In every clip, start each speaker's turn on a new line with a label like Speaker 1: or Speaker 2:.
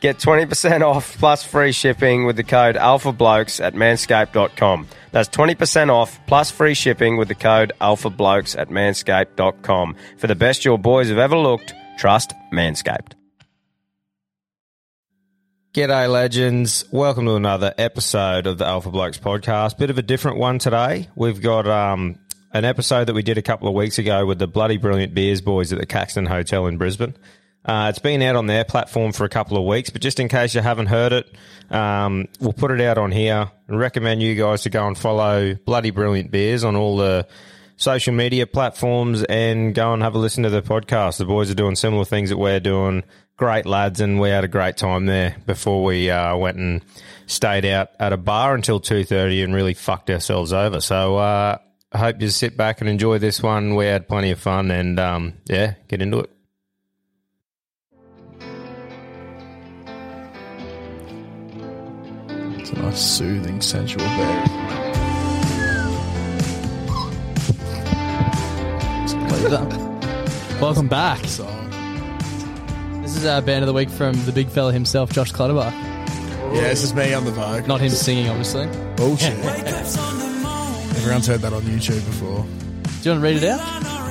Speaker 1: Get 20% off plus free shipping with the code ALPHABLOKES at manscaped.com. That's 20% off plus free shipping with the code ALPHABLOKES at manscaped.com. For the best your boys have ever looked, trust Manscaped.
Speaker 2: G'day, legends. Welcome to another episode of the Alpha Blokes podcast. Bit of a different one today. We've got um, an episode that we did a couple of weeks ago with the bloody brilliant Beers Boys at the Caxton Hotel in Brisbane. Uh, it's been out on their platform for a couple of weeks, but just in case you haven't heard it, um, we'll put it out on here and recommend you guys to go and follow Bloody Brilliant Beers on all the social media platforms and go and have a listen to the podcast. The boys are doing similar things that we're doing. Great lads, and we had a great time there before we uh, went and stayed out at a bar until two thirty and really fucked ourselves over. So uh, I hope you sit back and enjoy this one. We had plenty of fun, and um, yeah, get into it.
Speaker 3: It's a nice soothing, sensual bear. Just play that
Speaker 4: Welcome back.
Speaker 3: song.
Speaker 4: This is our band of the week from the big fella himself, Josh Clutterbuck.
Speaker 3: Yeah, this is me on the vogue.
Speaker 4: Not him singing, obviously. Do
Speaker 3: bullshit. Everyone's heard that on YouTube before.
Speaker 4: you want to read it out?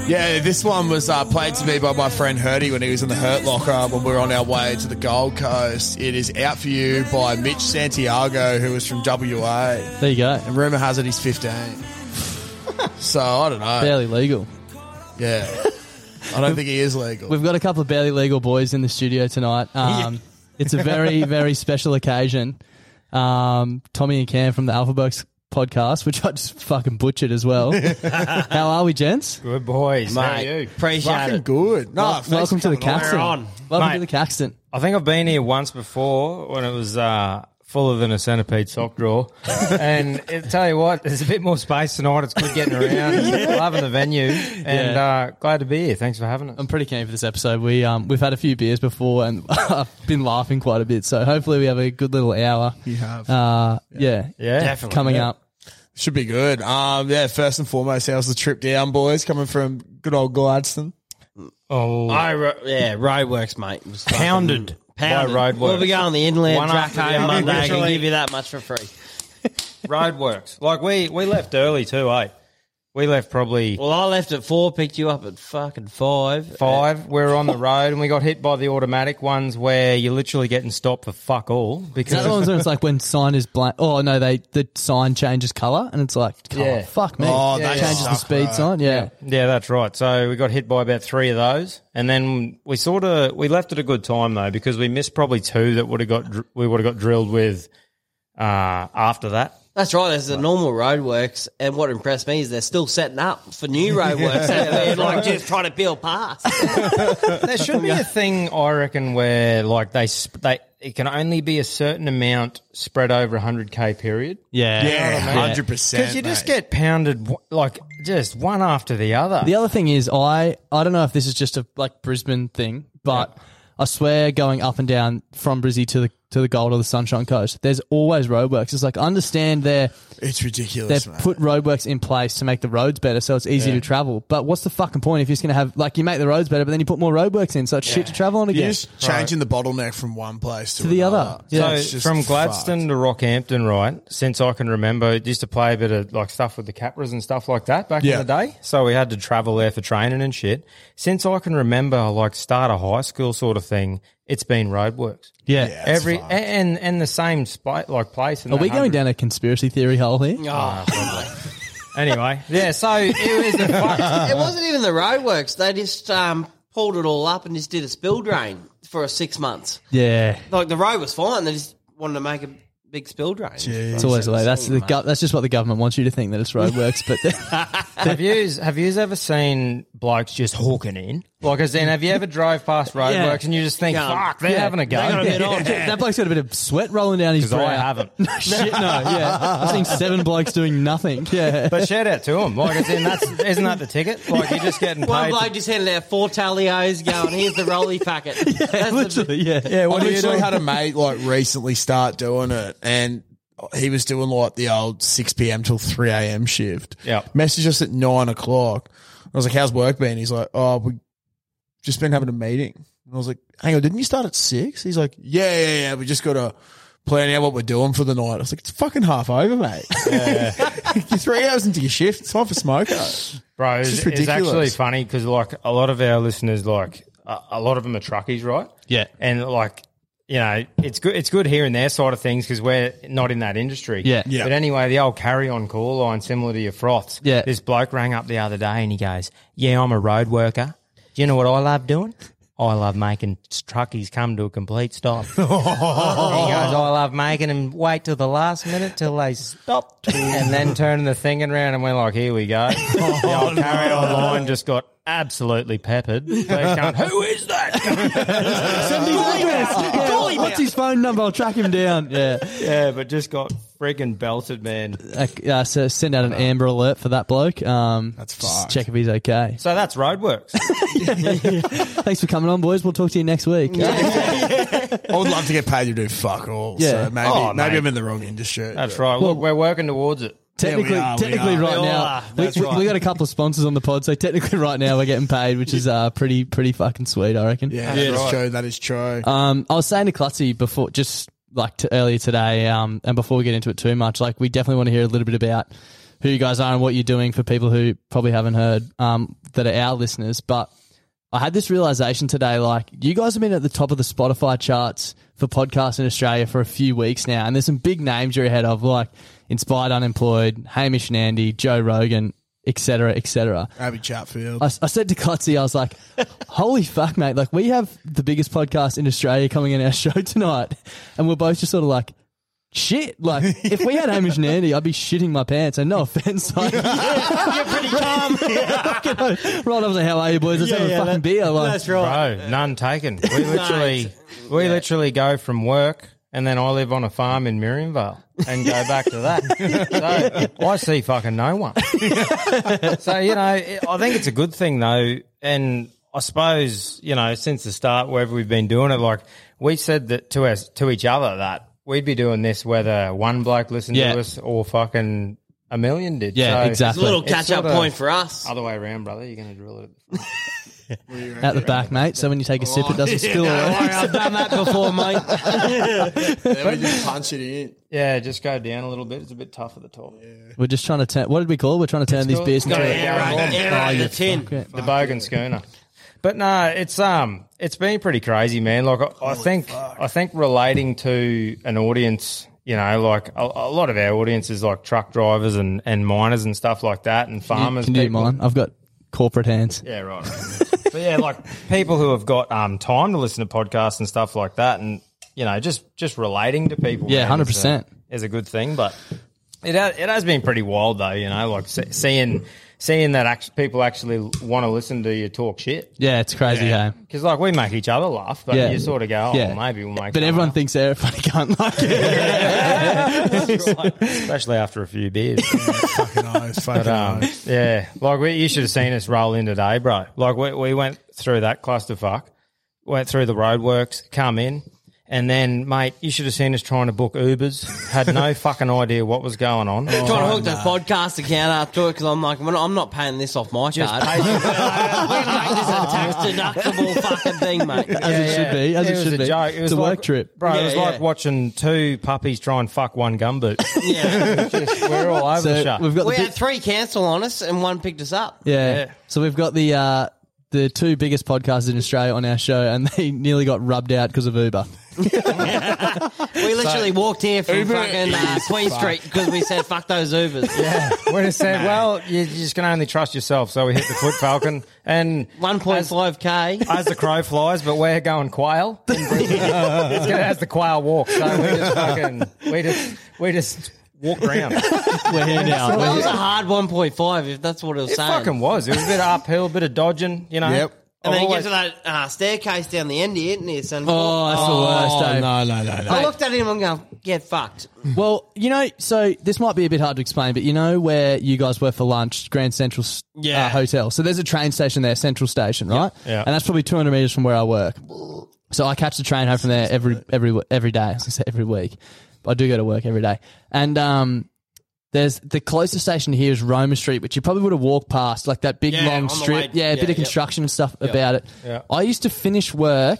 Speaker 3: Yeah, this one was uh, played to me by my friend Hurdy when he was in the Hurt Locker when we were on our way to the Gold Coast. It is Out For You by Mitch Santiago, who is from WA.
Speaker 4: There you go.
Speaker 3: And rumour has it he's 15. so, I don't know.
Speaker 4: Barely legal.
Speaker 3: Yeah. I don't think he is legal.
Speaker 4: We've got a couple of barely legal boys in the studio tonight. Um, It's a very, very special occasion. Um, Tommy and Cam from the Alpha Bucks podcast, which I just fucking butchered as well. How are we, gents?
Speaker 2: Good boys,
Speaker 5: appreciate
Speaker 3: Fucking good. No, thanks
Speaker 4: Welcome
Speaker 3: for
Speaker 4: to the
Speaker 3: coming
Speaker 4: Caxton.
Speaker 2: We're on.
Speaker 4: Welcome
Speaker 2: Mate.
Speaker 4: to the Caxton.
Speaker 2: I think I've been here once before when it was uh, fuller than a centipede sock drawer. and it, tell you what, there's a bit more space tonight. It's good getting around. Loving the venue. And uh, glad to be here. Thanks for having us.
Speaker 4: I'm pretty keen for this episode. We um we've had a few beers before and I've been laughing quite a bit. So hopefully we have a good little hour.
Speaker 3: You have.
Speaker 4: Uh, yeah,
Speaker 2: Yeah.
Speaker 5: Definitely.
Speaker 4: coming up.
Speaker 3: Should be good. Um, yeah, first and foremost, how's the trip down, boys? Coming from good old Gladstone.
Speaker 2: Oh,
Speaker 5: I ro- yeah, roadworks, mate. It was fucking-
Speaker 2: Pounded
Speaker 5: pounded.
Speaker 2: by Roadworks.
Speaker 5: We'll be going the inland
Speaker 2: One
Speaker 5: track
Speaker 2: after the
Speaker 5: home
Speaker 2: other.
Speaker 5: Monday. I can
Speaker 2: Literally.
Speaker 5: give you that much for free.
Speaker 2: road works. Like we, we left early too, eh? We left probably
Speaker 5: Well, I left at four, picked you up at fucking five.
Speaker 2: five. We were on the road and we got hit by the automatic ones where you're literally getting stopped for fuck all
Speaker 4: Is that the
Speaker 2: because
Speaker 4: ones where it's like when sign is blank? Oh no, they the sign changes color and it's like, colour,
Speaker 2: Yeah.
Speaker 4: fuck me,
Speaker 3: Oh,
Speaker 4: It
Speaker 3: they
Speaker 4: changes the
Speaker 3: suck,
Speaker 4: speed
Speaker 3: right.
Speaker 4: sign. Yeah.
Speaker 2: Yeah, that's right. So we got hit by about three of those, and then we sort of we left at a good time though because we missed probably two that would have got dr- we would have got drilled with uh, after that.
Speaker 5: That's right. There's the normal roadworks, and what impressed me is they're still setting up for new roadworks. They're like just trying to build past.
Speaker 2: There should be a thing I reckon where like they sp- they it can only be a certain amount spread over a hundred k period.
Speaker 4: yeah,
Speaker 3: hundred percent.
Speaker 2: Because you just get pounded w- like just one after the other.
Speaker 4: The other thing is, I I don't know if this is just a like Brisbane thing, but I swear going up and down from Brizzy to the to the Gold or the Sunshine Coast. There's always roadworks. It's like I understand they're
Speaker 3: It's
Speaker 4: they've
Speaker 3: ridiculous, mate.
Speaker 4: put roadworks in place to make the roads better, so it's easy to travel. But what's the fucking point if you're just gonna have like you make the roads better, but then you put more roadworks in, so it's shit to travel on
Speaker 3: You're
Speaker 4: again.
Speaker 3: just changing the bottleneck from one place to,
Speaker 4: To the
Speaker 3: another.
Speaker 4: other. Yeah.
Speaker 3: It's
Speaker 2: so
Speaker 3: just
Speaker 2: from Gladstone to Rockhampton, right? Since I can remember, it used to play a bit of like stuff with the Capras and stuff like that back
Speaker 3: Yeah.
Speaker 2: in the day. So we had to travel there for training and shit. Since I can remember, like start of high school sort of thing, it's been roadworks.
Speaker 4: Yeah.
Speaker 3: Yeah. That's
Speaker 2: Every
Speaker 3: fucked.
Speaker 2: and and the same spot like place.
Speaker 4: Are we going Oh. down a conspiracy theory hole here?
Speaker 2: Ah,
Speaker 3: Ah.
Speaker 2: anyway? Oh, Yeah, so it was a fuck.
Speaker 6: It wasn't even the roadworks. They just um, pulled it all up and just did a spill drain for six months.
Speaker 4: Yeah.
Speaker 6: Like the road was fine. They just wanted to make a big spill drain.
Speaker 4: It's always the way. That's the gov that's just what the government wants you to think that it's roadworks, but
Speaker 2: Have you have you ever seen blokes just hawking in? Like as in, have you ever drove past roadworks and you just think, fuck, they're having a go.
Speaker 4: That bloke's got a bit of sweat rolling down his
Speaker 2: 'Cause
Speaker 4: brow.
Speaker 2: I haven't.
Speaker 4: Shit, no, yeah. I've seen seven blokes doing nothing. Yeah.
Speaker 2: But shout out to him. Like, as in, that's, isn't that the ticket? Like, you're just getting
Speaker 6: One
Speaker 2: paid.
Speaker 6: bloke
Speaker 2: to-
Speaker 6: just handed out four talios going, here's the rolly packet. That's the-
Speaker 4: Literally, yeah. Yeah,
Speaker 3: I literally had a mate like recently start doing it, and he was doing like the old six p.m. till three a.m. shift.
Speaker 2: Yep.
Speaker 3: Messaged us at nine o'clock. I was like, "How's work been?" He's like, "Oh, we just been having a meeting." And I was like, "Hang on, didn't you start at six? He's like, "Yeah, yeah, yeah. We just got to." Plan out what we're doing for the night. I was like, it's fucking half over, mate. You're three hours into your shift. It's time for smoker.
Speaker 2: Bro, it's,
Speaker 3: just
Speaker 2: it's
Speaker 3: ridiculous.
Speaker 2: actually funny because, like, a lot of our listeners, like, a, a lot of them are truckies, right?
Speaker 4: Yeah.
Speaker 2: And, like, you know, it's good. It's good hearing their side of things because we're not in that industry.
Speaker 4: Yeah.
Speaker 3: Yeah.
Speaker 2: But anyway, the old carry-on call line, similar to your froths.
Speaker 4: Yeah.
Speaker 2: This bloke rang up the other day and he goes, "Yeah, I'm a road worker. Do you know what I love doing? I love making truckies come to a complete stop." He goes, I love making them wait till the last minute till they stop and then turning the thing around. And we're like, here we go. the old carry on line just got absolutely peppered. They're going, Who is that?
Speaker 4: What's his phone number? I'll track him down. Yeah.
Speaker 2: yeah, but just got friggin' belted, man.
Speaker 4: Uh, uh, so send
Speaker 2: Uh-huh.
Speaker 4: out an amber alert for that bloke. Um, That's
Speaker 3: fucked.
Speaker 4: check if he's okay.
Speaker 2: So that's roadworks.
Speaker 4: Thanks for coming on, boys. We'll talk to you next week.
Speaker 3: I would love to get paid to do fuck all.
Speaker 4: Yeah.
Speaker 3: So maybe,
Speaker 2: Oh,
Speaker 3: maybe
Speaker 2: mate.
Speaker 3: I'm in the wrong industry.
Speaker 2: That's right. Look, we're working towards it.
Speaker 4: Technically,
Speaker 3: Yeah, we are, we
Speaker 4: technically
Speaker 3: are.
Speaker 4: right
Speaker 2: We
Speaker 4: now,
Speaker 2: are.
Speaker 4: we,
Speaker 2: That's
Speaker 4: we,
Speaker 2: right.
Speaker 4: we got a couple of sponsors on the pod, so technically right now we're getting paid, which is uh, pretty pretty fucking sweet, I reckon.
Speaker 3: Yeah,
Speaker 2: Yeah,
Speaker 3: that's
Speaker 2: right.
Speaker 3: true. That is true.
Speaker 4: Um, I was saying to Clutzy before, just like to earlier today, um, and before we get into it too much, like we definitely want to hear a little bit about who you guys are and what you're doing for people who probably haven't heard, um, that are our listeners. But I had this realization today, like you guys have been at the top of the Spotify charts for podcasts in Australia for a few weeks now, and there's some big names you're ahead of, like Inspired Unemployed, Hamish and Andy, Joe Rogan, et cetera, et cetera.
Speaker 3: Abby Chatfield.
Speaker 4: I, I said to Clutzy, I was like, holy fuck, mate. Like, we have the biggest podcast in Australia coming in our show tonight. And we're both just sort of like, shit. Like, if we had Hamish and Andy, I'd be shitting my pants. And no offense. Like,
Speaker 6: You're pretty calm.
Speaker 4: you know, right. I was like, how are you, boys? Let's have a
Speaker 6: yeah,
Speaker 4: fucking
Speaker 6: that-
Speaker 4: beer. Like,
Speaker 6: That's right.
Speaker 2: Bro, none taken. We literally, we literally go from work. And then I live on a farm in Miriamvale and go back to that. So I see fucking no one. so you know, it- I think it's a good thing though, and I suppose you know since the start, wherever we've been doing it, like we said that to us to each other that we'd be doing this whether one bloke listened
Speaker 4: Yeah.
Speaker 2: to us or fucking a million did.
Speaker 4: Yeah,
Speaker 2: So
Speaker 6: It's
Speaker 4: exactly.
Speaker 6: a little
Speaker 2: It's
Speaker 6: catch up
Speaker 2: sorta-
Speaker 6: point for us.
Speaker 2: Other way around, brother. You're gonna drill it.
Speaker 4: out the back, mate. So when you take a
Speaker 2: Oh,
Speaker 4: sip, it
Speaker 6: Oh,
Speaker 4: doesn't spill. away.
Speaker 6: I've done that before, mate.
Speaker 3: then we just punch it in.
Speaker 2: Yeah, just go down a little bit. It's a bit tough at the top.
Speaker 4: We're just trying to turn. What did we call? it? We're trying to turn these
Speaker 2: called-
Speaker 4: beers into
Speaker 2: Got
Speaker 4: a Oh,
Speaker 2: it.
Speaker 6: Air out, air out the tin.
Speaker 4: Okay.
Speaker 2: the Bogan schooner. But no, it's um, it's been pretty crazy, man. Like I, I think, I think relating to an audience, you know, like a, a lot of our audience is like truck drivers and and miners and stuff like that, and farmers.
Speaker 4: Can you do
Speaker 2: people.
Speaker 4: mine? I've got corporate hands.
Speaker 2: Yeah, right. but yeah, like people who have got um time to listen to podcasts and stuff like that, and you know, just just relating to people.
Speaker 4: Yeah,
Speaker 2: man, is a-
Speaker 4: 100%.
Speaker 2: is a good thing. But it has, it has been pretty wild though. You know, like se- seeing seeing that act- people actually want to listen to you talk shit
Speaker 4: Yeah, it's crazy, hey.
Speaker 2: because like we make each other laugh, but
Speaker 4: Yeah.
Speaker 2: you sort of go, oh,
Speaker 4: Yeah.
Speaker 2: maybe we'll make.
Speaker 4: But
Speaker 2: someone
Speaker 4: everyone
Speaker 2: laugh.
Speaker 4: thinks they're a funny cunt. Like,
Speaker 2: especially after a few beers.
Speaker 3: Fucking oath. Fucking
Speaker 2: Um,
Speaker 3: oath.
Speaker 2: yeah, like we, you should have seen us roll in today, bro. Like we, we went through that clusterfuck, went through the roadworks, come in, And then, mate, you should have seen us trying to book Ubers. Had no fucking idea what was going on.
Speaker 6: Trying to hook the podcast account up to it because I'm like, I'm not, I'm not paying this off my card. we make this a tax deductible fucking thing, mate.
Speaker 4: As it should be. As it,
Speaker 2: was
Speaker 4: should
Speaker 2: a
Speaker 4: be.
Speaker 2: joke. It
Speaker 4: It's
Speaker 2: was
Speaker 4: a
Speaker 2: like-
Speaker 4: work trip.
Speaker 2: Bro, it was
Speaker 6: Yeah,
Speaker 2: like
Speaker 6: yeah.
Speaker 2: watching two puppies try and fuck one gumboot.
Speaker 6: Yeah.
Speaker 2: We're all over the
Speaker 4: So
Speaker 2: shop.
Speaker 4: we've got
Speaker 6: we
Speaker 4: the big-
Speaker 6: had three cancel on us and one picked us up.
Speaker 4: Yeah. So we've got the uh, the two biggest podcasters in Australia on our show, and they nearly got rubbed out because of Uber.
Speaker 6: We literally walked here from fucking uh, Queen Street because we said fuck those Ubers.
Speaker 2: We just said, well, you you just can only trust yourself. So we hit the foot falcon and
Speaker 6: 1.5k.
Speaker 2: as the crow flies, but we're going quail. in Brisbane. it's going to as the quail walk. So we just fucking, we just, we just walk around. It
Speaker 4: We're here now.
Speaker 6: That
Speaker 4: We're
Speaker 6: was
Speaker 4: here.
Speaker 6: a hard 1.5 if that's what it was saying.
Speaker 2: fucking was. It was a bit of uphill, a bit of dodging, you know.
Speaker 3: Yep.
Speaker 2: I've
Speaker 6: and then you
Speaker 2: always-
Speaker 6: get to that uh, staircase down the end here, isn't it? son?
Speaker 4: Oh, that's the worst. eh?
Speaker 3: no, no, no, no.
Speaker 6: Oh. I looked at him and go, get fucked.
Speaker 4: Well, you know, so this might be a bit hard to explain, but you know where you guys were for lunch, Grand Central s-
Speaker 6: Yeah.
Speaker 4: uh, Hotel. So there's a train station there, Central Station, right?
Speaker 2: Yeah.
Speaker 4: And that's probably 200 meters from where I work. So I catch the train home from there every every every day. I was gonna say every week, but I do go to work every day. And um, there's the closest station here is Roma Street, which you probably would have walked past, like that big
Speaker 6: Yeah, on
Speaker 4: long
Speaker 6: the way-
Speaker 4: strip. Yeah, a
Speaker 6: yeah,
Speaker 4: bit
Speaker 6: yep.
Speaker 4: of construction and stuff about it. I used to finish work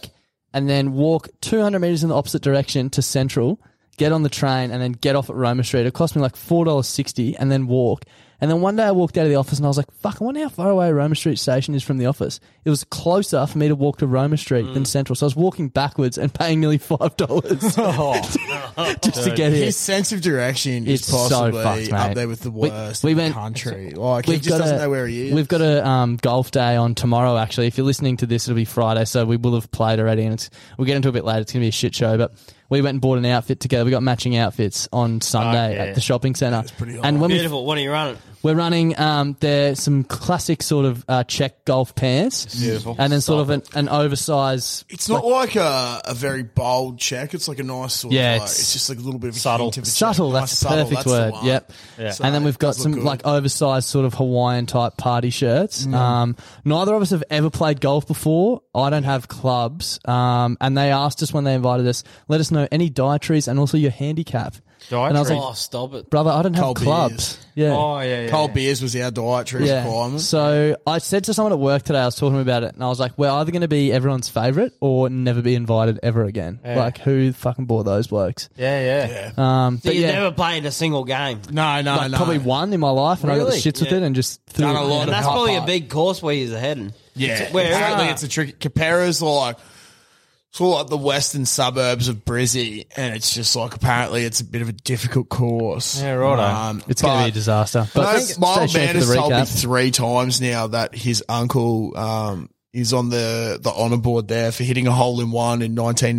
Speaker 4: and then walk 200 meters in the opposite direction to Central, get on the train, and then get off at Roma Street. It cost me like four dollars sixty, and then walk. And then one day I walked out of the office and I was like, "Fuck! I wonder how far away Roma Street station is from the office." It was closer for me to walk to Roma Street than Central, so I was walking backwards and paying nearly five dollars just to get here.
Speaker 3: His sense of direction
Speaker 4: It's
Speaker 3: is
Speaker 4: so
Speaker 3: possibly
Speaker 4: fucked, mate.
Speaker 3: up there with the
Speaker 4: We-
Speaker 3: worst
Speaker 4: we
Speaker 3: in
Speaker 4: went-
Speaker 3: the country. Like, he
Speaker 4: We've
Speaker 3: just
Speaker 4: got
Speaker 3: doesn't
Speaker 4: a-
Speaker 3: know where he is.
Speaker 4: We've got a um, golf day on tomorrow. Actually, if you're listening to this, it'll be Friday, so we will have played already, and it's we'll get into it a bit later. It's gonna be a shit show, but we went and bought an outfit together. We got matching outfits on Sunday
Speaker 2: yeah.
Speaker 4: at the shopping centre.
Speaker 3: Oh, pretty hot.
Speaker 4: and when we,
Speaker 6: Beautiful. What are you running?
Speaker 4: we're running, um, there some classic sort of uh, Czech golf pants,
Speaker 2: Beautiful.
Speaker 4: and then sort of an, an oversized.
Speaker 3: It's not like, a, a very bold check. It's like a nice sort
Speaker 4: Yeah,
Speaker 3: of. Like,
Speaker 4: it's
Speaker 3: it's, just like a little bit of a
Speaker 2: subtle.
Speaker 3: hint of a check.
Speaker 4: Subtle,
Speaker 3: Nice
Speaker 4: that's the
Speaker 3: subtle,
Speaker 4: perfect
Speaker 3: that's the
Speaker 4: word.
Speaker 3: one.
Speaker 4: yep.
Speaker 3: So
Speaker 4: and then
Speaker 3: it
Speaker 4: we've got
Speaker 3: does look
Speaker 4: some
Speaker 3: good. Mm.
Speaker 4: like oversized sort of Hawaiian type party shirts. Um, neither of us have ever played golf before. I don't have clubs. Um, and they asked us when they invited us, let us know any dietaries and also your handicap. And I was
Speaker 2: Dietary?
Speaker 4: like,
Speaker 6: Oh, stop it.
Speaker 4: brother, I don't have
Speaker 3: Cold
Speaker 4: clubs. Yeah.
Speaker 2: Oh, yeah, yeah.
Speaker 3: Cold beers was our dietary
Speaker 4: Yeah.
Speaker 3: requirement.
Speaker 4: So I said to someone at work today, I was talking about it, and I was like, "We're either going to be everyone's favorite or never be invited ever again." Like, who fucking bought those blokes?
Speaker 2: Yeah, yeah.
Speaker 4: Um,
Speaker 6: So
Speaker 4: but
Speaker 6: you
Speaker 4: yeah,
Speaker 6: never played a single game.
Speaker 3: no, no,
Speaker 4: like
Speaker 3: no.
Speaker 4: probably one in my life, and I got
Speaker 6: Really?
Speaker 4: the shits with
Speaker 6: Yeah.
Speaker 4: it, and just threw
Speaker 3: Done
Speaker 4: it
Speaker 3: a
Speaker 4: in.
Speaker 3: lot
Speaker 6: And
Speaker 3: of
Speaker 6: that's
Speaker 3: Hot
Speaker 6: probably a
Speaker 3: pot.
Speaker 6: big course where he's heading.
Speaker 3: Yeah,
Speaker 6: Where-
Speaker 3: apparently
Speaker 6: Ah.
Speaker 3: it's a tricky. Capara's like it's all like the western suburbs of Brizzy, and it's just like apparently it's a bit of a difficult course. Um,
Speaker 2: Yeah, righto.
Speaker 4: It's going to be a disaster. But
Speaker 3: But
Speaker 4: stay
Speaker 3: my old
Speaker 4: tuned
Speaker 3: man
Speaker 4: for the
Speaker 3: has told me
Speaker 4: recap.
Speaker 3: three times now that his uncle um, is on the the honor board there for hitting a hole in one in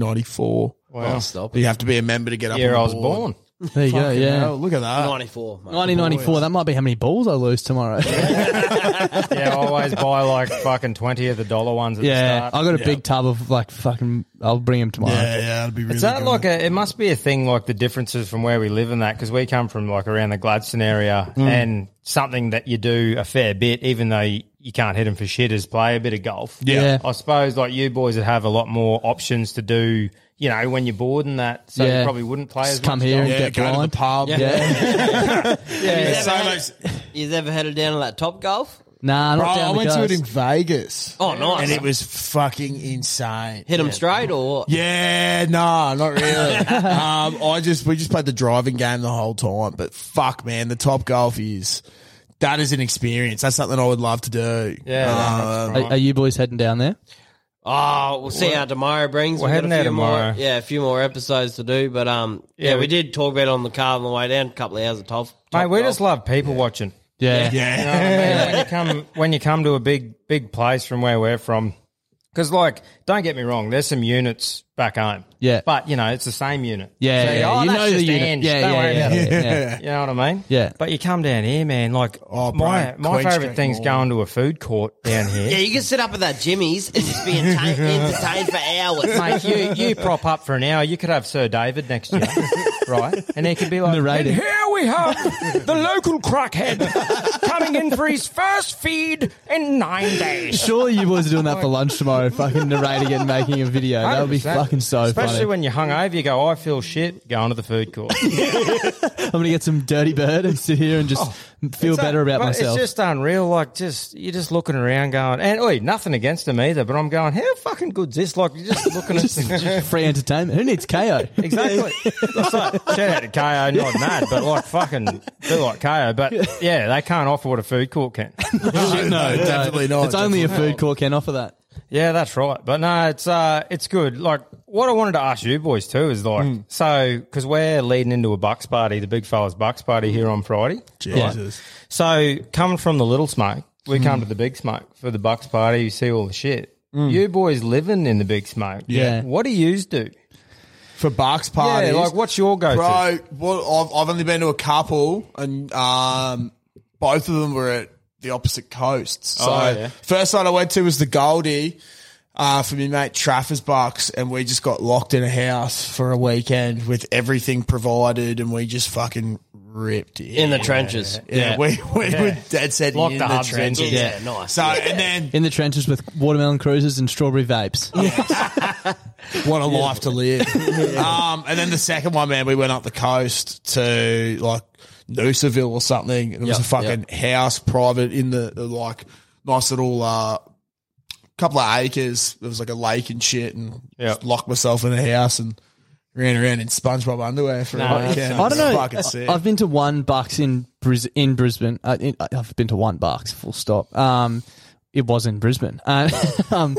Speaker 3: 1994.
Speaker 6: Oh, stop it.
Speaker 3: You have to be a member to get up. on
Speaker 2: Year
Speaker 3: the
Speaker 2: I was
Speaker 3: board.
Speaker 2: born.
Speaker 4: There you go.
Speaker 3: Fucking
Speaker 4: Yeah.
Speaker 3: hell, look at that.
Speaker 6: 94. mate.
Speaker 4: 1994. That might be how many balls I lose tomorrow. Yeah,
Speaker 2: Yeah, I always buy like fucking 20 of the dollar ones at the
Speaker 4: I
Speaker 2: start.
Speaker 4: got a big tub of like fucking. I'll bring him tomorrow.
Speaker 3: Yeah, yeah, it'd be really.
Speaker 2: Is that
Speaker 3: good.
Speaker 2: like a, it must be a thing like the differences from where we live in that because we come from like around the Gladstone area
Speaker 3: Mm.
Speaker 2: and something that you do a fair bit, even though you, you can't hit them for shit, is play a bit of golf.
Speaker 4: Yeah. Yeah.
Speaker 2: I suppose like you boys would have a lot more options to do, you know, when you're bored and that. So
Speaker 4: Yeah.
Speaker 2: you probably wouldn't play as
Speaker 4: Just come
Speaker 2: much
Speaker 4: here and
Speaker 3: yeah,
Speaker 4: get
Speaker 3: go
Speaker 4: blind.
Speaker 3: to the pub.
Speaker 4: Yeah.
Speaker 6: You've ever
Speaker 3: So
Speaker 6: had-
Speaker 3: much-
Speaker 6: you've ever headed down to that top golf?
Speaker 4: Nah, not
Speaker 3: Bro,
Speaker 4: down
Speaker 3: I
Speaker 4: the
Speaker 3: went to it
Speaker 4: coast.
Speaker 3: in Vegas.
Speaker 6: Oh, nice.
Speaker 3: And it was fucking insane.
Speaker 6: Hit him straight or
Speaker 3: Yeah, no, not really. um, I just we just played the driving game the whole time, but fuck, man, the top golf is that is an experience. That's something I would love to do.
Speaker 2: Yeah,
Speaker 3: Um,
Speaker 4: Are, are you boys heading down there?
Speaker 6: Oh, we'll see how tomorrow brings.
Speaker 2: We're
Speaker 6: We've got
Speaker 2: heading
Speaker 6: a
Speaker 2: there
Speaker 6: few
Speaker 2: tomorrow.
Speaker 6: More, yeah, a few more episodes to do, but um, yeah,
Speaker 2: Yeah,
Speaker 6: we,
Speaker 2: we-
Speaker 6: did talk about it on the car on the way down. A couple of hours of top. top
Speaker 2: Mate, we
Speaker 6: golf.
Speaker 2: just love people watching.
Speaker 4: Yeah.
Speaker 3: yeah,
Speaker 2: You know what I mean? when you come when you come to a big big place from where we're from, because like don't get me wrong, there's some units back home.
Speaker 4: Yeah.
Speaker 2: but you know it's the same unit.
Speaker 4: Yeah,
Speaker 2: So,
Speaker 4: yeah, yeah.
Speaker 2: oh,
Speaker 4: you
Speaker 2: that's
Speaker 4: know the
Speaker 2: just
Speaker 4: unit.
Speaker 2: Ange.
Speaker 4: Yeah,
Speaker 2: Don't
Speaker 4: yeah,
Speaker 2: worry
Speaker 4: yeah,
Speaker 2: about it.
Speaker 4: yeah, yeah.
Speaker 2: You know what I mean?
Speaker 4: Yeah.
Speaker 2: But you come down here, man. Like
Speaker 3: Oh, bro,
Speaker 2: my my
Speaker 3: Queen
Speaker 2: favorite
Speaker 3: Street
Speaker 2: thing's
Speaker 3: Mall.
Speaker 2: going to a food court down here.
Speaker 6: Yeah, you can sit up at that Jimmy's and just be entertained, entertained for hours.
Speaker 2: Mate, you, you prop up for an hour, you could have Sir David next year, right? And he could be like,
Speaker 4: Narrating.
Speaker 2: And here we have the local crackhead coming in for his first feed in nine days.
Speaker 4: Surely you boys are doing that for lunch tomorrow, fucking narrating it and making a video. That would be
Speaker 2: 100%,
Speaker 4: fucking so
Speaker 2: Especially
Speaker 4: funny.
Speaker 2: when you're hungover, you go, I feel shit, going to the food court.
Speaker 4: I'm gonna get some dirty bird and sit here and just feel
Speaker 2: It's
Speaker 4: better
Speaker 2: un-
Speaker 4: about
Speaker 2: but
Speaker 4: myself.
Speaker 2: It's just unreal. Like, just you're just looking around, going, and oi, nothing against them either. But I'm going, how fucking good's this? Like, you're just looking at
Speaker 4: Free entertainment. Who needs KO?
Speaker 2: exactly. That's like, shout out to KO, not mad, but like fucking do like KO. But yeah, they can't offer what a food court can.
Speaker 3: no, definitely not.
Speaker 4: it's only a food court can offer that.
Speaker 2: Yeah, that's right. But no, it's uh, it's good. Like what I wanted to ask you boys too is like,
Speaker 3: Hmm.
Speaker 2: so because we're leading into a bucks party, the big fellas bucks party here on Friday.
Speaker 3: Jesus. Hmm.
Speaker 2: So coming from the little smoke, we come to the big smoke for the bucks party. You see all the shit. You boys living in the big smoke.
Speaker 4: Yeah.
Speaker 2: What do yous do?
Speaker 3: for Barks parties.
Speaker 2: Yeah, like what's your go to?
Speaker 3: Bro, well, I've, I've only been to a couple, and um, both of them were at the opposite coasts. So,
Speaker 2: Oh, yeah.
Speaker 3: first night I went to was the Goldie uh, for me mate Traffers Bucks, and we just got locked in a house for a weekend with everything provided, and we just fucking ripped it.
Speaker 5: in the trenches.
Speaker 3: yeah, we, we were dead set
Speaker 2: Locked
Speaker 3: in
Speaker 2: the
Speaker 3: the,
Speaker 2: hubs in.
Speaker 3: trenches.
Speaker 5: Yeah, nice.
Speaker 3: So, and then
Speaker 4: In the trenches with watermelon cruises and strawberry vapes.
Speaker 3: What a life to live. um, and then the second one, man, we went up the coast to like Noosaville or something. And it was
Speaker 5: Yep,
Speaker 3: a fucking house private in the, the, like nice little uh, couple of acres. There was like a lake and shit and just locked myself in a house and ran around in SpongeBob underwear for a weekend.
Speaker 4: I don't know.
Speaker 3: Fucking sick.
Speaker 4: I- I've been to one bucks in Bris- in Brisbane. Uh, in, I've been to one bucks. Full stop. Um, it was in Brisbane. Uh, um,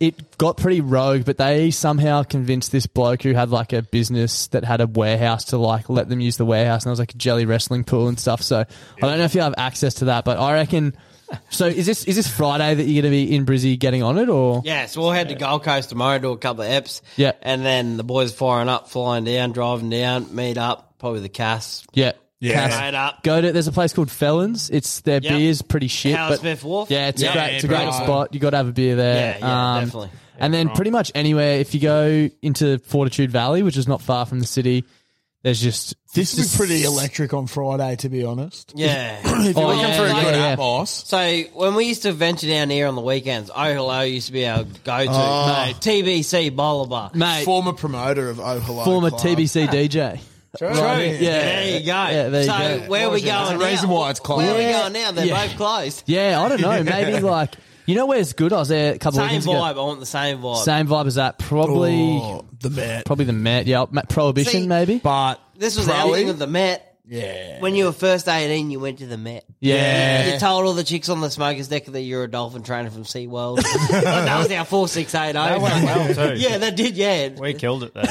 Speaker 4: It got pretty rogue, but they somehow convinced this bloke who had like a business that had a warehouse to like let them use the warehouse, and there was like a jelly wrestling pool and stuff. So I don't know if you have access to that, but I reckon. So is this is this Friday that you're going to be in Brizzy getting on it, or
Speaker 6: Yeah, so we'll head to Gold Coast tomorrow, do a couple of eps.
Speaker 4: Yeah.
Speaker 6: And then the boys firing up, flying down, driving down, meet up, probably the Cass.
Speaker 4: yeah,
Speaker 3: Yeah.
Speaker 4: Cass-
Speaker 6: Straight up.
Speaker 4: Go to there's a place called Felons. It's their
Speaker 6: Yep.
Speaker 4: beer's pretty shit.
Speaker 6: Howard
Speaker 4: but
Speaker 6: Smith Wharf?
Speaker 4: Yeah, it's
Speaker 6: Yeah,
Speaker 4: a great, it's a
Speaker 6: yeah,
Speaker 4: great
Speaker 6: bro.
Speaker 4: spot. You got to have a beer there. Um,
Speaker 6: Yeah, yeah, definitely.
Speaker 4: And then pretty much anywhere if you go into Fortitude Valley, which is not far from the city, there's just
Speaker 7: This was
Speaker 4: just-
Speaker 7: pretty electric on Friday, to be honest.
Speaker 6: Yeah.
Speaker 4: Oh,
Speaker 3: Looking
Speaker 4: yeah,
Speaker 3: for a
Speaker 4: yeah,
Speaker 3: good
Speaker 4: yeah.
Speaker 3: Atmos.
Speaker 6: so when we used to venture down here on the weekends, Oh Hello used to be our go to. Mate, TBC Bolivar.
Speaker 4: mate,
Speaker 3: Former promoter of Oh Hello.
Speaker 4: former
Speaker 3: Club.
Speaker 4: TBC DJ.
Speaker 3: True.
Speaker 4: Yeah.
Speaker 6: There you go.
Speaker 4: Yeah, there you
Speaker 6: so
Speaker 4: go.
Speaker 6: where are we
Speaker 3: There's
Speaker 6: going
Speaker 3: a
Speaker 6: now?
Speaker 3: reason why it's closed.
Speaker 6: Where are we
Speaker 4: Yeah.
Speaker 6: going now? They're
Speaker 4: Yeah.
Speaker 6: both closed.
Speaker 4: Yeah, I don't know. Maybe like you know where's good. I was there a couple
Speaker 6: Same
Speaker 4: of weekends
Speaker 6: vibe.
Speaker 4: ago.
Speaker 6: I want the same vibe.
Speaker 4: Same vibe as that. Probably
Speaker 3: Oh, the Met.
Speaker 4: probably the Met. Yeah, Ma- Prohibition
Speaker 6: See-
Speaker 4: maybe.
Speaker 3: But
Speaker 6: This was
Speaker 3: Probably.
Speaker 6: our thing with the Met.
Speaker 3: yeah.
Speaker 6: When you were first 18, you went to the Met.
Speaker 4: Yeah.
Speaker 6: You told all the chicks on the smokers deck that you're a dolphin trainer from SeaWorld. that was our 4680.
Speaker 2: well, too.
Speaker 6: oh. yeah, that did, yeah.
Speaker 2: We killed it. Though.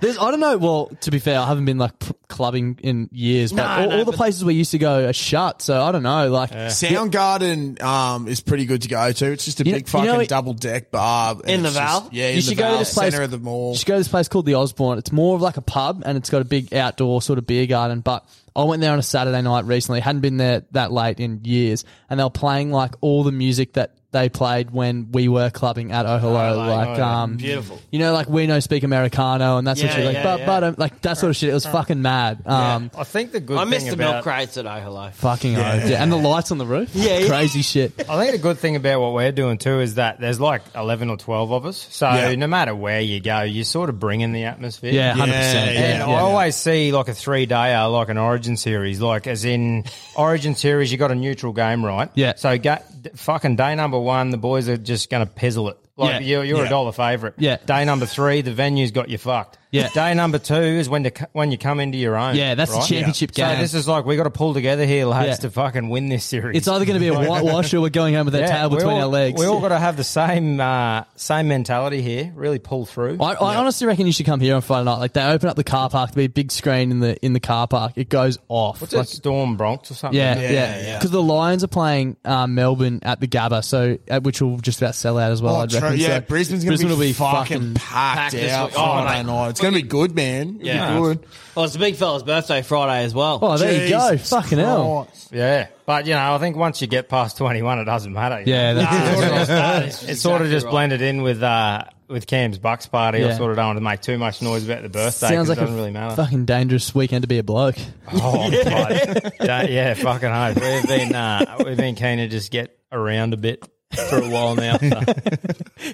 Speaker 4: There's, I don't know. Well, to be fair, I haven't been like p- clubbing in years, but
Speaker 6: No,
Speaker 4: all,
Speaker 6: no,
Speaker 4: all the
Speaker 6: but-
Speaker 4: places we used to go are shut. So I don't know. Like, yeah,
Speaker 3: Soundgarden um, is pretty good to go to. It's just a
Speaker 4: You know-
Speaker 3: big
Speaker 4: you
Speaker 3: fucking
Speaker 4: know it-
Speaker 3: double deck bar and
Speaker 6: In the
Speaker 3: it's just-
Speaker 6: Val?
Speaker 3: Yeah, in
Speaker 4: you
Speaker 3: the
Speaker 4: should go to
Speaker 3: Val,
Speaker 4: this place.
Speaker 3: center of the mall.
Speaker 4: You should go to this place called the Osborne. It's more of like a pub, and it's got a big outdoor sort of beer garden. But I went there on a Saturday night recently. Hadn't been there that late in years, and they were playing like all the music that they played when we were clubbing at Oh Hello, like um,
Speaker 6: Beautiful.
Speaker 4: You know, like we know speak Americano and that sort of
Speaker 6: Yeah,
Speaker 4: shit. Like,
Speaker 6: yeah,
Speaker 4: but
Speaker 6: yeah.
Speaker 4: but um, like that sort of shit. It was fucking mad. Um,
Speaker 2: I think the good.
Speaker 6: I
Speaker 2: thing
Speaker 6: missed the
Speaker 2: about,
Speaker 6: milk crates at Oh Hello.
Speaker 4: Fucking yeah. yeah, and the lights on the roof.
Speaker 6: Yeah, yeah.
Speaker 4: crazy shit.
Speaker 2: I think the good thing about what we're doing too is that there's like 11 or 12 of us. So
Speaker 3: Yeah.
Speaker 2: no matter where you go, you're sort of bringing the atmosphere.
Speaker 4: Yeah, hundred
Speaker 3: Yeah,
Speaker 4: percent.
Speaker 3: yeah.
Speaker 2: And I always see like a three dayer, like an Origin series, like as in Origin series, you got a neutral game, right?
Speaker 4: Yeah.
Speaker 2: So ga- d- fucking day number one, the boys are just going to pizzle it. Like
Speaker 4: Yeah.
Speaker 2: you're, you're
Speaker 3: Yeah.
Speaker 2: a dollar favourite.
Speaker 4: Yeah.
Speaker 2: Day number three, the venue's got you fucked.
Speaker 4: Yeah.
Speaker 2: Day number two is when to, c- when you come into your own.
Speaker 4: Yeah, that's the
Speaker 2: right?
Speaker 4: championship
Speaker 2: So
Speaker 4: game.
Speaker 2: this is like we got to pull together here, lads,
Speaker 4: Yeah.
Speaker 2: to fucking win this series.
Speaker 4: It's either going to be a whitewash or we're going home with our
Speaker 2: Yeah,
Speaker 4: tail
Speaker 2: we
Speaker 4: between
Speaker 2: all-
Speaker 4: our legs.
Speaker 2: We all got to have the same uh, same mentality here. Really pull through.
Speaker 4: I, oh, I honestly reckon you should come here on Friday night. Like they open up the car park, there'll be a big screen in the in the car park. It goes off.
Speaker 2: What's
Speaker 4: Like-
Speaker 2: it, Storm Bronx or something?
Speaker 4: yeah, yeah, Because the Lions are playing uh, Melbourne at the Gabba, so uh, which will just about sell out as well.
Speaker 3: Oh,
Speaker 4: I'd
Speaker 3: true.
Speaker 4: reckon.
Speaker 3: yeah,
Speaker 4: So
Speaker 3: Brisbane's going to be,
Speaker 4: will
Speaker 3: fucking, packed,
Speaker 6: this
Speaker 3: out
Speaker 6: week. Oh,
Speaker 3: Friday
Speaker 6: mate.
Speaker 3: night. It's going to be good, man. It'll
Speaker 6: Yeah.
Speaker 3: be good.
Speaker 6: Well, it's the big fella's birthday Friday as well.
Speaker 4: Oh, there you go.
Speaker 3: Jesus
Speaker 4: Fucking hell.
Speaker 2: Yeah, but you know, I think once you get past twenty one, it doesn't matter.
Speaker 4: Yeah, that's
Speaker 2: it's sort of just blended in with uh, with Cam's Bucks party. I
Speaker 4: Yeah.
Speaker 2: sort of don't want to make too much noise about the birthday. 'cause
Speaker 4: sounds
Speaker 2: it
Speaker 4: like a
Speaker 2: doesn't really matter.
Speaker 4: fucking dangerous weekend to be a bloke.
Speaker 2: Oh, yeah. yeah, fucking hope. We've been uh, we've been keen to just get around a bit. for a while now.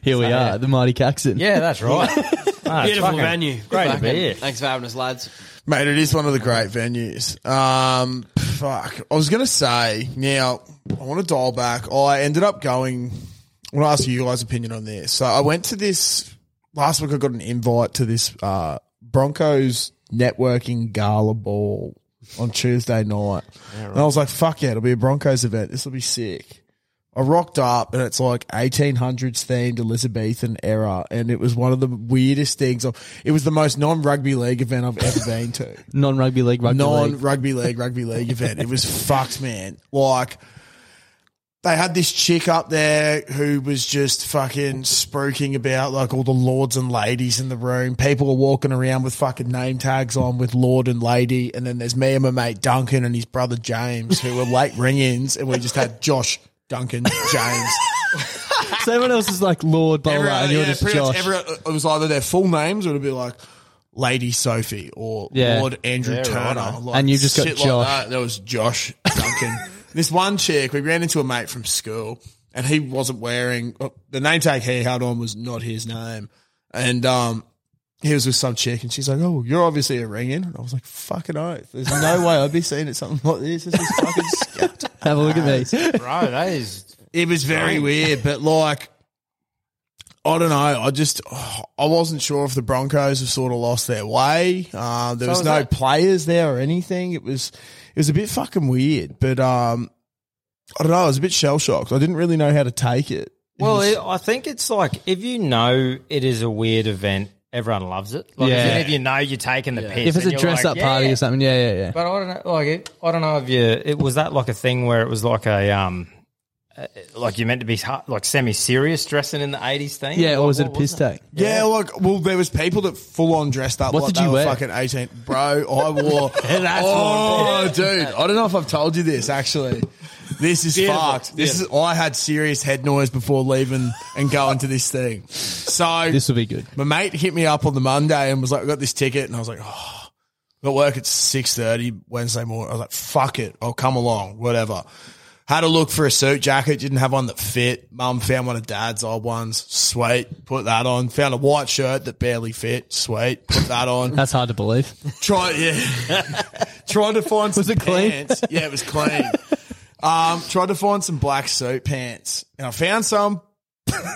Speaker 4: Here we are, the mighty Caxton.
Speaker 2: yeah, that's right. Ah, it's
Speaker 6: Beautiful
Speaker 2: fucking
Speaker 6: venue.
Speaker 2: Great to
Speaker 6: Fucking-
Speaker 2: be here.
Speaker 6: Thanks for having us, lads.
Speaker 3: Mate, it is one of the great venues. Um, fuck. I was going to say, now, I want to dial back. I ended up going, I want to ask you guys' opinion on this. So I went to this, last week I got an invite to this uh, Broncos networking gala ball on Tuesday night. And I was like, fuck yeah, it'll be a Broncos event. This will be sick. I rocked up and it's like 1800s themed Elizabethan era. And it was one of the weirdest things. It was the most non rugby league event I've ever been to
Speaker 4: Non rugby league, rugby
Speaker 3: non
Speaker 4: league.
Speaker 3: rugby league rugby league event. It was fucked, man. Like they had this chick up there who was just fucking spooking about like all the lords and ladies in the room. People were walking around with fucking name tags on with lord and lady, and then there's me and my mate Duncan and his brother James who were late ring-ins, and we just had Josh, Duncan, James.
Speaker 4: So everyone else is like Lord, blah, blah, blah, and you're
Speaker 3: yeah,
Speaker 4: just
Speaker 3: pretty much
Speaker 4: Josh.
Speaker 3: everyone- it was either their full names or it'd be like Lady Sophie or
Speaker 4: Yeah.
Speaker 3: Lord Andrew Turner. Like,
Speaker 4: And you've just got
Speaker 3: shit
Speaker 4: Josh.
Speaker 3: Like that. There was Josh Duncan. this one chick, we ran into a mate from school and he wasn't wearing oh, the name tag he had on was not his name. And um, he was with some chick and she's like, Oh, you're obviously a ring in. And I was like, Fucking oath. There's no way I'd be seeing it something like this. This is fucking scat.
Speaker 4: Have a look at me.
Speaker 2: Bro, that is.
Speaker 3: It was very weird, but like, I don't know. I just, oh, I wasn't sure if the Broncos have sort of lost their way. Uh, there was,
Speaker 2: was
Speaker 3: no
Speaker 2: that-
Speaker 3: players there or anything. It was, it was a bit fucking weird, but um, I don't know. I was a bit shell shocked. I didn't really know how to take it.
Speaker 2: Well, it, I think it's like if you know it is a weird event, everyone loves it. Like,
Speaker 4: Yeah.
Speaker 2: yeah. If you know you're taking the piss,
Speaker 4: If it's
Speaker 2: and
Speaker 4: a
Speaker 2: you're
Speaker 4: dress
Speaker 2: like,
Speaker 4: up party
Speaker 2: yeah.
Speaker 4: or something, yeah, yeah, yeah.
Speaker 2: But I don't know. Like, it, I don't know if you. It was that like a thing where it was like a um, uh, like you meant to be hu- like semi-serious dressing in the eighties thing.
Speaker 4: yeah, or was it a
Speaker 2: What
Speaker 4: piss take?
Speaker 3: Yeah, like well, there was people that full on dressed up
Speaker 4: What
Speaker 3: like
Speaker 4: did
Speaker 3: they
Speaker 4: you
Speaker 3: were
Speaker 4: wear?
Speaker 3: fucking eighteen, bro. I wore. oh, dude, I don't know if I've told you this actually. This is fucked. This is I had serious head noise before leaving and going to this thing. So
Speaker 4: This will be good.
Speaker 3: my mate hit me up on the Monday and was like, I got this ticket. And I was like, oh, got work at 6.30 Wednesday morning. I was like, fuck it. I'll come along, whatever. Had a look for a suit jacket. Didn't have one that fit. Mum found one of dad's old ones. Sweet. Put that on. Found a white shirt that barely fit. Sweet. Put that on.
Speaker 4: That's hard to believe.
Speaker 3: Try, yeah. Tried to find some
Speaker 4: Was it clean?
Speaker 3: pants. Yeah, it was clean. um, tried to find some black suit pants. And I found some.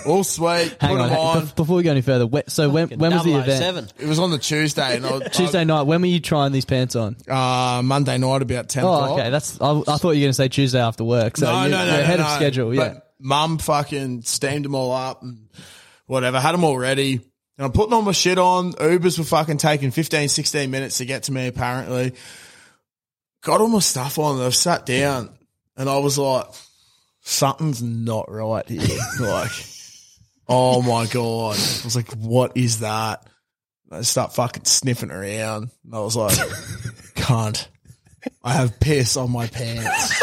Speaker 3: All sweet.
Speaker 4: Hang
Speaker 3: put
Speaker 4: on,
Speaker 3: them
Speaker 4: hey,
Speaker 3: on. oh
Speaker 4: bef- before we go any further. When, so when when was the event?
Speaker 6: 007.
Speaker 3: It was on the Tuesday, and I,
Speaker 4: Tuesday night. When were you trying these pants on?
Speaker 3: uh, Monday night about ten o'clock.
Speaker 4: Oh, okay. That's I, I thought you were going to say Tuesday after work. So
Speaker 3: no,
Speaker 4: you,
Speaker 3: no, no,
Speaker 4: you're
Speaker 3: no,
Speaker 4: ahead
Speaker 3: no.
Speaker 4: of schedule. Yeah.
Speaker 3: But mum fucking steamed them all up and whatever. Had them all ready. And I'm putting all my shit on. Ubers were fucking taking 15, 16 minutes to get to me, apparently. Got all my stuff on. And I've sat down and I was like, something's not right here. like, oh my God. I was like, what is that? And I start fucking sniffing around. And I was like, cunt. I have piss on my pants.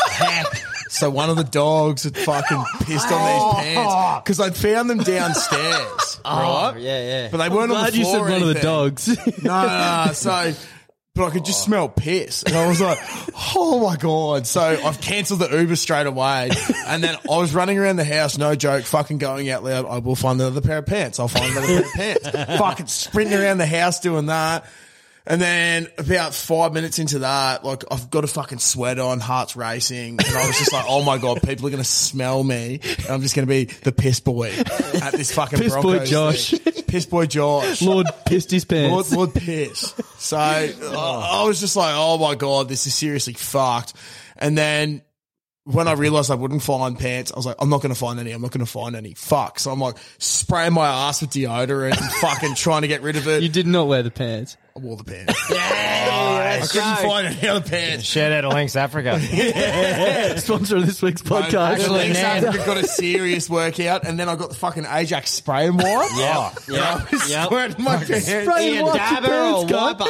Speaker 3: so one of the dogs had fucking pissed on these pants because I'd found them downstairs, right?
Speaker 6: Oh, Yeah, yeah.
Speaker 3: But they weren't on the
Speaker 4: Glad you
Speaker 3: floor.
Speaker 4: said
Speaker 3: or
Speaker 4: one of the
Speaker 3: anything.
Speaker 4: dogs.
Speaker 3: No, no, no. So, but I could just smell piss. And I was like, oh my God. So I've cancelled the Uber straight away. And then I was running around the house, no joke, fucking going out loud. I will find another pair of pants. I'll find another pair of pants. Fucking sprinting around the house doing that. And then about five minutes into that, like I've got a fucking sweat on, heart's racing, and I was just like, "Oh my god, people are gonna smell me, and I'm just gonna be the piss boy at this fucking
Speaker 4: Piss boy
Speaker 3: Broncos
Speaker 4: Josh.
Speaker 3: thing. piss boy Josh,
Speaker 4: Lord pissed his pants.
Speaker 3: Lord, Lord Pierce. So I, I was just like, oh my God, this is seriously fucked. And then when I realized I wouldn't find pants, I was like, I'm not going to find any. I'm not going to find any. Fuck. So I'm like spraying my ass with deodorant and fucking trying to get rid of it.
Speaker 4: you did not wear the pants.
Speaker 3: I wore the pants. I couldn't find any other pants.
Speaker 2: Shout out to Links Africa.
Speaker 4: Sponsor of this week's podcast.
Speaker 3: Actually, I've got a serious workout, and then I got the fucking Ajax spray and wipe.
Speaker 2: yeah.
Speaker 3: yeah. I was squirting my pants.
Speaker 4: Spray and wipe your
Speaker 6: Dabber or
Speaker 4: pants, guy.
Speaker 6: wiper.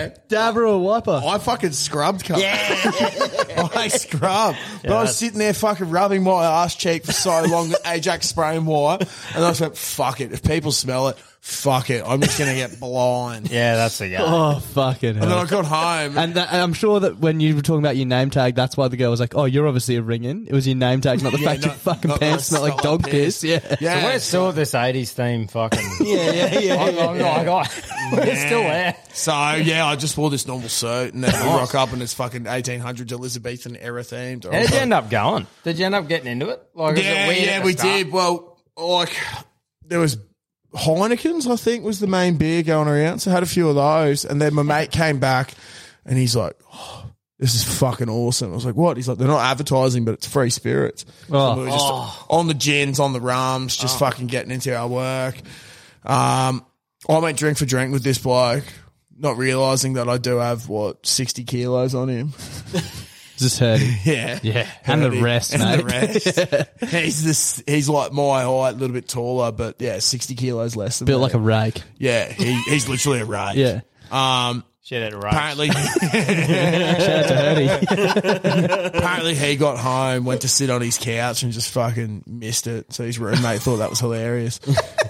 Speaker 3: Yeah.
Speaker 4: Dabber or wiper.
Speaker 3: I fucking scrubbed, cunt. I scrubbed. but I was
Speaker 2: that's-
Speaker 3: sitting there fucking rubbing my ass cheek for so long that Ajax spray and wire. And I was like, fuck it. If people smell it, fuck it, I'm just gonna get blind.
Speaker 2: Yeah, that's the guy.
Speaker 4: Oh, fucking
Speaker 3: And then I
Speaker 4: hell.
Speaker 3: got home.
Speaker 4: And, that, and I'm sure that when you were talking about your name tag, that's why the girl was like, "Oh, you're obviously a ring in." It was your name tag, not the fact your
Speaker 3: not-
Speaker 4: fucking
Speaker 3: not
Speaker 4: pants
Speaker 3: my
Speaker 4: smell like
Speaker 3: skull
Speaker 4: dog piss.
Speaker 3: piss.
Speaker 4: Yeah,
Speaker 3: yeah,
Speaker 2: So we're still at this 80s theme fucking.
Speaker 6: Yeah, yeah, yeah.
Speaker 4: Oh,
Speaker 3: Oh,
Speaker 2: I'm, I'm not, we're still there.
Speaker 3: So yeah, I just wore this normal suit, and then we rock up, and it's fucking 1800s Elizabethan era themed.
Speaker 2: And did you end up going? Did you end up getting into it? Like, was
Speaker 3: yeah,
Speaker 2: it weird at
Speaker 3: yeah,
Speaker 2: the
Speaker 3: we
Speaker 2: start?
Speaker 3: did. Well, like there was Heineken's, I think, was the main beer going around. So I had a few of those, and then my mate came back, and he's like. "Oh, this is fucking awesome. I was like, what? He's like, they're not advertising, but it's free spirits. So we were just on the gins, on the rums, just fucking getting into our work. Um, I went drink for drink with this bloke, not realizing that I do have, what, 60 kilos on him.
Speaker 4: just hurting.
Speaker 3: Yeah.
Speaker 4: Yeah, and the
Speaker 3: Hurting.
Speaker 4: rest,
Speaker 3: And
Speaker 4: mate.
Speaker 3: the rest. he's this. He's like my height, a little bit taller, but yeah, sixty kilos less than
Speaker 4: Built
Speaker 3: me.
Speaker 4: like a rake.
Speaker 3: yeah. He, he's literally a rake.
Speaker 4: Yeah,
Speaker 3: Um.
Speaker 2: Shit, it right.
Speaker 3: Apparently,
Speaker 4: shout out to Hurdy.
Speaker 3: apparently he got home, went to sit on his couch, and just fucking missed it. So his roommate thought that was hilarious.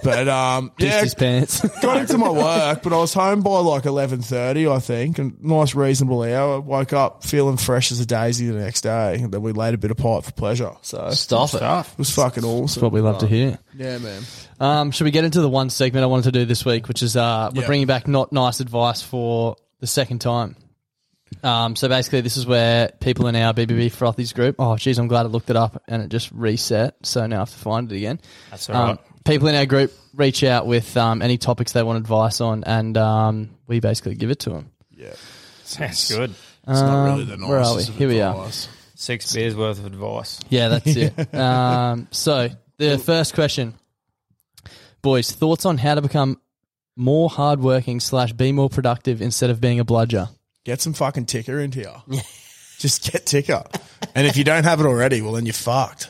Speaker 3: But um,
Speaker 4: Pissed
Speaker 3: yeah,
Speaker 4: his pants.
Speaker 3: got into my work, but I was home by like eleven thirty, I think, and nice reasonable hour. Woke up feeling fresh as a daisy the next day, and then we laid a bit of pipe for pleasure. So it
Speaker 6: Stop it.
Speaker 3: was fucking awesome.
Speaker 4: what we love to hear.
Speaker 3: Yeah, man.
Speaker 4: Um, should we get into the one segment I wanted to do this week, which is uh, we're
Speaker 3: Yeah.
Speaker 4: bringing back not nice advice for the second time. Um, so basically, this is where people in our BBB frothies group. Oh, geez, I'm glad I looked it up and it just reset. So now I have to find it again. That's
Speaker 2: all right.
Speaker 4: People in our group reach out with um, any topics they want advice on, and um, we basically give it to them.
Speaker 2: Sounds good.
Speaker 3: It's not really the
Speaker 4: Um, where are
Speaker 3: nicest
Speaker 4: we?
Speaker 3: of
Speaker 4: Here we are.
Speaker 3: advice.
Speaker 2: Six beers worth of advice.
Speaker 4: Yeah, that's it. um, so the first question, boys, thoughts on how to become more hardworking slash be more productive instead of being a bludger.
Speaker 3: Get some fucking ticker into you. Just get ticker. And if you don't have it already, well, then you're fucked.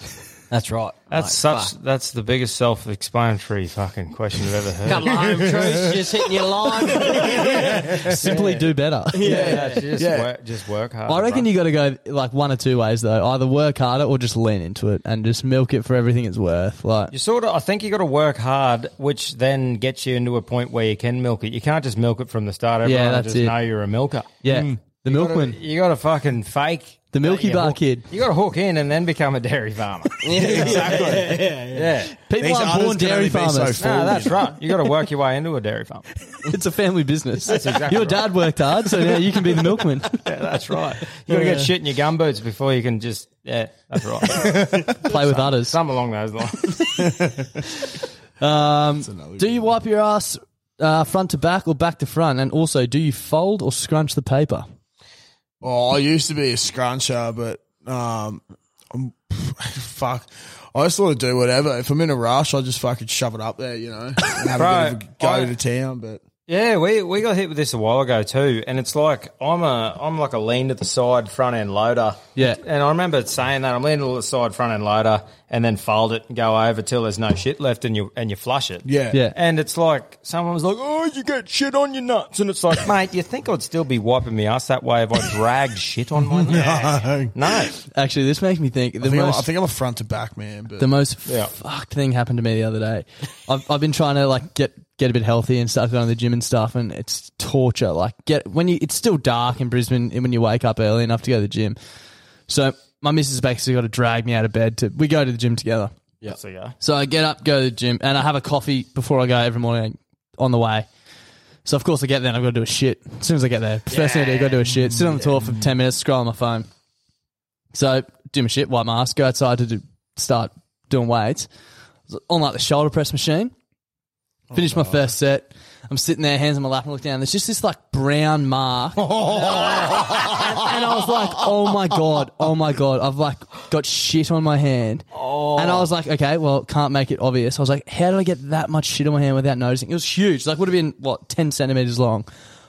Speaker 6: That's right.
Speaker 2: That's
Speaker 6: Mate,
Speaker 2: such.
Speaker 6: fuck.
Speaker 2: That's the biggest self-explanatory fucking question I've ever heard.
Speaker 6: Couple of home truths just hitting your line.
Speaker 4: Simply do better.
Speaker 2: yeah, just,
Speaker 3: Yeah.
Speaker 2: Work, just work hard.
Speaker 4: I reckon
Speaker 2: bro.
Speaker 4: you got to go like one or two ways though. Either work harder or just lean into it and just milk it for everything it's worth. Like
Speaker 2: You sort of. I think you got to work hard, which then gets you into a point where you can milk it. You can't just milk it from the start. Everyone
Speaker 4: that's
Speaker 2: just
Speaker 4: it.
Speaker 2: know you're a milker.
Speaker 4: yeah,
Speaker 3: Mm.
Speaker 4: the milkman,
Speaker 2: You got to fucking fake
Speaker 4: the Milky
Speaker 2: Yeah,
Speaker 4: Bar
Speaker 2: hook-
Speaker 4: kid.
Speaker 2: You got to hook in and then become a dairy farmer. yeah,
Speaker 4: People
Speaker 3: These
Speaker 4: aren't
Speaker 3: others
Speaker 4: born
Speaker 3: can
Speaker 4: dairy
Speaker 3: only be so
Speaker 4: farmers.
Speaker 3: full.
Speaker 2: no, that's right. You got to work your way into a dairy farm.
Speaker 4: it's a family business.
Speaker 2: exactly
Speaker 4: Your
Speaker 2: right.
Speaker 4: dad worked hard, so now you can be the milkman.
Speaker 2: Yeah, that's right. You got to get shit in your gum boots before you can just. Yeah, that's right.
Speaker 4: Play with others.
Speaker 2: Something along those lines.
Speaker 4: Um, Do you wipe your ass uh, front to back or back to front? And also, do you fold or scrunch the paper?
Speaker 3: Oh, I used to be a scruncher, but um, I'm, fuck. I just sort of do whatever. If I'm in a rush, I just fucking shove it up there, you know, and have a bit of a
Speaker 2: Bro,
Speaker 3: go
Speaker 2: I-
Speaker 3: to town. But
Speaker 2: Yeah, we, we got hit with this a while ago too, and it's like I'm a I'm like a lean to the side front end loader.
Speaker 4: Yeah.
Speaker 2: and I remember saying that I'm lean to the side front end loader, and then fold it and go over till there's no shit left, and you and you flush it.
Speaker 3: yeah,
Speaker 4: Yeah.
Speaker 2: And it's like someone was like, "Oh, you get shit on your nuts," and it's like, "Mate, you think I'd still be wiping my ass that way if I dragged shit on my nuts?"
Speaker 3: I,
Speaker 2: No,
Speaker 4: Actually, this Uh, makes me think the
Speaker 3: think I'm, I
Speaker 4: most
Speaker 3: think I'm a front to back man. But
Speaker 4: the most
Speaker 2: Yeah.
Speaker 4: fucked thing happened to me the other day. I've, I've been trying to like get get a bit healthy and start going to the gym and stuff, and it's torture. Like get when you it's still dark in Brisbane and when you wake up early enough to go to the gym. So my missus basically got to drag me out of bed to we go to the gym together.
Speaker 2: yeah. So yeah,
Speaker 4: So I get up, go to the gym, and I have a coffee before I go every morning on the way. So of course I get there and I've got to do a shit. As soon as I get there, first thing I do, got to do a shit. Sit on the toilet for ten minutes, scroll on my phone. So do my shit, wipe my ass, go outside to do, start doing weights. I was On like the shoulder press machine, finish my first set. I'm sitting there, hands on my lap, and look down. There's just this like brown mark and I was like, oh my god, oh my god, I've like got shit on my hand. And I was like, okay, well, can't make it obvious. I was like, how did I get that much shit on my hand without noticing? It was huge. Like, would have been what ten centimeters long.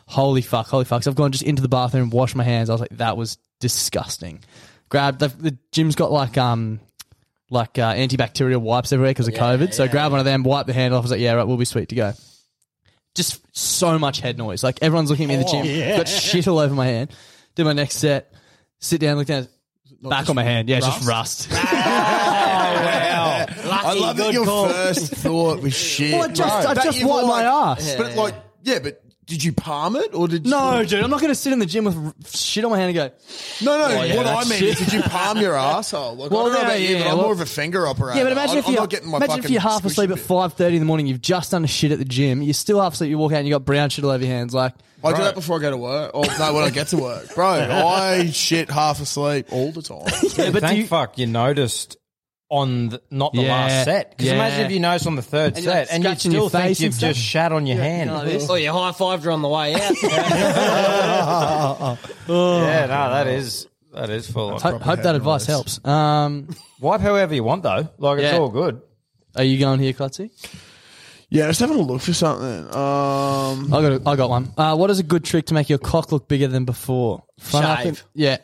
Speaker 4: Holy fuck, holy fuck. So I've gone just into the bathroom, washed my hands. I was like, that was disgusting. Grabbed the, the gym's got like um like uh, antibacterial wipes everywhere because of COVID. so grab one of them, wipe the hand off. I was like, yeah, right, we'll be sweet to go. Just so much head noise. Like everyone's looking at me in the
Speaker 3: Oh,
Speaker 4: gym. Got shit all over my hand. Do my next set. Sit down, look down. Back on my hand. Yeah, it's just rust.
Speaker 3: I I love that
Speaker 6: good
Speaker 3: your
Speaker 6: call.
Speaker 3: first thought was shit.
Speaker 4: Well, I just- I
Speaker 3: That
Speaker 4: just
Speaker 3: you were
Speaker 4: wiped my
Speaker 3: like-
Speaker 4: ass.
Speaker 3: But like, yeah, but did you palm it or did
Speaker 4: No, dude, I'm not going to sit in the gym with r- shit on my hand and go.
Speaker 3: No, no.
Speaker 4: Oh, yeah,
Speaker 3: what I
Speaker 4: that's
Speaker 3: mean is, did you palm your asshole? Like,
Speaker 4: Well,
Speaker 3: I don't know
Speaker 4: no,
Speaker 3: about you,
Speaker 4: yeah,
Speaker 3: but I'm
Speaker 4: well-
Speaker 3: more of a finger operator.
Speaker 4: Yeah, but imagine
Speaker 3: I,
Speaker 4: if
Speaker 3: I'm
Speaker 4: you're
Speaker 3: not getting my
Speaker 4: imagine
Speaker 3: fucking
Speaker 4: if you're half
Speaker 3: squishy
Speaker 4: asleep at
Speaker 3: bit.
Speaker 4: five thirty in the morning. You've just done a shit at the gym. You're still half asleep. You walk out and you got brown shit all over your hands. Like
Speaker 3: I do that before I go to work. Oh no, when I get to work, bro, I shit half asleep all the time.
Speaker 2: Yeah, but
Speaker 4: but do
Speaker 2: thank
Speaker 4: you-
Speaker 2: fuck you noticed on the, not the
Speaker 4: Yeah.
Speaker 2: last set. Because
Speaker 4: Yeah.
Speaker 2: imagine if you noticed on the third
Speaker 6: And you're, like,
Speaker 2: set and you
Speaker 4: scratching your
Speaker 2: still think
Speaker 4: face and
Speaker 2: you've
Speaker 4: stuff.
Speaker 2: just shat on your hand.
Speaker 6: Oh, you high fived her on the way out.
Speaker 3: Oh,
Speaker 4: Oh.
Speaker 2: Yeah, no, that is that is full.
Speaker 4: ho-
Speaker 2: On.
Speaker 4: hope that advice helps. Um,
Speaker 2: Wipe however you want though. Like it's
Speaker 4: Yeah.
Speaker 2: all good.
Speaker 4: are you going here, Clutzy?
Speaker 3: yeah, just having a look for something. Um,
Speaker 4: I got a, I got one. Uh, what is a good trick to make your cock look bigger than before? Fun up
Speaker 6: Shave.
Speaker 4: in- yeah,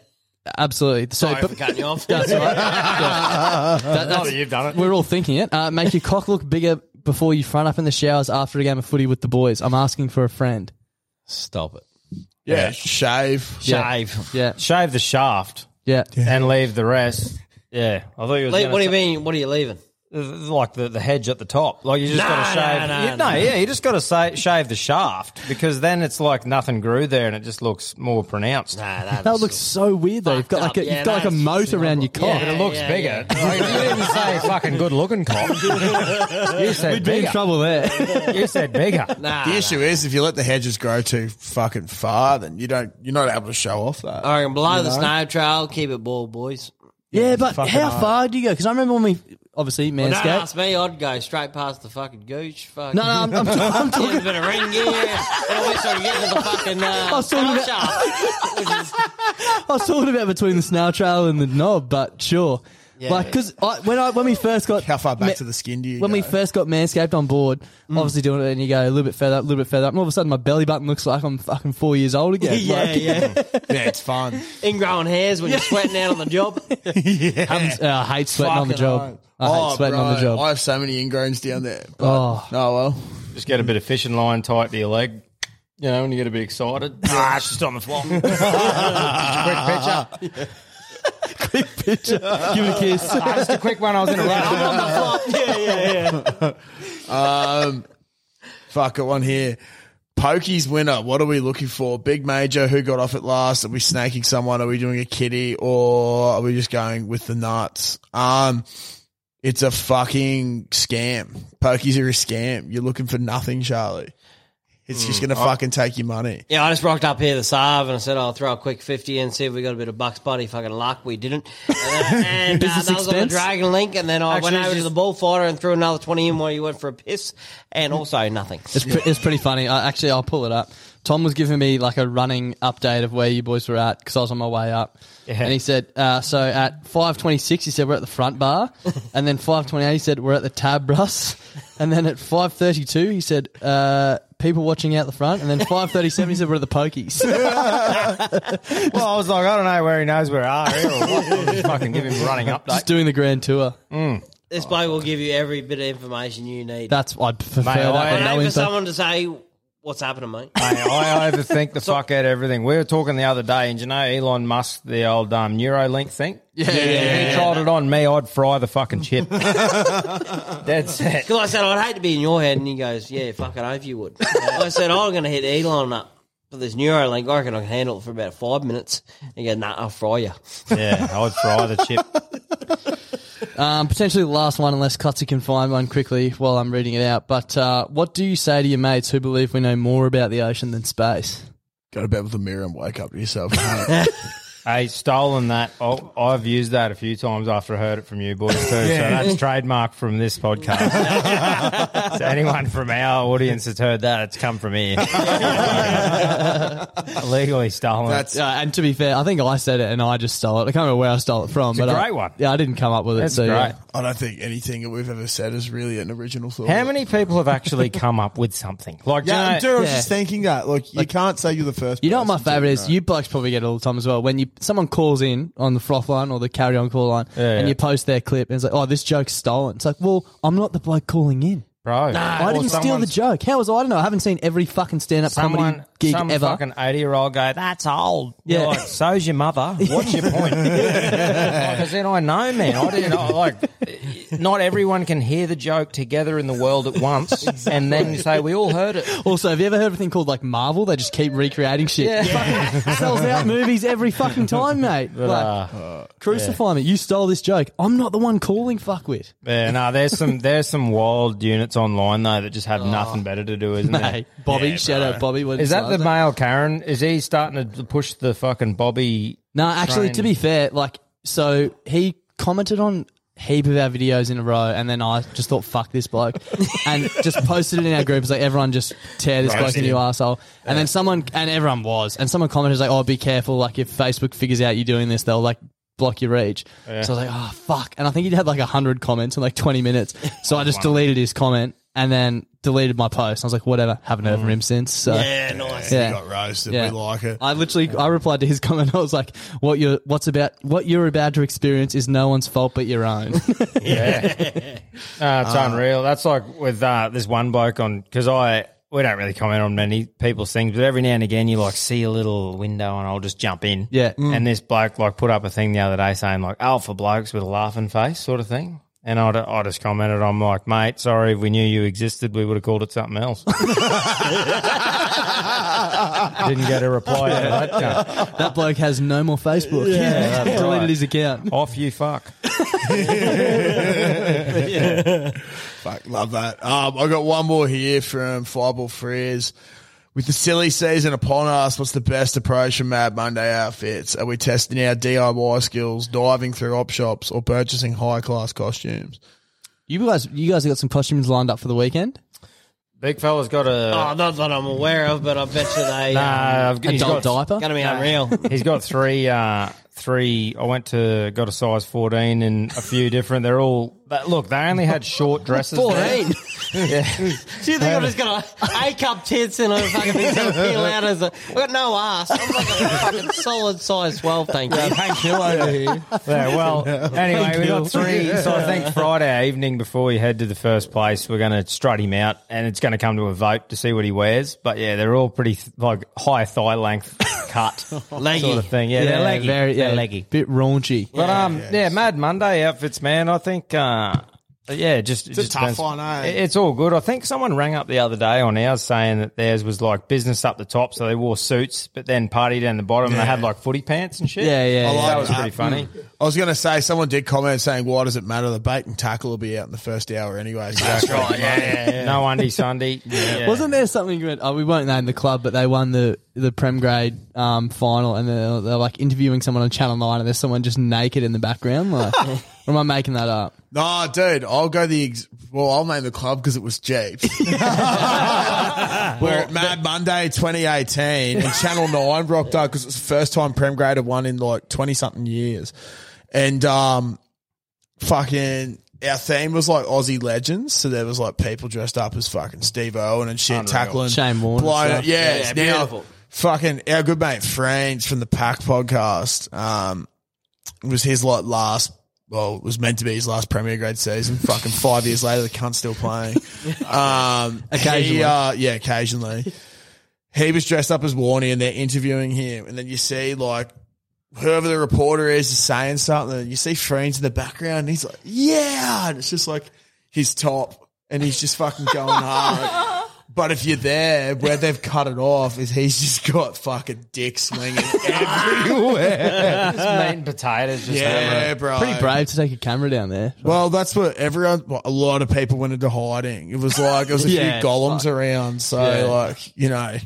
Speaker 4: absolutely. So,
Speaker 6: Sorry for cutting you off.
Speaker 4: That's all right. Yeah. That- that's-
Speaker 2: you've done it.
Speaker 4: We're all thinking it. Uh, make your cock look bigger before you front up in the showers after a game of footy with the boys. I'm asking for a friend.
Speaker 6: Stop it.
Speaker 3: yeah, shave.
Speaker 4: Yeah.
Speaker 2: Shave.
Speaker 4: Yeah.
Speaker 2: Shave the shaft
Speaker 4: Yeah.
Speaker 2: and leave the rest. Yeah. I thought you were
Speaker 6: Leave, what do you mean? What are you leaving?
Speaker 2: like the, the hedge at the top. Like you just
Speaker 6: Nah,
Speaker 2: gotta
Speaker 6: nah,
Speaker 2: shave
Speaker 6: nah,
Speaker 2: yeah,
Speaker 6: nah.
Speaker 2: no, yeah, you just gotta say, shave the shaft because then it's like nothing grew there and it just looks more pronounced.
Speaker 6: Nah, that's
Speaker 4: That looks so weird though. You've got like
Speaker 6: up.
Speaker 4: a,
Speaker 6: Yeah,
Speaker 4: you've got like a
Speaker 6: that's
Speaker 4: moat around your cock.
Speaker 2: But it looks
Speaker 6: yeah,
Speaker 2: bigger. Like, you didn't say fucking good looking cock. you said
Speaker 4: We'd be in
Speaker 2: bigger.
Speaker 4: trouble there.
Speaker 2: You said bigger.
Speaker 6: Nah,
Speaker 3: The
Speaker 6: nah.
Speaker 3: issue is if you let the hedges grow too fucking far, then you don't. You're not able to show off that.
Speaker 6: I reckon below the snow trail, keep it ball, boys.
Speaker 4: yeah, but how far do you go? Because I remember when we obviously
Speaker 6: Don't
Speaker 4: manscaped.
Speaker 6: ask me. I'd go straight past the fucking gooch. Fuck.
Speaker 4: no, no, I'm, I'm, I'm
Speaker 6: Give it
Speaker 4: talking.
Speaker 6: a bit of ring gear. And I wish I could get to the fucking. Uh,
Speaker 4: I was talking about-
Speaker 6: about. Which is
Speaker 4: I was talking about between the snail trail and the knob, but sure.
Speaker 6: Yeah.
Speaker 4: Like 'cause like, because when I when we first got
Speaker 3: How far back
Speaker 4: Ma-
Speaker 3: to the skin do you?
Speaker 4: when
Speaker 3: go? Mm.
Speaker 4: we first got Manscaped on board, obviously doing it, and you go a little bit further up, a little bit further up, and all of a sudden my belly button looks like I'm fucking four years old again.
Speaker 6: yeah,
Speaker 4: Like,
Speaker 6: yeah.
Speaker 3: yeah, it's fun.
Speaker 6: Ingrowing hairs when you're sweating out on the job. Um,
Speaker 4: I'm- uh, I hate sweating on the
Speaker 3: Fucking
Speaker 4: job.
Speaker 3: right.
Speaker 4: I hate sweating on the
Speaker 3: bro,
Speaker 4: job.
Speaker 3: I have so many ingrowns down there. But,
Speaker 4: Oh.
Speaker 3: oh. well.
Speaker 2: Just get a bit of fishing line tight to your leg. You know, and you get a bit excited. Ah, it's just on the floor. Quick picture.
Speaker 4: Give it a kiss.
Speaker 2: Just a quick one. I was in a rush.
Speaker 3: Um, Fuck, got one here. Pokey's winner. What are we looking for? Big major. Who got off at last? Are we snaking someone? Are we doing a kitty or are we just going with the nuts? Um, it's a fucking scam. Pokies are a scam. You're looking for nothing, Charlie. It's just
Speaker 2: Hmm,
Speaker 3: gonna fucking take your money.
Speaker 6: Yeah, I just rocked up here this Arve and I said, I'll throw a quick 50 in, see if we got a bit of bucks buddy. Fucking luck, we didn't. And, and uh,
Speaker 4: Business
Speaker 6: that was on the
Speaker 4: expense?
Speaker 6: Dragon Link, and then I
Speaker 2: Actually,
Speaker 6: went over
Speaker 2: it's
Speaker 6: to
Speaker 2: just-
Speaker 6: the bullfighter and threw another 20 in while you went for a piss, and also nothing.
Speaker 4: It's, pre- it's pretty funny. I, actually, I'll pull it up. Tom was giving me like a running update of where you boys were at because I was on my way up, and he said, uh, "So at five twenty-six, he said we're at the front bar, and then five twenty-eight, he said we're at the tab, Russ, and then at five thirty-two, he said uh, people watching out the front, and then five thirty-seven, he said we're at the pokies."
Speaker 2: Well, I was like, I don't know where he knows where I am or what. I'll just fucking give him a running
Speaker 4: Just
Speaker 2: update. Hmm.
Speaker 4: doing the grand tour.
Speaker 6: This
Speaker 2: Oh,
Speaker 6: bloke will give you every bit of information you need.
Speaker 4: That's I'd prefer that
Speaker 2: I-
Speaker 4: than
Speaker 6: I
Speaker 4: no
Speaker 6: hate for
Speaker 4: info.
Speaker 6: someone to say, What's happening, mate?
Speaker 2: Mate, I overthink the fuck out of everything. We were talking the other day, and you know Elon Musk, the old um, Neuralink thing. Yeah, yeah, If he tried it on me, I'd fry the fucking chip. That's it.
Speaker 6: Because I said, I'd hate to be in your head. And he goes, Yeah, fucking hope you would. I said, I'm going to hit Elon up for this Neuralink. I reckon I can handle it for about five minutes. He goes, Nah, I'll fry you.
Speaker 2: Yeah, I'd fry the chip.
Speaker 4: Um, potentially the last one, unless Clutzy can find one quickly while I'm reading it out. But uh, what do you say to your mates who believe we know more about the ocean than space?
Speaker 3: Go to bed with a mirror and wake up to yourself.
Speaker 2: Hey, stolen that. Oh, I've used that a few times after I heard it from you boys too. So that's trademark from this podcast. so anyone from our audience that's heard that, it's come from here. Legally stolen.
Speaker 3: That's
Speaker 4: Uh, and to be fair, I think I said it and I just stole it. I can't remember where I stole it from.
Speaker 2: a
Speaker 4: but I-
Speaker 2: great one.
Speaker 4: Yeah, I didn't come up with it.
Speaker 2: That's
Speaker 4: so
Speaker 2: great.
Speaker 4: yeah.
Speaker 3: I don't think anything that we've ever said is really an original thought.
Speaker 2: How many people have actually come up with something? Like, do you
Speaker 3: Yeah,
Speaker 2: know-
Speaker 3: I'm sure I was
Speaker 4: Yeah.
Speaker 3: just thinking that. Look, you can't say you're the first.
Speaker 4: You know what my
Speaker 3: person to-
Speaker 4: favourite is? You blokes probably get it all the time as well. When you someone calls in on the froth line or the carry on call line and
Speaker 2: yeah.
Speaker 4: you post their clip and it's like, oh, this joke's stolen. It's like, well, I'm not the bloke calling in.
Speaker 2: bro.
Speaker 4: I
Speaker 2: or
Speaker 4: didn't steal the
Speaker 2: someone's-
Speaker 4: joke. How was I? I don't know. I haven't seen every fucking stand up comedy
Speaker 2: Someone,
Speaker 4: gig
Speaker 2: some
Speaker 4: ever.
Speaker 2: fucking eighty-year-old go. That's old.
Speaker 4: Yeah.
Speaker 2: Yeah. Like, So's your mother. What's your point? like I said, I know, man. I didn't. I, like, not everyone can hear the joke together in the world at once and then say, we all heard it.
Speaker 4: Also, have you ever heard of a thing called like Marvel? They just keep recreating shit. Fucking sells out movies every fucking time, mate.
Speaker 2: uh,
Speaker 4: Like, crucify me. You stole this joke. I'm not the one calling fuckwit.
Speaker 2: Yeah, no, there's some there's some wild units online though that just have nothing better to do, isn't there?
Speaker 4: Oh. Mate, Bobby, shout out Bobby. What
Speaker 2: Is that the
Speaker 4: loves it.
Speaker 2: male Karen? Is he starting to push the fucking Bobby?
Speaker 4: No, actually, to be fair, like, so he commented on heap of our videos in a row, and then I just thought, fuck this bloke, and just posted it in our group. It's like, everyone just tear this bloke a new arsehole. And then someone, and everyone was, and someone commented, like, oh, be careful, like, if Facebook figures out you're doing this, they'll, like, block your reach. So I was like, oh, fuck. And I think he'd had, like, 100 comments in, like, 20 minutes. So I just deleted his comment and then deleted my post. I was like, whatever, haven't heard from him since. So.
Speaker 6: Mm. Yeah, nice.
Speaker 4: Yeah.
Speaker 3: We got roasted.
Speaker 4: Yeah.
Speaker 3: We like it.
Speaker 4: I literally I replied to his comment. I was like, "What you're what's about what you're about to experience is no one's fault but your own."
Speaker 2: Uh, it's unreal. That's like with uh, this one bloke on because I we don't really comment on many people's things, but every now and again you like see a little window and I'll just jump in.
Speaker 4: Yeah. Mm.
Speaker 2: And this bloke like put up a thing the other day saying like alpha blokes with a laughing face sort of thing. And I, I just commented, I'm like, mate, sorry, if we knew you existed, we would have called it something else. Didn't get a reply out of that. cunt.
Speaker 4: that bloke has no more Facebook. Yeah,
Speaker 2: that's
Speaker 4: deleted
Speaker 2: right.
Speaker 4: his account.
Speaker 2: Off you fuck.
Speaker 3: Fuck, love that. Um, I got one more here from Fireball Frears. With the silly season upon us, what's the best approach for Mad Monday outfits? Are we testing our DIY skills, diving through op shops, or purchasing high class costumes?
Speaker 4: You guys, you guys have got some costumes lined up for the weekend.
Speaker 2: Big fella's got a.
Speaker 6: Oh, not that I'm aware of, but I bet you they. um,
Speaker 2: Nah, I've got- he's
Speaker 4: Adult
Speaker 2: got-
Speaker 4: diaper.
Speaker 6: Gonna be unreal.
Speaker 2: He's got three. Uh, three. I went to got a size fourteen and a few different. They're all. But look, they only had short dresses. there.
Speaker 6: Fourteen. Do you think I'm just gonna A cup tits and I fucking things that feel out as a? I've got no ass. I'm like a fucking solid size twelve. Thank you.
Speaker 2: Yeah, well, anyway, we got three. So I think Friday evening before we head to the first place, we're going to strut him out, and it's going to come to a vote to see what he wears. But yeah, they're all pretty th- like high thigh length cut
Speaker 6: Leggy.
Speaker 2: sort of thing. Yeah, they're leggy.
Speaker 4: very
Speaker 2: they're
Speaker 4: yeah,
Speaker 2: leggy.
Speaker 4: bit raunchy.
Speaker 2: But um, yeah, Mad Monday outfits, man. I think, uh, yeah, just it's
Speaker 3: a tough one, eh?
Speaker 2: It's all good. I think someone rang up the other day on ours saying that theirs was like business up the top, so they wore suits, but then party down the bottom. and They had like footy pants and shit.
Speaker 4: Yeah, yeah,
Speaker 3: I
Speaker 4: yeah.
Speaker 3: like
Speaker 2: that was pretty funny.
Speaker 3: I was going to say, someone did comment saying, why does it matter? The bait and tackle will be out in the first hour anyway. So that's right.
Speaker 2: No undy Sunday. Yeah.
Speaker 4: Wasn't there something good? Oh, we won't name the club, but they won the the prem grade um, final, and they're, they're like interviewing someone on Channel Nine, and there's someone just naked in the background. Like, or am I making that up?
Speaker 3: Nah, dude, I'll go the ex- well. I'll name the club because it was Jeeps. We're at Mad Monday 2018, and Channel Nine rocked up because it's the first time Prem Grade had won in like 20 something years, and um, fucking. Our theme was like Aussie legends, so there was like people dressed up as fucking Steve Owen and shit, tackling
Speaker 4: Shane Warne and
Speaker 3: blown-
Speaker 4: stuff.
Speaker 3: Yeah,
Speaker 6: Yeah,
Speaker 3: it's now
Speaker 6: beautiful.
Speaker 3: Fucking our good mate Franz from the Pack podcast. Um, was his like last well, it was meant to be his last Premier Grade season. Fucking five years later, the cunt's still playing. Um,
Speaker 4: Occasionally.
Speaker 3: he, uh, yeah, occasionally. He was dressed up as Warney and they're interviewing him. And then you see like whoever the reporter is is saying something. You see Friends in the background and he's like, yeah. And it's just like his top and he's just fucking going hard. But if you're there, where they've cut it off is he's just got fucking dick swinging everywhere.
Speaker 2: Just meat and potatoes. Just
Speaker 3: yeah,
Speaker 2: everywhere.
Speaker 3: bro.
Speaker 4: Pretty brave to take a camera down there.
Speaker 3: Well, that's what everyone, well, a lot of people went into hiding. It was like, it was a
Speaker 4: Yeah,
Speaker 3: few golems around. So,
Speaker 4: Yeah.
Speaker 3: like, you know,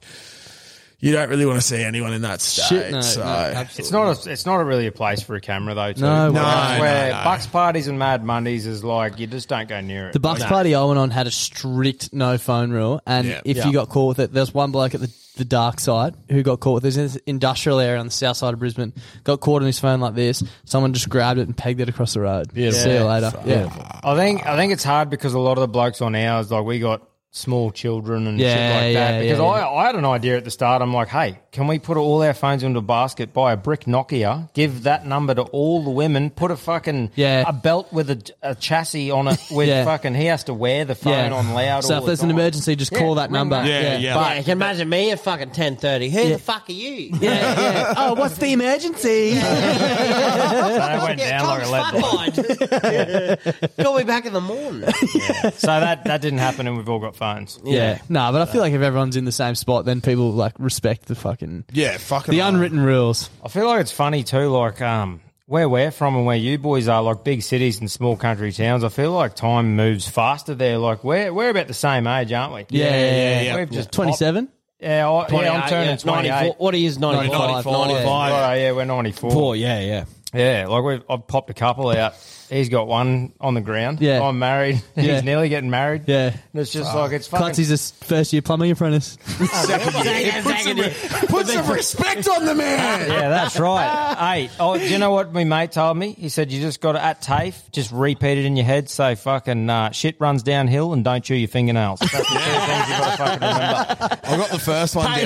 Speaker 3: you don't really want to see anyone in that state.
Speaker 4: no,
Speaker 3: so,
Speaker 4: no,
Speaker 2: It's not a, it's not a really a place for a camera though. Too.
Speaker 4: No, No,
Speaker 3: no,
Speaker 2: where
Speaker 3: no.
Speaker 2: Bucks parties and Mad Mondays is like you just don't go near it.
Speaker 4: The Bucks party I went on had a strict no phone rule, and
Speaker 3: Yeah.
Speaker 4: if you got caught with it, there was one bloke at the, the dark side who got caught with this in this industrial area on the south side of Brisbane. Got caught on his phone like this. Someone just grabbed it and pegged it across the road. See you later. Yeah,
Speaker 2: I think I think it's hard because a lot of the blokes on ours like we got small children and shit
Speaker 4: Yeah,
Speaker 2: like that.
Speaker 4: yeah,
Speaker 2: because
Speaker 4: yeah,
Speaker 2: I, I had an idea at the start. I'm like, hey, can we put all our phones into a basket, buy a brick Nokia, give that number to all the women, put a fucking
Speaker 4: Yeah.
Speaker 2: a belt with a, a chassis on it with
Speaker 4: Yeah.
Speaker 2: fucking he has to wear the phone on loud.
Speaker 4: So
Speaker 2: all
Speaker 4: if
Speaker 2: the
Speaker 4: there's an
Speaker 2: time.
Speaker 4: emergency, just
Speaker 2: Yeah,
Speaker 4: call that
Speaker 2: ring
Speaker 4: number.
Speaker 2: that.
Speaker 3: Yeah, yeah.
Speaker 6: Yeah, you can imagine me at fucking ten thirty. Who the fuck are you?
Speaker 4: Yeah, yeah. Oh, what's the emergency?
Speaker 2: They went down like a lead
Speaker 6: Tom's
Speaker 2: balloon.
Speaker 6: flatlined. Call me back in the morning.
Speaker 2: So that that didn't happen, and we've all got phones.
Speaker 4: Yeah. No, but I feel like if everyone's in the same spot, then people like respect the fucking
Speaker 3: Yeah, fucking
Speaker 4: the unwritten rules.
Speaker 2: I feel like it's funny too, like um, where we're from and where you boys are, like big cities and small country towns. I feel like time moves faster there. Like we're we're about the same age, aren't we?
Speaker 4: Yeah, yeah, yeah, yeah.
Speaker 2: We've just
Speaker 4: Twenty seven.
Speaker 2: Yeah, I, yeah, I'm
Speaker 6: 28,
Speaker 2: turning
Speaker 6: yeah,
Speaker 2: 28.
Speaker 6: 94 What is ninety five?
Speaker 4: 95,
Speaker 2: Oh, yeah, we're 94.
Speaker 8: Four, yeah, yeah.
Speaker 2: Yeah, like we've, I've popped a couple out. He's got one on the ground.
Speaker 4: Yeah.
Speaker 2: I'm married.
Speaker 4: Yeah.
Speaker 2: He's nearly getting married.
Speaker 4: Yeah.
Speaker 2: And it's just like, it's fucking.
Speaker 4: Clutzy's a s- first year plumbing apprentice.
Speaker 3: Put some respect on the man.
Speaker 2: Yeah, that's right. hey, oh, do you know what my mate told me? He said you just got to at TAFE, just repeat it in your head. Say fucking uh, shit runs downhill and don't chew your fingernails. That's the two things you got to fucking remember.
Speaker 3: I got the first one. down.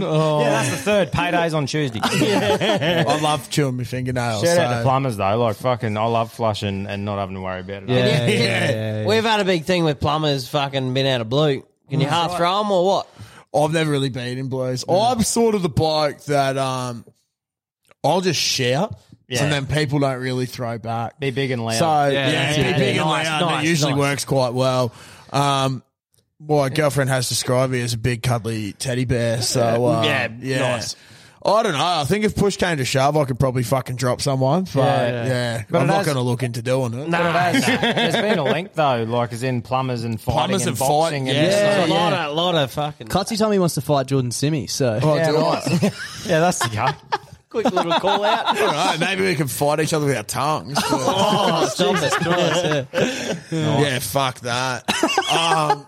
Speaker 2: Yeah, that's the third. Payday's on Tuesday.
Speaker 3: Oh. I love chewing my fingernails.
Speaker 2: Shout out
Speaker 3: so-
Speaker 2: to plumbers though. Like fucking, I love flushing and not having to worry about it.
Speaker 4: yeah, yeah,
Speaker 6: We've had a big thing with plumbers fucking been out of blue. Can you half throw them or what?
Speaker 3: I've never really been in blues. I'm sort of the bloke that um, I'll just shout,
Speaker 2: Yeah.
Speaker 3: and then people don't really throw back.
Speaker 2: Be big and loud.
Speaker 3: So yeah,
Speaker 2: that's
Speaker 3: be
Speaker 2: it.
Speaker 3: big
Speaker 2: Yeah,
Speaker 3: and
Speaker 2: nice,
Speaker 3: loud. and
Speaker 2: nice,
Speaker 3: it usually
Speaker 2: nice.
Speaker 3: works quite well. Um, my girlfriend has described me as a big cuddly teddy bear. So um,
Speaker 2: Yeah,
Speaker 3: yeah,
Speaker 2: nice.
Speaker 3: I don't know. I think if push came to shove, I could probably fucking drop someone. But
Speaker 2: Yeah,
Speaker 3: yeah,
Speaker 2: yeah. But
Speaker 3: I'm
Speaker 2: it
Speaker 3: not
Speaker 2: has-
Speaker 3: going to look into doing it.
Speaker 2: But it has- There's been a link though, like as in plumbers and fighting
Speaker 3: Plumbers
Speaker 2: and,
Speaker 3: and fight-
Speaker 2: boxing and
Speaker 3: yeah.
Speaker 2: this
Speaker 6: There's
Speaker 2: and
Speaker 6: a
Speaker 2: that.
Speaker 6: lot of lot of fucking
Speaker 4: Clutzy told me he wants to fight Jordan Simi. So
Speaker 3: Oh, do I?
Speaker 2: yeah, that's the guy.
Speaker 6: quick little call out.
Speaker 3: I don't know. Maybe we can fight each other with our tongues.
Speaker 6: oh, stop it.
Speaker 3: Yeah, fuck that. um,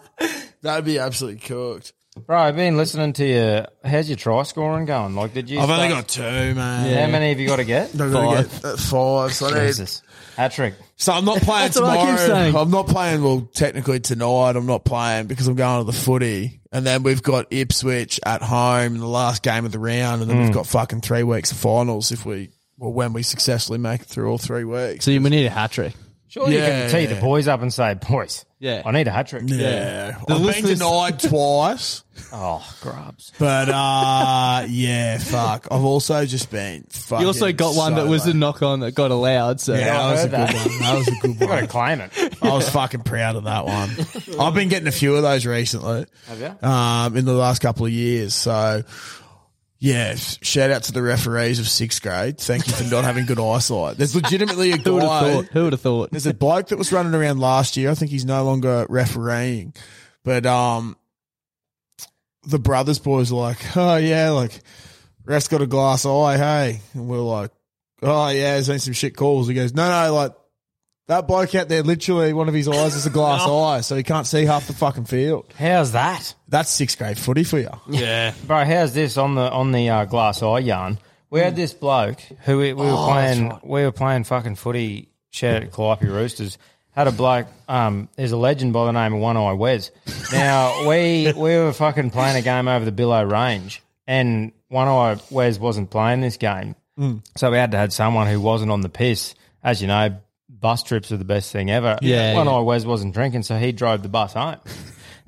Speaker 3: that'd be absolutely cooked.
Speaker 2: Bro, I've been listening to you. How's your try scoring going? Like, did you?
Speaker 3: I've only
Speaker 2: start-
Speaker 3: got two, man.
Speaker 2: How many have you got to get?
Speaker 3: I've gotta get, uh, five. So, I need-
Speaker 2: Jesus. Hat trick.
Speaker 3: so I'm not playing
Speaker 4: what I keep saying.
Speaker 3: tomorrow. I'm not playing. Well, technically tonight I'm not playing because I'm going to the footy, and then we've got Ipswich at home in the last game of the round, and then
Speaker 4: Mm.
Speaker 3: we've got fucking three weeks of finals if we. Well, when we successfully make it through all three weeks.
Speaker 4: so you, we need a hat trick.
Speaker 2: Surely you
Speaker 3: Yeah.
Speaker 2: can tee the boys up and say, boys,
Speaker 4: Yeah.
Speaker 2: I need a hat trick.
Speaker 3: yeah.
Speaker 4: The
Speaker 3: I've been
Speaker 4: listeners-
Speaker 3: denied twice.
Speaker 2: Oh, grubs.
Speaker 3: But uh yeah, fuck. I've also just been fucking
Speaker 4: You also got one
Speaker 3: so
Speaker 4: that was
Speaker 3: late.
Speaker 4: a knock on that got allowed. So
Speaker 3: Yeah,
Speaker 2: I
Speaker 3: that was a
Speaker 2: heard
Speaker 3: good one. That was a good
Speaker 2: I've got to
Speaker 3: one.
Speaker 2: claim it.
Speaker 3: I was fucking proud of that one. I've been getting a few of those recently. Have you? Um, in the last couple of years. So yeah, shout out to the referees of sixth grade. Thank you for not having good eyesight. There's legitimately a
Speaker 4: who would have thought?
Speaker 3: guy.
Speaker 4: Who would have thought?
Speaker 3: There's a bloke that was running around last year. I think he's no longer refereeing, but um, the brothers boys are like, oh yeah, like ref's got a glass eye, hey, and we're like, oh yeah, there's been some shit calls. He goes, no, no, like that bloke out there, literally one of his eyes is a glass eye, so he can't see half the fucking field.
Speaker 2: How's that?
Speaker 3: That's sixth grade footy for you.
Speaker 2: Bro, how's this on the on the uh, glass eye yarn? We
Speaker 3: Hmm.
Speaker 2: had this bloke who we, we were
Speaker 3: Oh,
Speaker 2: playing we were playing fucking footy shout at Calliope Roosters. Had a bloke, um, there's a legend by the name of One Eye Wes. Now we we were fucking playing a game over the Billow Range and One Eye Wes wasn't playing this game.
Speaker 4: Hmm.
Speaker 2: So we had to have someone who wasn't on the piss. As you know, bus trips are the best thing ever.
Speaker 4: Yeah,
Speaker 2: One
Speaker 4: yeah.
Speaker 2: Eye Wes wasn't drinking, so he drove the bus home.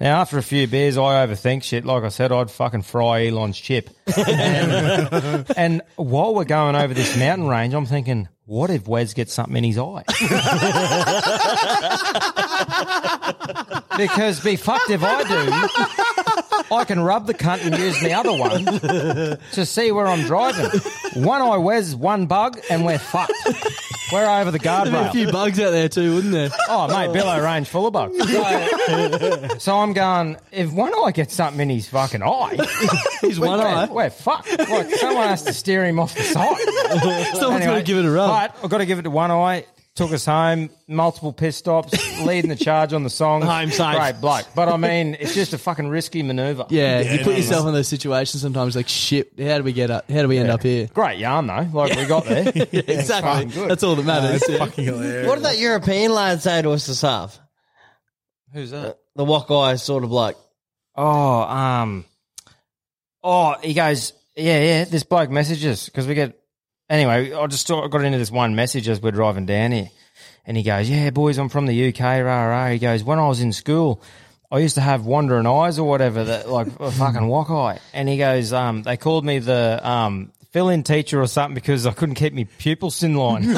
Speaker 2: Now, after a few beers, I overthink shit. Like I said, I'd fucking fry Elon's chip. and, and while we're going over this mountain range, I'm thinking, what if Wes gets something in his eye? because be fucked if I do, I can rub the cunt and use the other one to see where I'm driving. One eye Wes, one bug, and we're fucked. We're over the
Speaker 4: There'd be a
Speaker 2: guardrail.
Speaker 4: few bugs out there too, wouldn't there?
Speaker 2: Oh, mate, Bill O'Range full of bugs. So, so I'm going, if one eye gets something in his fucking eye,
Speaker 4: He's one eye.
Speaker 2: we're fucked. Like, someone has to steer him off the side.
Speaker 4: Someone's got to give it a rub.
Speaker 2: But I've got to give it to one eye. Took us home, multiple piss stops, leading the charge on the song.
Speaker 6: Home safe.
Speaker 2: Great bloke. But I mean, it's just a fucking risky maneuver.
Speaker 4: Yeah, you put yourself in those situations sometimes. Like shit, how do we get up? How do we end up here?
Speaker 2: Great yarn, though. Like, we got there.
Speaker 4: exactly. That's all that matters. yeah.
Speaker 3: Fucking hilarious.
Speaker 6: What did that European lad say to us this half?
Speaker 2: Who's that?
Speaker 6: The what guy sort of bloke.
Speaker 2: Oh, um, oh, he goes, yeah, yeah. This bloke messages because we get. Anyway, I just saw- got into this one message as we're driving down here, and he goes, "Yeah, boys, I'm from the UK, rah rah." He goes, "When I was in school, I used to have wandering eyes or whatever that like a fucking walk eye." And he goes, "Um, they called me the um fill in teacher or something because I couldn't keep my pupils in line."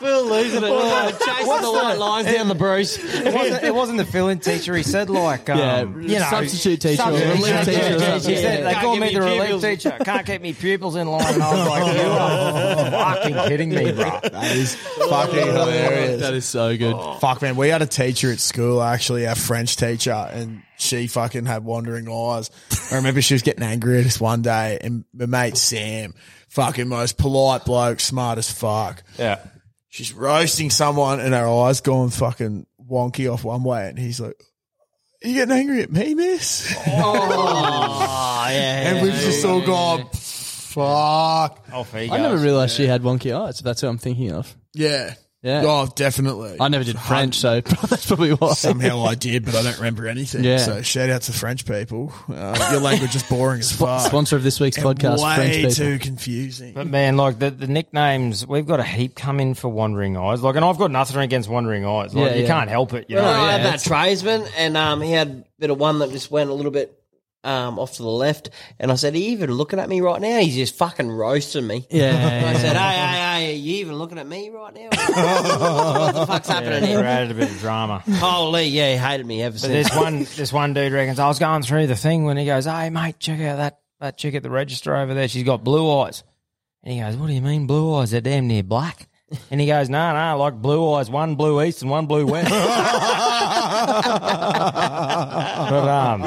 Speaker 6: We're losing it. We're chasing the white lines down the Bruce.
Speaker 2: It wasn't, it wasn't the fill-in teacher. He said like, um,
Speaker 4: Yeah,
Speaker 2: you know,
Speaker 4: substitute teacher or
Speaker 2: substitute
Speaker 4: relief teacher or
Speaker 2: yeah,
Speaker 4: something.
Speaker 2: He said, they
Speaker 6: Can't
Speaker 2: called
Speaker 6: get
Speaker 2: me
Speaker 6: me
Speaker 2: the relief
Speaker 6: pupils.
Speaker 2: teacher. Can't get me pupils in line. And I was like, you are fucking kidding me, bro.
Speaker 3: That is fucking hilarious.
Speaker 4: That is so good.
Speaker 6: Oh.
Speaker 3: Fuck, man. We had a teacher at school, actually, our French teacher, and she fucking had wandering eyes. I remember she was getting angry at us one day, and my mate Sam, fucking most polite bloke, smart as fuck.
Speaker 9: Yeah.
Speaker 3: She's roasting someone, and her eyes going fucking wonky off one way, and he's like, Are you getting angry at me, miss?
Speaker 6: Oh, yeah. Oh,
Speaker 3: and we've just all gone, Fuck.
Speaker 9: Off he goes.
Speaker 4: I never realised she had wonky eyes. If that's what I'm thinking of.
Speaker 3: Yeah.
Speaker 4: Yeah.
Speaker 3: Oh, definitely.
Speaker 4: I never did French, so that's probably why.
Speaker 3: Somehow I did, but I don't remember anything.
Speaker 4: Yeah.
Speaker 3: So shout out to French people. Uh, your language is boring as fuck.
Speaker 4: Sponsor of this week's
Speaker 3: And
Speaker 4: podcast,
Speaker 3: way
Speaker 4: French people.
Speaker 3: too confusing.
Speaker 2: But man, like the, the nicknames, we've got a heap come in for Wandering Eyes. Like, and I've got nothing against Wandering Eyes. Like,
Speaker 4: Yeah,
Speaker 2: you
Speaker 4: yeah.
Speaker 2: can't help it. You know?
Speaker 6: No, I had
Speaker 4: yeah,
Speaker 6: that tradesman, and um, he had a bit of one that just went a little bit um, off to the left. And I said, Are you even looking at me right now? He's just fucking roasting me.
Speaker 4: Yeah,
Speaker 6: And I
Speaker 4: yeah,
Speaker 6: said, Hey, hey, hey, are you even looking at me right now? what the fuck's happening
Speaker 2: It
Speaker 6: here?
Speaker 2: Created a bit of drama.
Speaker 6: Holy, yeah, he hated me ever
Speaker 2: But
Speaker 6: since.
Speaker 2: there's one this one dude reckons I was going through the thing when he goes, Hey mate, check out that, that chick at the register over there. She's got blue eyes. And he goes, What do you mean blue eyes? They're damn near black. And he goes, No, no, like blue eyes, one blue east and one blue west. but um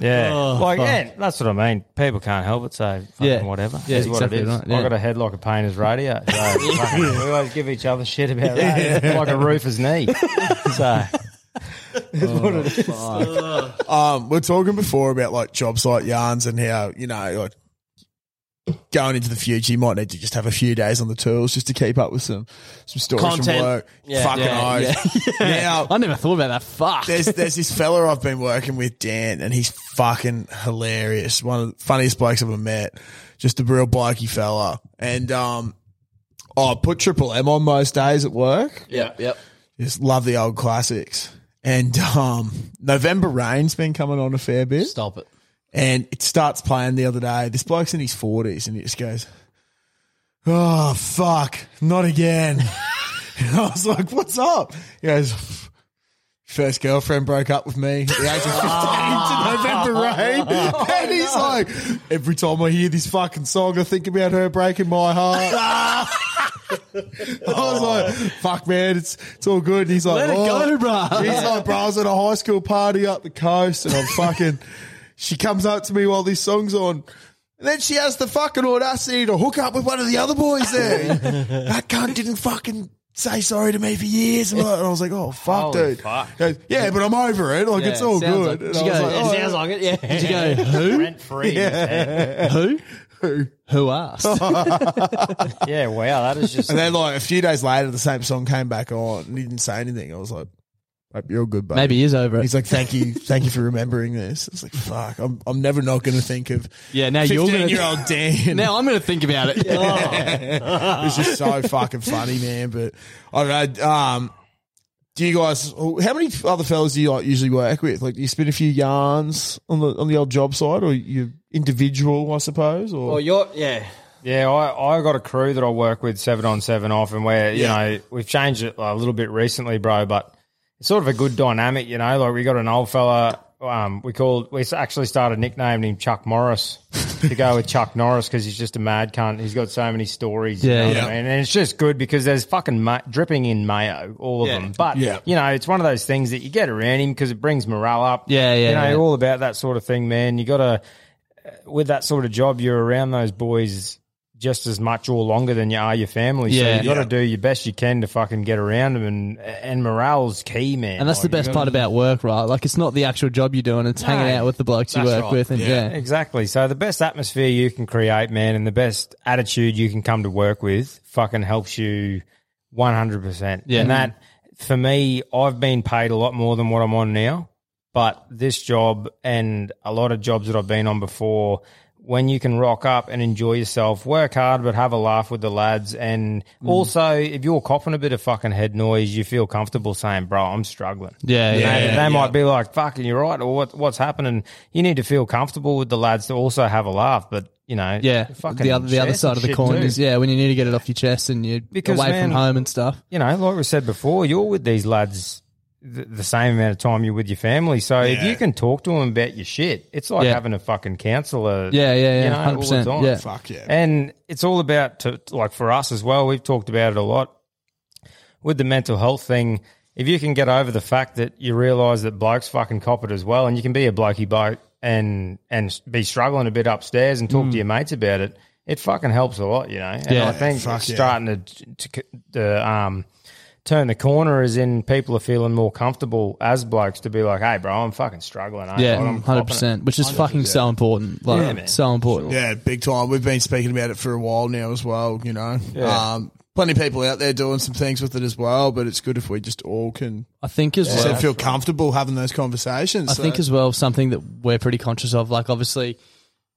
Speaker 2: Yeah.
Speaker 6: Oh,
Speaker 2: like yeah, that's what I mean. People can't help it, so fucking
Speaker 4: Yeah.
Speaker 2: whatever.
Speaker 4: Yeah,
Speaker 2: It's
Speaker 4: exactly
Speaker 2: what it is.
Speaker 4: right, yeah.
Speaker 2: I got a head like a painter's radio. So fucking, we always give each other shit about that. Like a roofer's knee. So
Speaker 6: Oh,
Speaker 3: Oh, Um, we we're talking before about like job site yarns and how you know like going into the future, you might need to just have a few days on the tools just to keep up with some some stories
Speaker 6: Content.
Speaker 3: from work.
Speaker 6: Yeah,
Speaker 3: Fucking
Speaker 6: yeah,
Speaker 3: oath. Now,
Speaker 4: I never thought about that. Fuck.
Speaker 3: there's there's this fella I've been working with, Dan, and he's fucking hilarious. One of the funniest blokes I've ever met. Just a real blokey fella. And um I put triple M on most days at work.
Speaker 6: yep, yep.
Speaker 3: Just love the old classics. And um November Rain's been coming on a fair bit.
Speaker 6: Stop it.
Speaker 3: And it starts playing the other day. This bloke's in his forties and he just goes, Oh fuck, not again. and I was like, What's up? He goes, First girlfriend broke up with me. at The age of
Speaker 6: Oh,
Speaker 3: 15 to November rain. And he's like, every time I hear this fucking song, I think about her breaking my heart. I was like, fuck man, it's it's all good. And he's like,
Speaker 4: Let it go,
Speaker 3: "Oh."
Speaker 4: bruh.
Speaker 3: He's like, bro, I was at a high school party up the coast and I'm fucking she comes up to me while this song's on. And then she has the fucking audacity to hook up with one of the other boys there. that cunt didn't fucking say sorry to me for years. And I was like, oh, fuck,
Speaker 2: Holy
Speaker 3: dude.
Speaker 2: fuck.
Speaker 3: Goes, yeah, but I'm over it. Like, it's all
Speaker 4: sounds like-
Speaker 3: good. And
Speaker 4: she goes,
Speaker 3: I was like,
Speaker 4: "It
Speaker 3: "Oh,
Speaker 6: Sounds like it, yeah.
Speaker 4: Did you go who?
Speaker 2: rent free.
Speaker 4: Who? Who asked?
Speaker 2: Yeah, wow, that is just.
Speaker 3: And then, like, a few days later, the same song came back on and he didn't say anything. I was like, "Hope you're good, buddy.
Speaker 4: Maybe he is over it.
Speaker 3: He's like, thank you, thank you for remembering this. I was like, fuck, I'm, I'm never not going to think of
Speaker 4: yeah, now you're gonna.
Speaker 3: year old Dan.
Speaker 4: now I'm gonna think about it. Oh.
Speaker 3: it's just so fucking funny, man. But I don't know. Um, do you guys? How many other fellas do you like usually work with? Like, do you spin a few yarns on the on the old job site, or you individual, I suppose, or
Speaker 4: Oh,
Speaker 6: Well, you're, yeah.
Speaker 2: Yeah, I, I got a crew that I work with seven on seven off, and where you
Speaker 3: Yeah.
Speaker 2: know we've changed it a little bit recently, bro. But it's sort of a good dynamic, you know. Like we got an old fella. Um, we called we actually started nicknaming him Chuck Morris to go with Chuck Norris because he's just a mad cunt. He's got so many stories. you
Speaker 4: Yeah,
Speaker 2: know what
Speaker 4: yeah.
Speaker 2: I mean? And it's just good because there's fucking ma- dripping in mayo, all
Speaker 4: Yeah.
Speaker 2: of them. But
Speaker 3: Yeah.
Speaker 2: you know, it's one of those things that you get around him because it brings morale up.
Speaker 4: Yeah, yeah,
Speaker 2: You know,
Speaker 4: yeah.
Speaker 2: all about that sort of thing, man. You got to with that sort of job, you're around those boys just as much or longer than you are your family.
Speaker 4: Yeah.
Speaker 2: So you got to do your best you can to fucking get around them, and and morale's key, man.
Speaker 4: And that's the
Speaker 2: Like, you
Speaker 4: best
Speaker 2: gotta-
Speaker 4: part about work, right? Like it's not the actual job you're doing; it's hanging out with the blokes you work with, and yeah,
Speaker 2: Exactly. So the best atmosphere you can create, man, and the best attitude you can come to work with, fucking helps you one hundred percent.
Speaker 4: Yeah.
Speaker 2: And that for me, I've been paid a lot more than what I'm on now. But this job and a lot of jobs that I've been on before, when you can rock up and enjoy yourself, work hard, but have a laugh with the lads. And
Speaker 4: Mm.
Speaker 2: also, if you're coughing a bit of fucking head noise, you feel comfortable saying, bro, I'm struggling.
Speaker 4: Yeah,
Speaker 2: You know,
Speaker 4: yeah,
Speaker 2: they might be like, fucking, you're right. Or what, what's happening? You need to feel comfortable with the lads to also have a laugh. But, you know,
Speaker 4: Yeah,
Speaker 2: fucking
Speaker 4: the other the
Speaker 2: share
Speaker 4: other
Speaker 2: some
Speaker 4: side of the
Speaker 2: shit
Speaker 4: coin
Speaker 2: too.
Speaker 4: is yeah when you need to get it off your chest and you're
Speaker 2: Because,
Speaker 4: away
Speaker 2: man-
Speaker 4: from home and stuff.
Speaker 2: you know, like we said before, you're with these lads the, the same amount of time you're with your family. So if you can talk to them about your shit, it's like
Speaker 4: Yeah.
Speaker 2: having a fucking counselor.
Speaker 4: Yeah, yeah, yeah,
Speaker 2: you know, all the
Speaker 4: 100%,
Speaker 2: time.
Speaker 4: yeah.
Speaker 3: Fuck yeah.
Speaker 2: And it's all about to like for us as well. We've talked about it a lot with the mental health thing. If you can get over the fact that you realise that blokes fucking cop it as well, and you can be a blokey bloke and and be struggling a bit upstairs and talk
Speaker 4: Mm.
Speaker 2: to your mates about it, it fucking helps a lot, you know. And
Speaker 4: Yeah.
Speaker 2: I think
Speaker 3: Fuck
Speaker 2: it's
Speaker 3: yeah.
Speaker 2: starting to, to, to um, turn the corner is in people are feeling more comfortable as blokes to be like, hey, bro, I'm fucking struggling. eh? Like,
Speaker 4: Yeah,
Speaker 2: I'm copping it."
Speaker 4: hundred percent, which is fucking so important. Like, so important.
Speaker 3: Yeah, big time. We've been speaking about it for a while now as well, you know. Um, plenty of people out there doing some things with it as well, but it's good if we just all can
Speaker 4: I think as
Speaker 3: so
Speaker 4: well.
Speaker 3: feel comfortable having those conversations.
Speaker 4: I
Speaker 3: so-
Speaker 4: think as well something that we're pretty conscious of. Like obviously,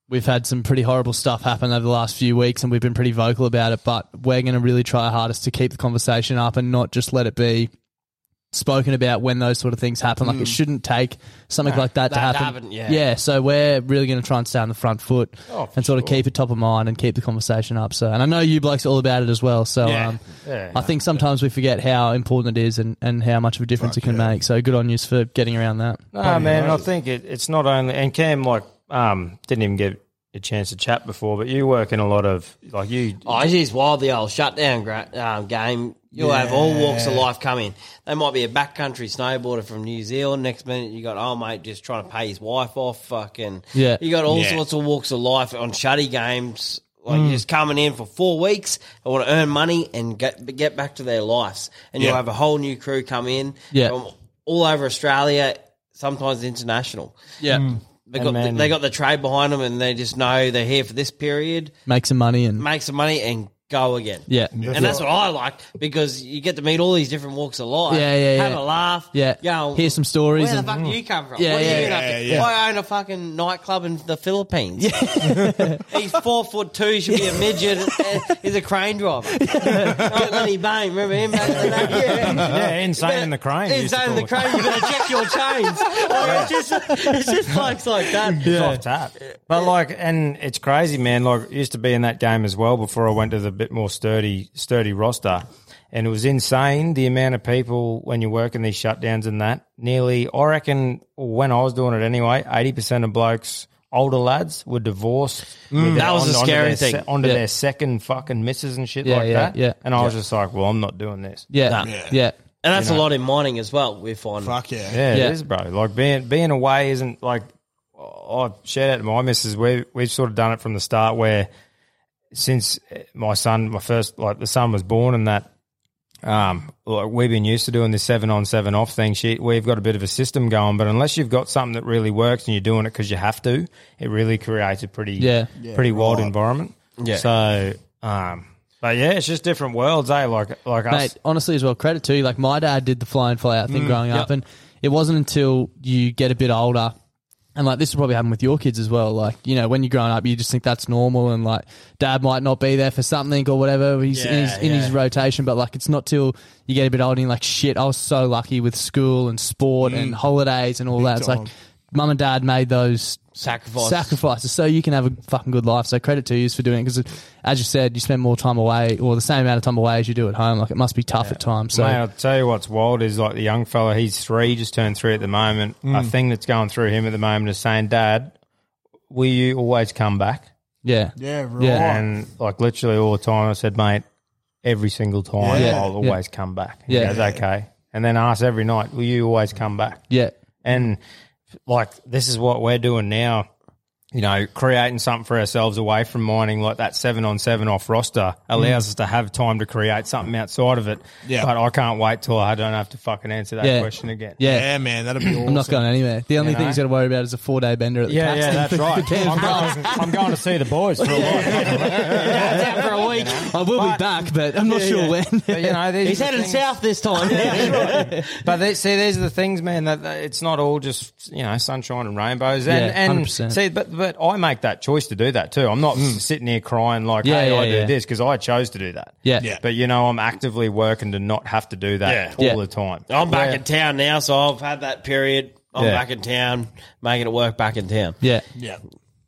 Speaker 4: we've had some pretty horrible stuff happen over the last few weeks, and we've been pretty vocal about it. But we're going to really try our hardest to keep the conversation up and not just let it be spoken about when those sort of things happen. Like it shouldn't take something like that, to
Speaker 6: that
Speaker 4: happen.
Speaker 6: happened, yeah.
Speaker 4: So we're really going to try and stay on the front foot
Speaker 2: Oh, for
Speaker 4: and sort of keep it top of mind and keep the conversation up. So, and I know you blokes are all about it as well. So,
Speaker 2: Yeah.
Speaker 4: um,
Speaker 2: Yeah.
Speaker 4: I think sometimes we forget how important it is and, and how much of a difference it can make. So good on you for getting around that.
Speaker 2: No, man, I think it, it's not only and Cam like um didn't even get a chance to chat before, but you work in a lot of like you.
Speaker 6: Oh, it is wild, the old shutdown gra- um, game. You'll have all walks of life come in. They might be a backcountry snowboarder from New Zealand. Next minute, you got, oh, mate, just trying to pay his wife off. Fucking.
Speaker 4: Yeah.
Speaker 6: You got all sorts of walks of life on shutty games. Like,
Speaker 4: Mm.
Speaker 6: you're just coming in for four weeks. They want to earn money and get, get back to their lives. And you'll have a whole new crew come in
Speaker 4: Yeah.
Speaker 6: from all over Australia, sometimes international.
Speaker 4: Yeah.
Speaker 2: Mm.
Speaker 6: They got, the,
Speaker 2: man-
Speaker 6: they got the trade behind them and they just know they're here for this period
Speaker 4: make some money and
Speaker 6: make some money and go again.
Speaker 4: yeah,
Speaker 6: And that's what I like because you get to meet all these different walks of life.
Speaker 4: Yeah, yeah,
Speaker 6: Have
Speaker 4: yeah.
Speaker 6: a laugh.
Speaker 4: yeah.
Speaker 6: Yo,
Speaker 4: Hear some stories
Speaker 6: where the
Speaker 4: and
Speaker 6: fuck do you come from?
Speaker 4: Yeah,
Speaker 6: what
Speaker 4: yeah,
Speaker 6: are you doing up there? I own a fucking nightclub in the Philippines. He's four foot two. He should be a midget. Uh, He's a crane driver. Not Lenny Bain. Remember him? back in the day? Yeah.
Speaker 2: Yeah, insane in the crane. you used to
Speaker 6: Insane in
Speaker 2: call
Speaker 6: the
Speaker 2: it.
Speaker 6: crane. You better check your chains. Like, it's just, it's just blokes like that.
Speaker 2: It's off tap. But like, and it's crazy, man. Like, I used to be in that game as well before I went to the bit more sturdy, sturdy roster, and it was insane the amount of people when you're working these shutdowns and that. Nearly, I reckon, when I was doing it anyway, eighty percent of blokes. Older lads were divorced.
Speaker 1: Mm.
Speaker 4: Mm.
Speaker 2: with their-
Speaker 6: That was the
Speaker 2: onto
Speaker 6: scary
Speaker 2: their
Speaker 6: thing.
Speaker 2: se- onto
Speaker 4: Yeah.
Speaker 2: their second fucking misses and shit
Speaker 4: Yeah,
Speaker 2: like
Speaker 4: yeah,
Speaker 2: that.
Speaker 4: yeah.
Speaker 2: And I was just like, well, I'm not doing this.
Speaker 4: yeah, yeah,
Speaker 3: Yeah.
Speaker 4: yeah,
Speaker 6: And that's a lot in mining as well. We're finding.
Speaker 3: fuck yeah.
Speaker 2: Yeah,
Speaker 4: Yeah.
Speaker 2: it is, bro. Like being being away isn't like. I shout out to my missus. We we've sort of done it from the start. Where since uh, my son, my first like the son was born, and that um, like we've been used to doing this seven on seven off thing. She, we've got a bit of a system going, but unless you've got something that really works and you're doing it because you have to, it really creates a pretty
Speaker 4: Yeah.
Speaker 2: pretty wild environment.
Speaker 6: Yeah.
Speaker 2: So, um, but yeah, it's just different worlds, eh? Like like us.
Speaker 4: Mate, honestly, as well, credit to you. Like my dad did the fly in fly out thing growing up, and it wasn't until you get a bit older. And like this will probably happen with your kids as well. Like you know, when you're growing up, you just think that's normal, and like dad might not be there for something or whatever. He's in, his, in his rotation, but like it's not till you get a bit older, and you're like shit, I was so lucky with school and sport and holidays and all that. It's like mum and dad made those
Speaker 6: Sacrifice.
Speaker 4: sacrifices so you can have a fucking good life. So credit to you for doing it because, as you said, you spend more time away or the same amount of time away as you do at home. Like it must be tough at times. Um, So
Speaker 2: Mate, I'll tell you what's wild is like the young fella, he's three, just turned three at the moment.
Speaker 4: Mm.
Speaker 2: A thing that's going through him at the moment is saying, Dad, will you always come back?
Speaker 4: yeah,
Speaker 3: Yeah, right.
Speaker 4: Yeah.
Speaker 2: And like literally all the time, I said, Mate, every single time,
Speaker 3: Yeah.
Speaker 2: I'll
Speaker 4: Yeah.
Speaker 2: always come back. He
Speaker 4: Yeah.
Speaker 2: goes, Okay. And then asked every night, Will you always come back?
Speaker 4: yeah,
Speaker 2: And like, this is what we're doing now. you know, creating something for ourselves away from mining, like that seven on seven off roster, allows us to have time to create something outside of it.
Speaker 3: Yeah.
Speaker 2: But I can't wait till I don't have to fucking answer that
Speaker 4: Yeah.
Speaker 2: question again.
Speaker 4: Yeah.
Speaker 3: Yeah, man, that'd be awesome.
Speaker 4: I'm not going anywhere. The only
Speaker 2: You
Speaker 4: thing
Speaker 2: know?
Speaker 4: he's got to worry about is a four day bender at the
Speaker 2: Yeah, yeah,
Speaker 4: Caxton.
Speaker 2: that's right.
Speaker 4: Cairns
Speaker 2: I'm
Speaker 4: Brass.
Speaker 2: going, I'm going to see the boys for a while.
Speaker 6: That's out for a week.
Speaker 4: I will be back, but I'm not sure when.
Speaker 2: But, you know, these are
Speaker 6: He's
Speaker 2: the
Speaker 6: headed
Speaker 2: things-
Speaker 6: south this time.
Speaker 2: But they, see, these are the things, man. That, that it's not all just you know sunshine and rainbows. And,
Speaker 4: Yeah,
Speaker 2: and
Speaker 4: 100%.
Speaker 2: see, but but I make that choice to do that too. I'm not sitting here crying like,
Speaker 4: Mm. Yeah,
Speaker 2: hey,
Speaker 4: yeah,
Speaker 2: I
Speaker 4: yeah.
Speaker 2: do this because I chose to do that.
Speaker 4: Yeah. Yeah.
Speaker 2: But you know, I'm actively working to not have to do that
Speaker 4: Yeah.
Speaker 2: all
Speaker 4: Yeah.
Speaker 2: the time.
Speaker 6: I'm back in town now, so I've had that period. I'm
Speaker 2: Yeah.
Speaker 6: back in town, making it work back in town.
Speaker 4: yeah.
Speaker 3: Yeah.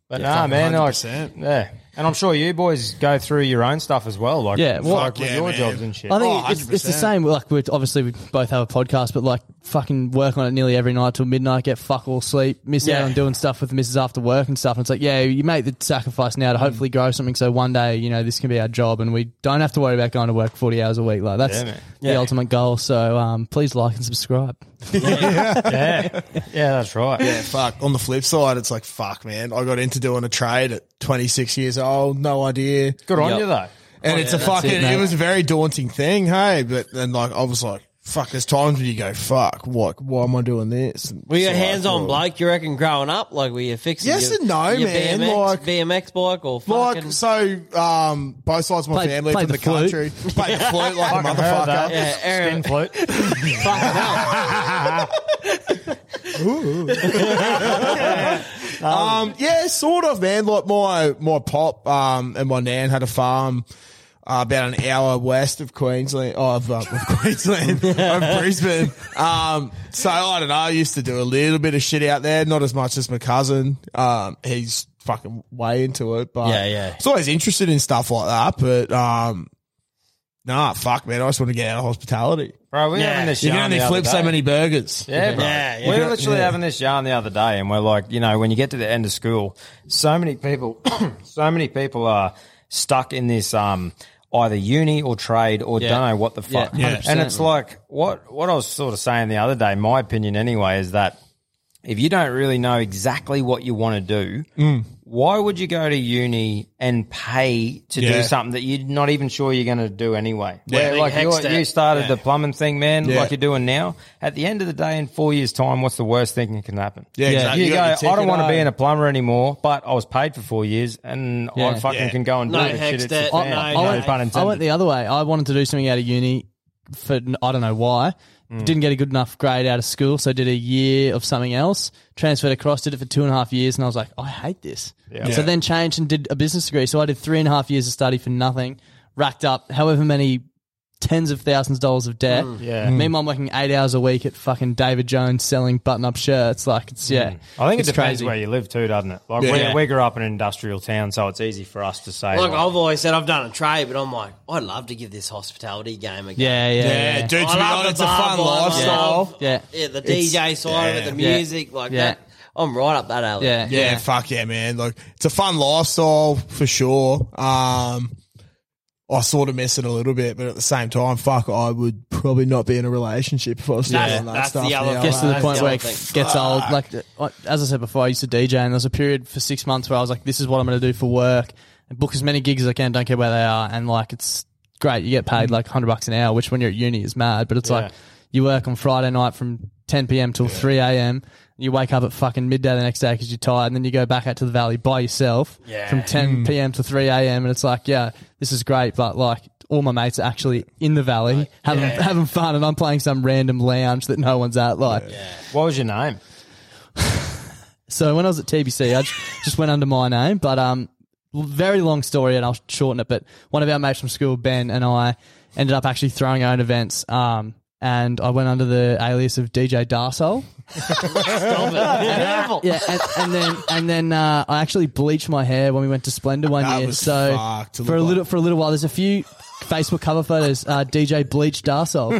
Speaker 2: But nah, man, like,
Speaker 3: 100%.
Speaker 2: yeah. And I'm sure you boys go through your own stuff as well. Like,
Speaker 4: Yeah, well-
Speaker 2: fuck with
Speaker 3: Yeah,
Speaker 2: your
Speaker 3: man.
Speaker 2: jobs and shit.
Speaker 4: I
Speaker 3: Oh,
Speaker 4: think it's, it's the
Speaker 3: 100%.
Speaker 4: same. Like we're obviously we both have a podcast, but like fucking work on it nearly every night till midnight, get fuck all sleep, miss out
Speaker 6: Yeah.
Speaker 4: on doing stuff with the missus after work and stuff. And it's like, yeah, you make the sacrifice now to hopefully grow something, so one day you know this can be our job, and we don't have to worry about going to work forty hours a week. Like that's
Speaker 2: Yeah, man.
Speaker 4: the ultimate goal. So um, please like and subscribe.
Speaker 2: yeah, yeah, that's right.
Speaker 3: Yeah, fuck. On the flip side, it's like, fuck, man. I got into doing a trade at 26 years old, no idea.
Speaker 2: Good on
Speaker 6: Yep.
Speaker 2: you though.
Speaker 3: And it's a fucking,
Speaker 4: it,
Speaker 3: it,
Speaker 4: mate.
Speaker 3: was a very daunting thing, hey. But then, like, I was like, fuck, there's times when you go, fuck, what? Why am I doing this? And
Speaker 6: Were you a
Speaker 3: it's like,
Speaker 6: hands on
Speaker 3: well,
Speaker 6: bloke, you reckon, growing up? Like, were you fixing
Speaker 3: Yes
Speaker 6: your,
Speaker 3: and no,
Speaker 6: your
Speaker 3: man,
Speaker 6: BMX,
Speaker 3: like-
Speaker 6: BMX bike or fucking.
Speaker 3: Like, so, um, both sides of my
Speaker 4: Played-
Speaker 3: family
Speaker 4: played
Speaker 3: from the,
Speaker 4: the flute.
Speaker 3: country. Played the flute like a
Speaker 2: Fucking heard
Speaker 3: motherfucker.
Speaker 2: that.
Speaker 6: Yeah,
Speaker 2: Skin
Speaker 6: Aaron-
Speaker 2: flute.
Speaker 3: Um, yeah, sort of, man. Like my my pop um, and my nan had a farm uh, about an hour west of Queensland, of, uh, of Queensland, of Brisbane. Um, so I don't know. I used to do a little bit of shit out there, not as much as my cousin. Um, he's fucking way into it, but
Speaker 6: Yeah, yeah.
Speaker 3: He's always interested in stuff like that, but um. Nah, fuck, man. I just want to get out of hospitality.
Speaker 2: Bro, we were
Speaker 6: Yeah.
Speaker 2: having this
Speaker 3: You
Speaker 2: yarn
Speaker 3: can only
Speaker 2: the other
Speaker 3: flip so
Speaker 2: day.
Speaker 3: many burgers.
Speaker 2: Yeah, bro.
Speaker 6: Yeah, yeah.
Speaker 2: we were literally having this yarn the other day, and we're like, you know, when you get to the end of school, so many people, so many people are stuck in this um either uni or trade or
Speaker 6: Yeah.
Speaker 2: don't know what the fuck.
Speaker 6: Yeah,
Speaker 2: And it's like what what I was sort of saying the other day. My opinion, anyway, is that if you don't really know exactly what you want to do,
Speaker 3: Mm.
Speaker 2: why would you go to uni and pay to do
Speaker 3: Yeah.
Speaker 2: something that you're not even sure you're going to do anyway? Where,
Speaker 6: Big
Speaker 2: like
Speaker 6: hex
Speaker 2: you're-
Speaker 6: step.
Speaker 2: you started the plumbing thing, man,
Speaker 3: Yeah.
Speaker 2: like you're doing now. At the end of the day, in four years' time, what's the worst thing that can happen?
Speaker 3: Yeah, exactly.
Speaker 2: You,
Speaker 3: You
Speaker 2: go,
Speaker 3: got
Speaker 2: I
Speaker 3: your
Speaker 2: don't want to
Speaker 3: ticket,
Speaker 2: be
Speaker 3: eh?
Speaker 2: in a plumber anymore, but I was paid for four years and
Speaker 4: Yeah.
Speaker 2: I fucking
Speaker 3: Yeah.
Speaker 2: can go and do
Speaker 6: No
Speaker 2: it. if
Speaker 6: hex
Speaker 2: shit hits
Speaker 6: step,
Speaker 2: the fan.
Speaker 6: no,
Speaker 2: I,
Speaker 6: no
Speaker 4: I,
Speaker 2: no,
Speaker 4: went,
Speaker 2: pun
Speaker 4: I
Speaker 2: intended.
Speaker 4: went the other way. I wanted to do something out of uni for I don't know why.
Speaker 2: Mm.
Speaker 4: Didn't get a good enough grade out of school, so did a year of something else. Transferred across, did it for two and a half years, and I was like, I hate this. So then changed and did a business degree. So I did three and a half years of study for nothing, racked up however many tens of thousands of dollars of debt.
Speaker 6: Mm.
Speaker 2: yeah.
Speaker 4: Meanwhile, I'm working eight hours a week at fucking David Jones selling button-up shirts. Like it's yeah.
Speaker 2: Mm. I think it
Speaker 4: it's
Speaker 2: depends
Speaker 4: crazy.
Speaker 2: where you live too, doesn't it? Like
Speaker 3: Yeah.
Speaker 2: we, we grew up in an industrial town, so it's easy for us to say.
Speaker 6: Look,
Speaker 2: like,
Speaker 6: I've always said I've done a trade, but I'm like, I'd love to give this hospitality game a go.
Speaker 4: Yeah, yeah, yeah.
Speaker 3: Yeah, dude, to be
Speaker 6: I love
Speaker 3: honest,
Speaker 6: the
Speaker 3: it's a
Speaker 6: bar
Speaker 3: fun
Speaker 6: by
Speaker 3: lifestyle.
Speaker 6: myself.
Speaker 4: Yeah.
Speaker 6: yeah, the DJ side of it, the
Speaker 4: Yeah.
Speaker 6: music, like
Speaker 4: Yeah.
Speaker 6: that. I'm right up that alley.
Speaker 4: Yeah.
Speaker 3: Yeah, fuck yeah, man. Like it's a fun lifestyle for sure. Um I sort of miss it a little bit, but at the same time, fuck, I would probably not be in a relationship if I was
Speaker 6: That's-
Speaker 3: doing that
Speaker 6: that's
Speaker 3: stuff.
Speaker 6: the other-
Speaker 3: now,
Speaker 4: gets to the
Speaker 3: eh?
Speaker 6: That's
Speaker 4: point
Speaker 6: the
Speaker 4: where
Speaker 6: other
Speaker 4: it
Speaker 6: thing.
Speaker 4: gets old. Like I- as I said before, I used to DJ, and there was a period for six months where I was like, "This is what I'm going to do for work, and book as many gigs as I can. Don't care where they are." And like, it's great. You get paid like hundred bucks an hour, which when you're at uni is mad. But it's like you work on Friday night from 10 p.m. till 3 a.m. You wake up at fucking midday the next day because you're tired, and then you go back out to the valley by yourself
Speaker 6: Yeah.
Speaker 4: from 10 p.m. to 3 a.m. And it's like, yeah, this is great, but like all my mates are actually in the valley having having fun, and I'm playing some random lounge that no one's at. Like,
Speaker 2: what was your name?
Speaker 4: so when I was at TBC, I j- just went under my name, but um, l- very long story, and I'll shorten it. But one of our mates from school, Ben, and I ended up actually throwing our own events. Um, and I went under the alias of DJ Darsol.
Speaker 3: Oh.
Speaker 6: Beautiful.
Speaker 4: Yeah, and, and then and then uh, I actually bleached my hair when we went to Splendor one
Speaker 3: That
Speaker 4: year.
Speaker 3: was
Speaker 4: so
Speaker 3: fucked to
Speaker 4: for a
Speaker 3: look
Speaker 4: little
Speaker 3: like.
Speaker 4: for a little while, there's a few Facebook cover photos. Uh, DJ bleached Darsol.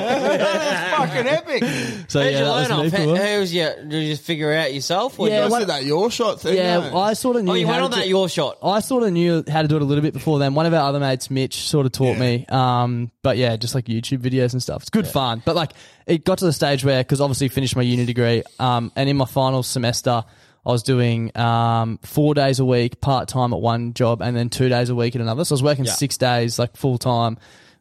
Speaker 2: fucking epic.
Speaker 4: So
Speaker 6: How'd
Speaker 4: yeah,
Speaker 6: you
Speaker 4: that was
Speaker 6: learn
Speaker 4: me
Speaker 6: off?
Speaker 4: for a
Speaker 6: How,
Speaker 4: while.
Speaker 6: how was your, did you just figure out yourself? Or
Speaker 4: Yeah,
Speaker 6: you-
Speaker 3: I
Speaker 4: one-
Speaker 3: said that your shot thing.
Speaker 4: Yeah,
Speaker 3: eh?
Speaker 4: I sort of knew.
Speaker 6: oh, you
Speaker 4: how
Speaker 6: went
Speaker 4: to
Speaker 6: on
Speaker 4: do-
Speaker 6: that your shot.
Speaker 4: I sort of knew how to do it a little bit before then. One of our other mates, Mitch, sort of taught me. Um, but yeah, just like YouTube videos and stuff. It's good fun. But like, it got to the stage where, because obviously finished my uni degree, um, and in my final semester, I was doing um, four days a week part time at one job and then two days a week at another. So I was working
Speaker 2: Yeah.
Speaker 4: six days like full time.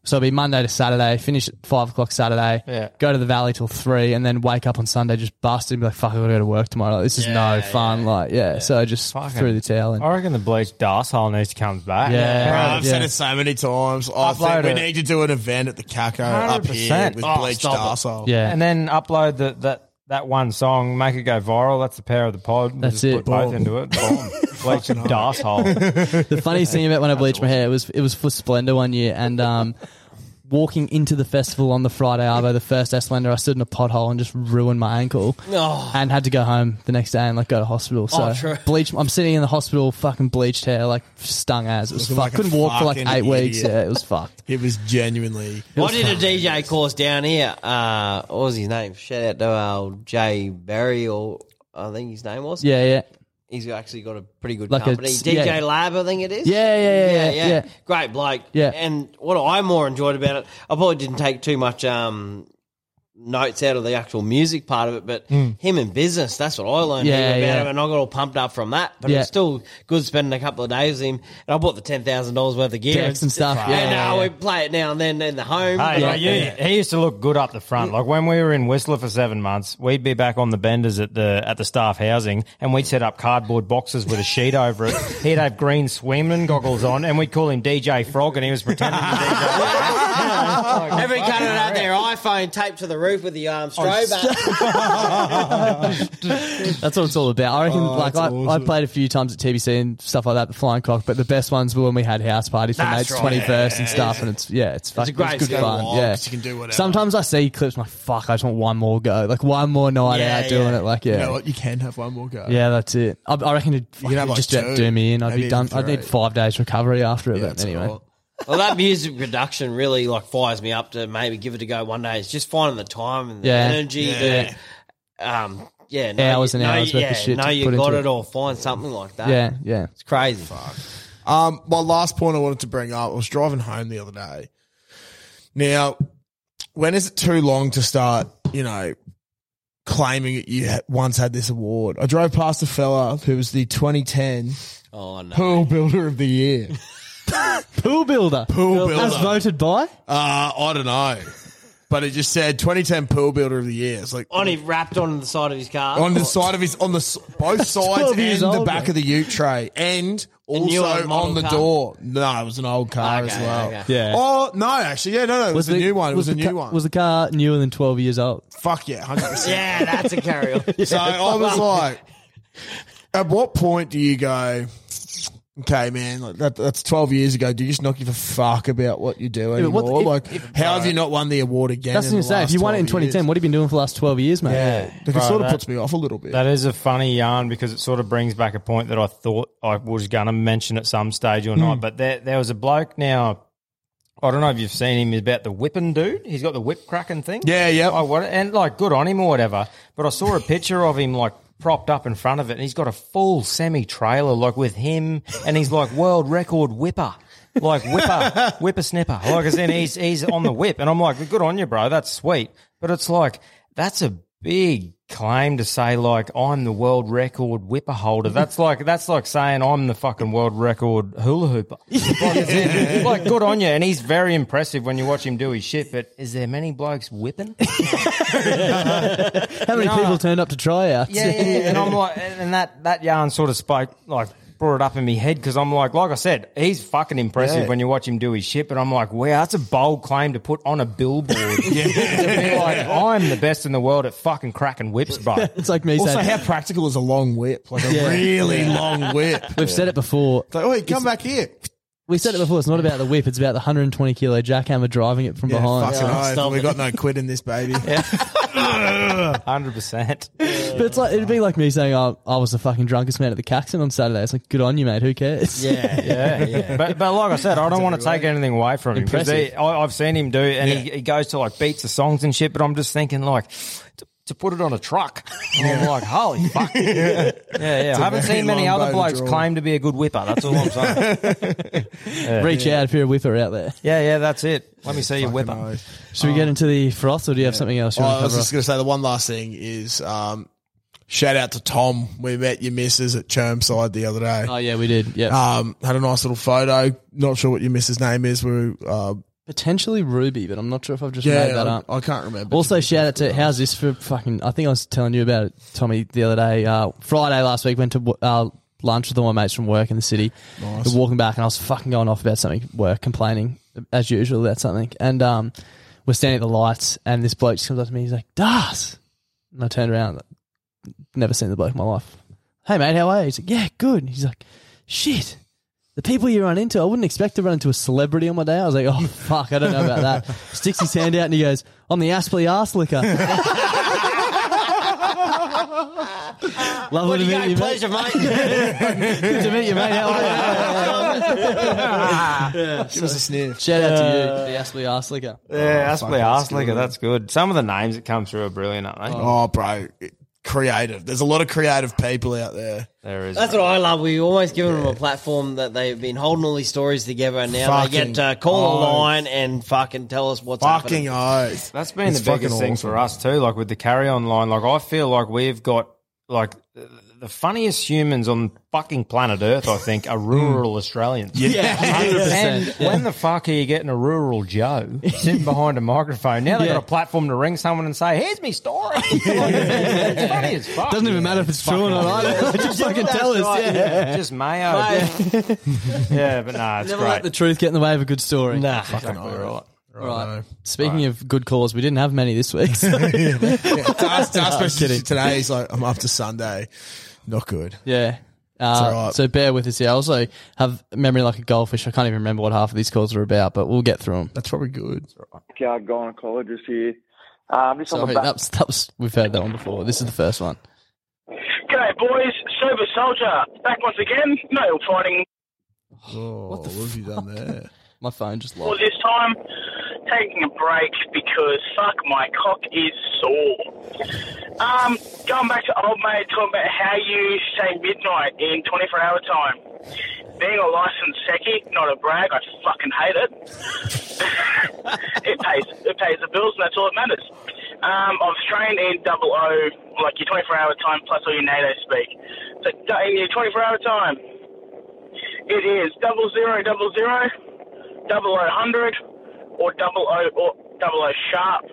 Speaker 4: So it'd be Monday to Saturday, finish at five o'clock Saturday,
Speaker 2: Yeah.
Speaker 4: go to the valley till three, and then wake up on Sunday just busted and be like, "Fuck, I gotta go to work tomorrow. Like, this is no fun." Like, yeah. So I just threw the towel in.
Speaker 2: I reckon the bleached arsehole needs to come back.
Speaker 4: Yeah.
Speaker 3: Bro,
Speaker 4: Right,
Speaker 3: I've said it so many times. I
Speaker 2: Upload
Speaker 3: think we
Speaker 2: it.
Speaker 3: need to do an event at the Caco up here
Speaker 2: 100%.
Speaker 3: with
Speaker 2: Oh,
Speaker 3: bleached
Speaker 2: stop it.
Speaker 3: arsehole.
Speaker 4: Yeah.
Speaker 2: And then upload the, that that one song, make it go viral. That's the power of the pod. We'll
Speaker 4: That's
Speaker 2: just
Speaker 4: it.
Speaker 2: Put both into it. Boom. Bleached arsehole.
Speaker 4: the funniest thing about when I bleached my hair was it was for Splendor one year, and um, walking into the festival on the Friday arvo, the first day of Splendor, I stood in a pothole and just ruined my ankle,
Speaker 6: Oh.
Speaker 4: and had to go home the next day and like go to hospital. So
Speaker 6: Oh, true.
Speaker 4: bleach. I'm sitting in the hospital, fucking bleached hair, like stung as it was
Speaker 3: Looking
Speaker 4: fucked.
Speaker 3: like a
Speaker 4: Couldn't walk for like eight
Speaker 3: fucking
Speaker 4: weeks.
Speaker 3: idiot.
Speaker 4: Yeah, it was fucked.
Speaker 3: It was genuinely.
Speaker 6: I did a DJ course down here. Uh, what was his name? Shout out to uh, Jay Berry, or I think his name was.
Speaker 4: Yeah, yeah.
Speaker 6: he's actually got a pretty good
Speaker 4: Like a-
Speaker 6: company. DJ
Speaker 4: yeah.
Speaker 6: Lab, I think it is.
Speaker 4: Yeah, yeah, yeah, yeah, yeah.
Speaker 6: Great bloke.
Speaker 4: Yeah.
Speaker 6: And what I more enjoyed about it, I probably didn't take too much um, notes out of the actual music part of it,
Speaker 4: Hmm.
Speaker 6: but him in business, that's what I learned
Speaker 4: Yeah,
Speaker 6: about
Speaker 4: yeah.
Speaker 6: him, and I got all pumped up from that. But
Speaker 4: Yeah.
Speaker 6: it's still good spending a couple of days with him, and I bought the ten thousand dollars worth of gear
Speaker 4: Decks and stuff. Yeah,
Speaker 6: and
Speaker 4: yeah,
Speaker 6: uh,
Speaker 4: yeah.
Speaker 6: we play it now and then in the home.
Speaker 2: Hey,
Speaker 6: But-
Speaker 2: like, you- he used to look good up the front. Like when we were in Whistler for seven months, we'd be back on the benders at the at the staff housing, and we'd set up cardboard boxes with a sheet over it. He'd have green swimming goggles on, and we'd call him DJ Frog, and he was pretending to DJ.
Speaker 6: Every cunt had their iPhone taped to the roof with the
Speaker 4: Oh,
Speaker 6: um, strobe. back.
Speaker 4: That's what it's all about. I reckon. like I, I played a few times at TBC and stuff like that, the Flying Cock. But the best ones were when we had house parties for mates' twenty first and stuff. And it's yeah, it's fucking
Speaker 6: great
Speaker 4: it's good
Speaker 6: escape
Speaker 4: fun.
Speaker 3: along,
Speaker 4: yeah,
Speaker 3: 'cause you can do whatever.
Speaker 4: Sometimes I see clips. My fuck, I just want one more go, like one more night
Speaker 3: Yeah,
Speaker 4: out doing
Speaker 3: yeah.
Speaker 4: it. Like
Speaker 3: You
Speaker 4: yeah,
Speaker 3: know what? You can have one more go.
Speaker 4: yeah, that's it. I, I reckon it
Speaker 3: can have, like,
Speaker 4: just
Speaker 3: two,
Speaker 4: do me in. I'd
Speaker 3: maybe
Speaker 4: be done.
Speaker 3: even
Speaker 4: I'd need
Speaker 3: three.
Speaker 4: five days recovery after it.
Speaker 3: Yeah,
Speaker 4: but
Speaker 3: that's
Speaker 4: anyway,
Speaker 3: all right.
Speaker 6: Well, that music production really like fires me up to maybe give it a go one day. It's just finding the time and the
Speaker 4: Yeah.
Speaker 6: energy.
Speaker 3: Yeah.
Speaker 6: The, um, yeah,
Speaker 4: Hours
Speaker 6: you-
Speaker 4: and hours
Speaker 6: you-
Speaker 4: worth of shit
Speaker 6: No,
Speaker 4: to
Speaker 6: you
Speaker 4: put
Speaker 6: got
Speaker 4: into
Speaker 6: it,
Speaker 4: it.
Speaker 6: or find something like that.
Speaker 4: yeah, yeah.
Speaker 6: it's crazy.
Speaker 3: Um, my last point I wanted to bring up. I was driving home the other day. Now, when is it too long to start? You know, claiming that you ha- once had this award. I drove past a fella who was the 2010
Speaker 6: Oh no,
Speaker 3: Pool Builder of the Year.
Speaker 4: Pool builder.
Speaker 3: Pool builder.
Speaker 4: As voted by.
Speaker 3: Uh, I don't know, but it just said 2010 Pool Builder of the Year. It's like
Speaker 6: on it wrapped on the side of his car.
Speaker 3: on the side of his on the s- both sides
Speaker 4: 12
Speaker 3: and
Speaker 4: years
Speaker 3: the
Speaker 4: old,
Speaker 3: back
Speaker 4: though.
Speaker 3: of the Ute tray, and
Speaker 6: new
Speaker 3: also
Speaker 6: old model
Speaker 3: on the
Speaker 6: car.
Speaker 3: door. No, it was an old car
Speaker 6: Okay,
Speaker 3: as well.
Speaker 6: okay.
Speaker 2: Yeah.
Speaker 3: Oh no, actually, yeah, no, no, it was, a new one. It was, a
Speaker 4: the
Speaker 3: new
Speaker 4: ca-
Speaker 3: one.
Speaker 4: Was the car newer than twelve years old?
Speaker 3: Fuck yeah, hundred percent.
Speaker 6: yeah, that's a carry on.
Speaker 3: So I was like, at what point do you go? Okay, man, like that, that's twelve years ago. Do you just not give a fuck about what you do
Speaker 4: but
Speaker 3: anymore?
Speaker 4: what- if-
Speaker 3: like, how have you not won the award again?
Speaker 4: That's
Speaker 3: in
Speaker 4: what I'm
Speaker 3: the
Speaker 4: saying. If
Speaker 3: last
Speaker 4: you won it in
Speaker 3: 12 years?
Speaker 4: 2010, what have you been doing for the last 12 years, mate?
Speaker 3: Yeah, like, it
Speaker 2: Bro,
Speaker 3: sort of
Speaker 2: that-
Speaker 3: puts me off a little bit.
Speaker 2: That is a funny yarn because it sort of brings back a point that I thought I was going to mention at some stage or
Speaker 3: Hmm.
Speaker 2: not. But there, there was a bloke now. I don't know if you've seen him. He's about the whipping dude. He's got the whip cracking thing.
Speaker 3: Yeah, yeah.
Speaker 2: I want and like good on him or whatever. But I saw a picture of him like propped up in front of it, and he's got a full semi trailer like with him, and he's like world record whipper. Like whipper, whipper snipper. Like as in he's he's on the whip, and I'm like, good on you, bro. That's sweet. But it's like that's a big claim to say like I'm the world record whipper holder. That's like that's like saying I'm the fucking world record hula hooper. Like, is it- like, good on you, and he's very impressive when you watch him do his shit. But is there many blokes whipping?
Speaker 4: How many people turned up to try out?
Speaker 2: Yeah, yeah, yeah. and I'm like, and that that yarn sort of spoke like brought it up in my head because I'm like, like I said, he's fucking impressive
Speaker 3: Yeah.
Speaker 2: when you watch him do his shit. But I'm like, wow, that's a bold claim to put on a billboard. To be like, I'm the best in the world at fucking cracking whips, bro.
Speaker 4: It's like me
Speaker 3: also,
Speaker 4: saying,
Speaker 3: how practical is a long whip? Like a really long whip.
Speaker 4: we've said it before.
Speaker 3: It's like, oh, come back here.
Speaker 4: We said it before. It's not about the whip. It's about the 120 kilo jackhammer driving it from
Speaker 3: Yeah,
Speaker 4: behind.
Speaker 3: fucking oath. We got no quid in this baby.
Speaker 2: Hundred percent.
Speaker 4: But it's like it'd be like me saying, oh, "I was the fucking drunkest man at the Caxton on Saturday." It's like, good on you, mate. Who cares?
Speaker 6: Yeah,
Speaker 2: Yeah, yeah. But, but like I said, I don't want to take anything away from him because
Speaker 4: Impressive.
Speaker 2: I've seen him do, and he, he goes to like beats of songs and shit. But I'm just thinking like to, to put it on a truck. And I'm like, holy fuck. yeah, yeah. I haven't
Speaker 3: very
Speaker 2: seen many
Speaker 3: long
Speaker 2: other
Speaker 3: bow to
Speaker 2: blokes
Speaker 3: draw.
Speaker 2: claim to be a good whipper. Ah, That's all I'm saying.
Speaker 4: Reach out if you're a whipper out there.
Speaker 2: yeah, Oh. yeah. That's it. Let me see your whipper.
Speaker 3: No.
Speaker 4: Should we get into the froth, or do you have something else you
Speaker 3: Oh,
Speaker 4: want
Speaker 3: I
Speaker 4: to
Speaker 3: was
Speaker 4: cover?
Speaker 3: just going to say the one last thing is um, Shout out to Tom. We met your missus at Chermside the other day.
Speaker 4: Oh yeah, we did. Yeah,
Speaker 3: Um, had a nice little photo. Not sure what your missus' name is. We uh,
Speaker 4: potentially Ruby, but I'm not sure if I've just
Speaker 3: yeah,
Speaker 4: made that
Speaker 3: I,
Speaker 4: up.
Speaker 3: I can't remember.
Speaker 4: Also, shout out to how's this for fucking? I think I was telling you about it, Tommy, the other day. Uh, Friday last week, went to uh, lunch with all my mates from work in the city.
Speaker 3: Nice.
Speaker 4: We We're walking back, and I was fucking going off about something, at work complaining as usual about something. And um, we're standing at the lights, and this bloke just comes up to me. He's like, "Das," and I turned around. Like, Never seen the bloke in my life. Hey mate, how are you? He's like, "Yeah, good." He's like, "Shit." The people you run into, I wouldn't expect to run into a celebrity on my day. I was like, oh, fuck, I don't know about that. Sticks his hand out and he goes, I'm the Aspley ass licker. Lovely to meet you, mate.
Speaker 6: Pleasure, mate.
Speaker 4: Good to meet you, mate. How are you?
Speaker 3: Give us a sniff.
Speaker 4: Shout out to you, the Aspley ass licker.
Speaker 2: Yeah, Uh, Oh, that's play Arslinger. That's good. Some of the names that come through are brilliant, aren't they?
Speaker 3: Oh, bro, creative. There's a lot of creative people out there.
Speaker 2: There is.
Speaker 6: That's what I love. We always give them a platform that they've been holding all these stories together, and now they
Speaker 3: Fucking
Speaker 6: get to call a
Speaker 3: oath.
Speaker 6: line and fucking tell us what's
Speaker 3: Fucking
Speaker 6: happening.
Speaker 3: oath.
Speaker 2: That's been
Speaker 3: It's
Speaker 2: the biggest
Speaker 3: fucking
Speaker 2: thing
Speaker 3: awesome.
Speaker 2: for us too. Like with the carry on line, like I feel like we've got like th- the funniest humans on fucking planet Earth. I think are rural Australians.
Speaker 4: Hmm. Yeah, 100%.
Speaker 2: And when the fuck are you getting a rural Joe sitting behind a microphone? Now they've
Speaker 4: Yeah.
Speaker 2: got a platform to ring someone and say, "Here's me story." Like, it's funny as fuck.
Speaker 4: Doesn't even matter if it's true or not. Just fucking tell us.
Speaker 2: Right,
Speaker 4: Yeah.
Speaker 2: Just mayo. Yeah, but nah, it's
Speaker 4: Never let
Speaker 2: great.
Speaker 4: the truth get in the way of a good story. Nah.
Speaker 2: Fucking right.
Speaker 4: All right. Speaking of good calls, we didn't have many this week. so-
Speaker 3: That's, that's
Speaker 4: kidding.
Speaker 3: today. He's like, I'm up to Sunday. Not good.
Speaker 4: Yeah. Uh,
Speaker 3: all right.
Speaker 4: So bear with us here. I also have memory like a goldfish. I can't even remember what half of these calls are about, but we'll get through them.
Speaker 3: That's probably good.
Speaker 8: uh, gynecologist here. Um, just on
Speaker 4: Sorry,
Speaker 8: the back.
Speaker 4: that was, that was, we've heard that one before. This is the first one.
Speaker 10: G'day, boys. Sober Soldier, back once again. No fighting
Speaker 3: Oh, what, have you done there?
Speaker 4: My phone just
Speaker 10: for
Speaker 4: lost.
Speaker 10: this time. Taking a break because fuck, my cock is sore. Um, going back to old mate, talking about how you say midnight in 24 hour time. Being a licensed secchi, not a brag, I fucking hate it. it pays it pays the bills, and that's all that matters. Um, I was trained in double O, like your 24 hour time plus all your NATO speak. So in your 24 hour time, it is double zero double zero, double O hundred, or double O or double O sharp.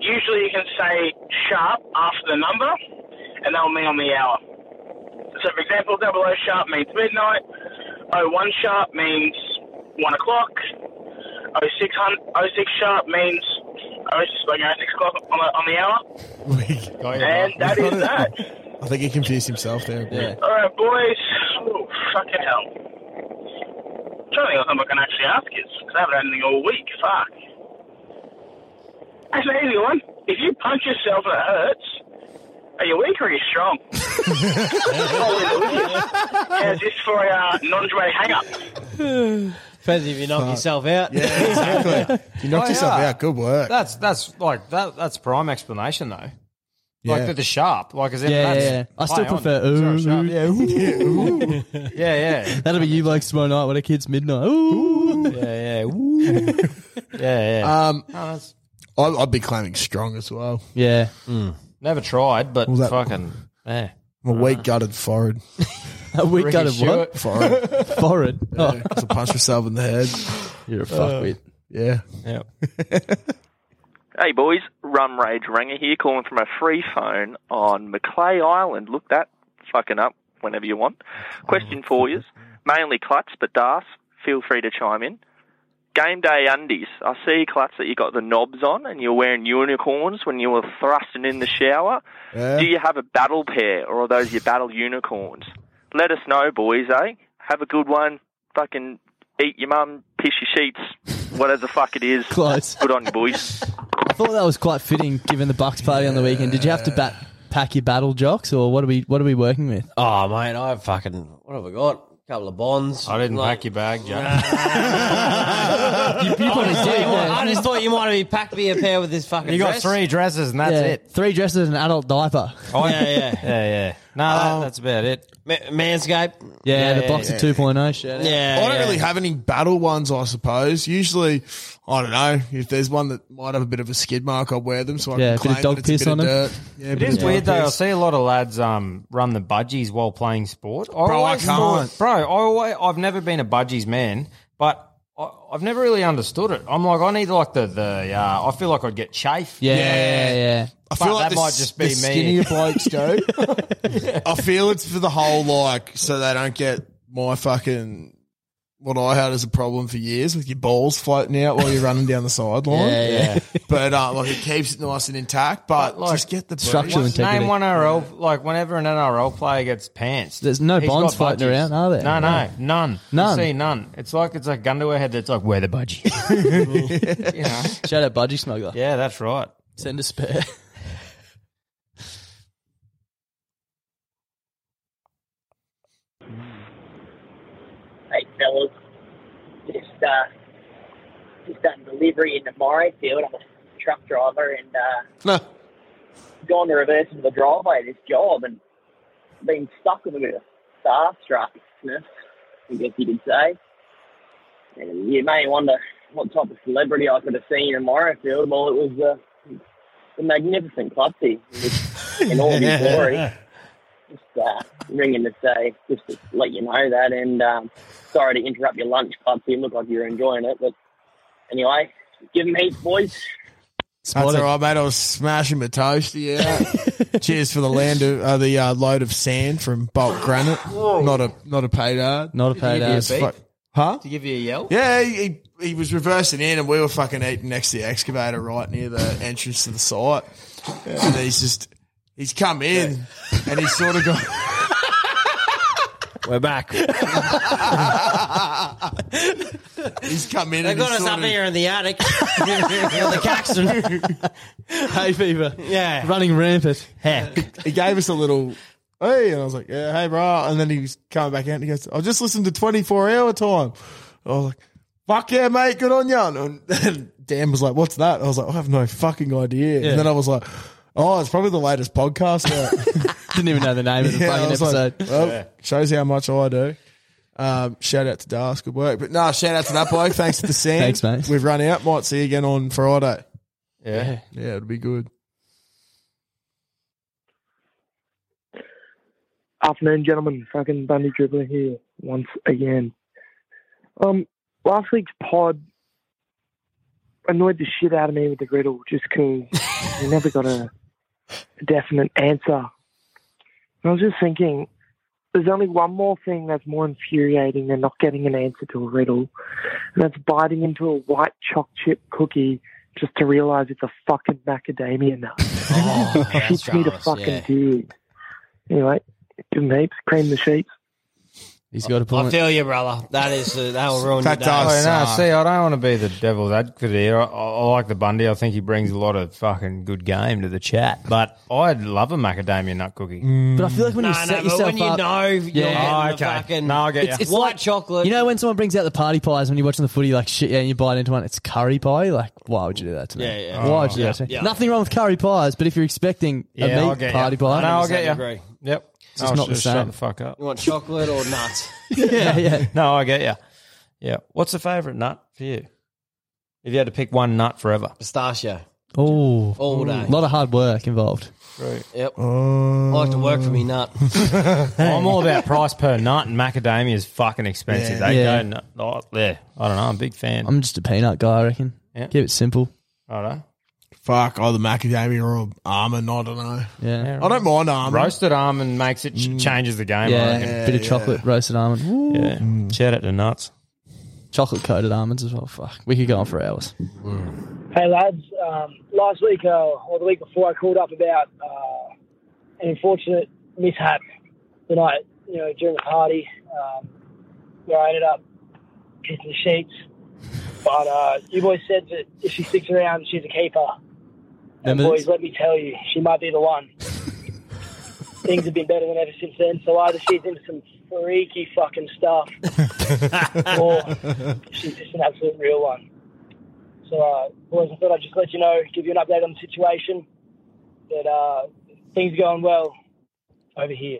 Speaker 10: Usually you can say sharp after the number, and that'll mean on the hour. So, for example, double O sharp means midnight. O one sharp means one o'clock. O six hun- O six sharp means O like, you know, six o'clock on the, on the hour,
Speaker 2: Got you,
Speaker 10: and
Speaker 2: right.
Speaker 10: that is that.
Speaker 3: I think he confused himself there.
Speaker 4: Yeah.
Speaker 10: All right, boys. Oh, fucking hell. Trying to think of something I can actually ask is because I haven't had anything all week. Fuck. Actually, easy one. If you punch yourself and it hurts, are you weak or are you strong? I'll leave it with you. How's this for a uh, non-dramatic hang-up?
Speaker 6: Depends if you knock yourself out.
Speaker 3: You knocked
Speaker 2: Oh,
Speaker 3: yourself
Speaker 2: yeah.
Speaker 3: out. Good work.
Speaker 2: That's that's like that. That's prime explanation though.
Speaker 3: yeah.
Speaker 2: Like the, the sharp. Like as in
Speaker 4: Yeah,
Speaker 2: that's
Speaker 4: yeah, yeah. I still
Speaker 2: play on.
Speaker 4: prefer
Speaker 2: Sorry,
Speaker 4: ooh,
Speaker 2: sharp.
Speaker 4: ooh.
Speaker 2: Yeah, yeah, yeah,
Speaker 4: That'll be you like tomorrow night when a kid's midnight. Ooh.
Speaker 2: yeah, yeah. Ooh. yeah, yeah.
Speaker 3: um,
Speaker 2: No, that's-
Speaker 3: I, I'd be claiming strong as well.
Speaker 4: Yeah.
Speaker 2: never tried, but
Speaker 3: that-
Speaker 2: fucking yeah.
Speaker 3: I'm a weak gutted forehead.
Speaker 4: we got a what?
Speaker 3: Forehead.
Speaker 4: Forehead. Oh,
Speaker 3: Because I punched myself in the head. Uh,
Speaker 4: you're a fuckwit.
Speaker 3: Yeah.
Speaker 2: Yeah.
Speaker 8: Hey boys, Rum Rage Ranger here, calling from a free phone on Maclay Island. Look that fucking up whenever you want. Question for you: mainly Klutz, but Das, feel free to chime in. Game day undies. I see Klutz that you got the knobs on and you're wearing unicorns when you were thrusting in the shower.
Speaker 3: Yeah.
Speaker 8: Do you have a battle pair or are those your battle unicorns? Let us know, boys, eh? Have a good one. Fucking eat your mum, piss your sheets, whatever the fuck it is.
Speaker 4: Close.
Speaker 8: Good on you, boys.
Speaker 4: I thought that was quite fitting given the Bucks party on the weekend. Did you have to bat, pack your battle jocks or what are we what are we working with?
Speaker 6: Oh, mate, I fucking, what have I got? A couple of bonds.
Speaker 2: I didn't
Speaker 6: Like-
Speaker 2: pack your bag, Jack.
Speaker 6: I just, thought you might, I just thought you might have packed me a pair with this fucking
Speaker 2: you got
Speaker 6: dress.
Speaker 2: three dresses and that's
Speaker 4: yeah.
Speaker 2: it. Oh,
Speaker 4: Three dresses and an adult diaper.
Speaker 6: Oh, Yeah, Uh, yeah.
Speaker 2: Yeah, yeah. No, that, that's about it.
Speaker 5: Manscape.
Speaker 4: Yeah, the Boxer 2.0 shirt.
Speaker 5: Yeah,
Speaker 3: I don't really have any battle ones, I suppose. Usually, I don't know if there's one that might have a bit of a skid mark. I wear them, so I
Speaker 4: Yeah, a bit
Speaker 3: can
Speaker 4: of
Speaker 3: claim
Speaker 4: dog
Speaker 3: that it's
Speaker 4: piss
Speaker 3: a bit
Speaker 4: on
Speaker 3: of
Speaker 4: them.
Speaker 3: dirt. Yeah, a
Speaker 2: It
Speaker 3: bit
Speaker 2: is
Speaker 3: of
Speaker 2: weird
Speaker 3: dog
Speaker 2: though. I
Speaker 3: piss.
Speaker 2: see a lot of lads um, run the budgies while playing sport. I
Speaker 3: I
Speaker 2: always
Speaker 3: can't.
Speaker 2: thought- bro. I always, I've never been a budgies man, but I, I've never really understood it. I'm like, I need like the the. Uh, I feel like I'd get chafe.
Speaker 4: Yeah, yeah, yeah.
Speaker 3: I
Speaker 2: But
Speaker 3: feel like
Speaker 2: that
Speaker 3: the
Speaker 2: might
Speaker 3: s-
Speaker 2: just
Speaker 3: the
Speaker 2: be me.
Speaker 3: Skinnier blokes go. I feel it's for the whole like, so they don't get my fucking what I had as a problem for years with your balls floating out while you're running down the sideline.
Speaker 4: Yeah, yeah.
Speaker 3: But uh, like it keeps it nice and intact. But,
Speaker 2: But, like,
Speaker 3: just get the
Speaker 4: structure
Speaker 3: breeze.
Speaker 4: and- Integrity.
Speaker 2: Name one NRL like whenever an NRL player gets pants.
Speaker 4: There's no
Speaker 2: he's
Speaker 4: bonds
Speaker 2: got
Speaker 4: floating
Speaker 2: budgies.
Speaker 4: around, are there?
Speaker 2: No, no, none.
Speaker 4: None.
Speaker 2: You see, none. It's like it's like gun to her head. That's like where the budgie. you know?
Speaker 4: Shout out Budgie Smuggler.
Speaker 2: Yeah, that's right.
Speaker 4: Send a spare.
Speaker 10: Hey, fellas. Just, uh, just done delivery into Morayfield. I'm a truck driver and uh,
Speaker 3: No.
Speaker 10: gone the reverse of the driveway of this job and been stuck with a bit of starstruckness, I guess you could say. And you may wonder what type of celebrity I could have seen in Morayfield. Well, it was uh, the magnificent Clutzy in all of his glory. Just uh, ringing to say, just to let you know that. And um, sorry to interrupt your lunch, Clutzy. It looked like you were enjoying it. But anyway, give me heaps, boys.
Speaker 3: That's all right, mate. I was smashing my toasty out. Cheers for the land of uh, the uh, load of sand from bulk granite. Not a not a paid ad.
Speaker 4: Not a paid ass.
Speaker 3: Fuck. Huh?
Speaker 2: To give you a yell.
Speaker 3: Yeah, he, he, he was reversing in, and we were fucking eating next to the excavator, right near the entrance to the site. And he's just he's come in, and he's sort of gone.
Speaker 5: we're back.
Speaker 3: He's come in.
Speaker 6: They
Speaker 3: and
Speaker 6: got
Speaker 3: he's
Speaker 6: us up
Speaker 3: sorta-
Speaker 6: here in the attic. the Caxton.
Speaker 4: Hay fever.
Speaker 6: Yeah.
Speaker 4: Running rampant.
Speaker 3: He gave us a little. Hey, and I was like, yeah, hey, bro. And then he's coming back out and he goes, I just listened to 24 hour time. I was like, fuck yeah, mate, good on you. And then Dan was like, what's that? I was like, I have no fucking idea. And then I was like, oh, it's probably the latest podcast out.
Speaker 4: Didn't even know the name of the
Speaker 3: Yeah, I
Speaker 4: fucking
Speaker 3: was
Speaker 4: episode.
Speaker 3: Like, well, Shows how much I do. Um, shout out to Das, good work. But no, shout out to that bloke. Thanks to the sand.
Speaker 4: Thanks, mate.
Speaker 3: We've run out. Might see you again on Friday.
Speaker 2: Yeah.
Speaker 3: Yeah, it'll be good.
Speaker 11: Afternoon, gentlemen. Fucking Bundy Dribbler here once again. Um, last week's pod annoyed the shit out of me with the riddle just because you never got a, a definite answer. And I was just thinking, there's only one more thing that's more infuriating than not getting an answer to a riddle, and that's biting into a white choc chip cookie just to realize it's a fucking macadamia nut. Shits me to fucking tears. Anyway, give them heaps, cream the sheets.
Speaker 4: He's got a
Speaker 6: I
Speaker 4: point.
Speaker 6: feel you, brother. That is uh, that will ruin your
Speaker 3: That
Speaker 6: day.
Speaker 3: does.
Speaker 2: Oh, no,
Speaker 3: suck.
Speaker 2: see, I don't want to be the devil's advocate here. I, I, I like the Bundy. I think he brings a lot of fucking good game to the chat. But I'd love a macadamia nut cookie.
Speaker 4: Mm. But I feel like when
Speaker 6: No,
Speaker 4: you
Speaker 6: no,
Speaker 4: set
Speaker 6: but
Speaker 4: yourself
Speaker 6: when you
Speaker 4: up,
Speaker 6: know you're
Speaker 4: Yeah.
Speaker 6: getting
Speaker 2: Oh,
Speaker 6: the
Speaker 2: okay.
Speaker 6: fucking
Speaker 2: No, I get
Speaker 6: it's,
Speaker 2: ya.
Speaker 6: it's white
Speaker 4: like-
Speaker 6: chocolate.
Speaker 4: you know when someone brings out the party pies when you're watching the footy, like shit, yeah, and you bite into one, it's curry pie. Like, why would you do that to me?
Speaker 6: Yeah, yeah.
Speaker 4: Why would you
Speaker 2: Yeah,
Speaker 4: do that to me?
Speaker 6: yeah.
Speaker 4: Nothing wrong with curry pies, but if you're expecting a
Speaker 2: Yeah, I'll
Speaker 4: meat
Speaker 2: get
Speaker 4: party
Speaker 2: you.
Speaker 4: pie,
Speaker 2: No, I'll get you.
Speaker 6: agree.
Speaker 2: Yep. It's
Speaker 4: just not the same.
Speaker 2: Oh, Shut the fuck up.
Speaker 6: you want chocolate or nuts?
Speaker 4: yeah, yeah.
Speaker 2: No, I get you. Yeah. What's a favourite nut for you? If you had to pick one nut forever.
Speaker 6: Pistachio.
Speaker 4: Oh,
Speaker 6: All day.
Speaker 4: A lot of hard work involved.
Speaker 6: Yep.
Speaker 2: Um,
Speaker 6: I like to work for me nut.
Speaker 2: Mm. I'm all about price per nut, and macadamia is fucking expensive. They go
Speaker 4: Yeah.
Speaker 2: nut, oh, there. I don't know. I'm a big fan.
Speaker 4: I'm just a peanut guy, I reckon.
Speaker 2: Yeah.
Speaker 4: Keep it simple.
Speaker 2: I don't know.
Speaker 3: Fuck, either macadamia or almond. I don't know.
Speaker 4: Yeah. Mm, Yeah.
Speaker 3: I don't mind almond.
Speaker 2: Roasted almond makes it ch- changes the game. I reckon.
Speaker 4: bit of chocolate, roasted almond, Ooh,
Speaker 2: Yeah. Shout out to nuts.
Speaker 4: chocolate coated almonds as well. Fuck, we could go on for hours.
Speaker 2: Mm.
Speaker 11: Hey lads, um, last week uh, or the week before, I called up about uh, an unfortunate mishap the night, you know, during the party um, where I ended up kissing the sheets. But uh, you boys said that if she sticks around, she's a keeper. And
Speaker 4: Remember
Speaker 11: boys,
Speaker 4: this?
Speaker 11: let me tell you, she might be the one. Things have been better than ever since then. So either she's into some freaky fucking stuff, or she's just an absolute real one. So, uh, boys, I thought I'd just let you know, give you an update on the situation. That uh, things are going well over here.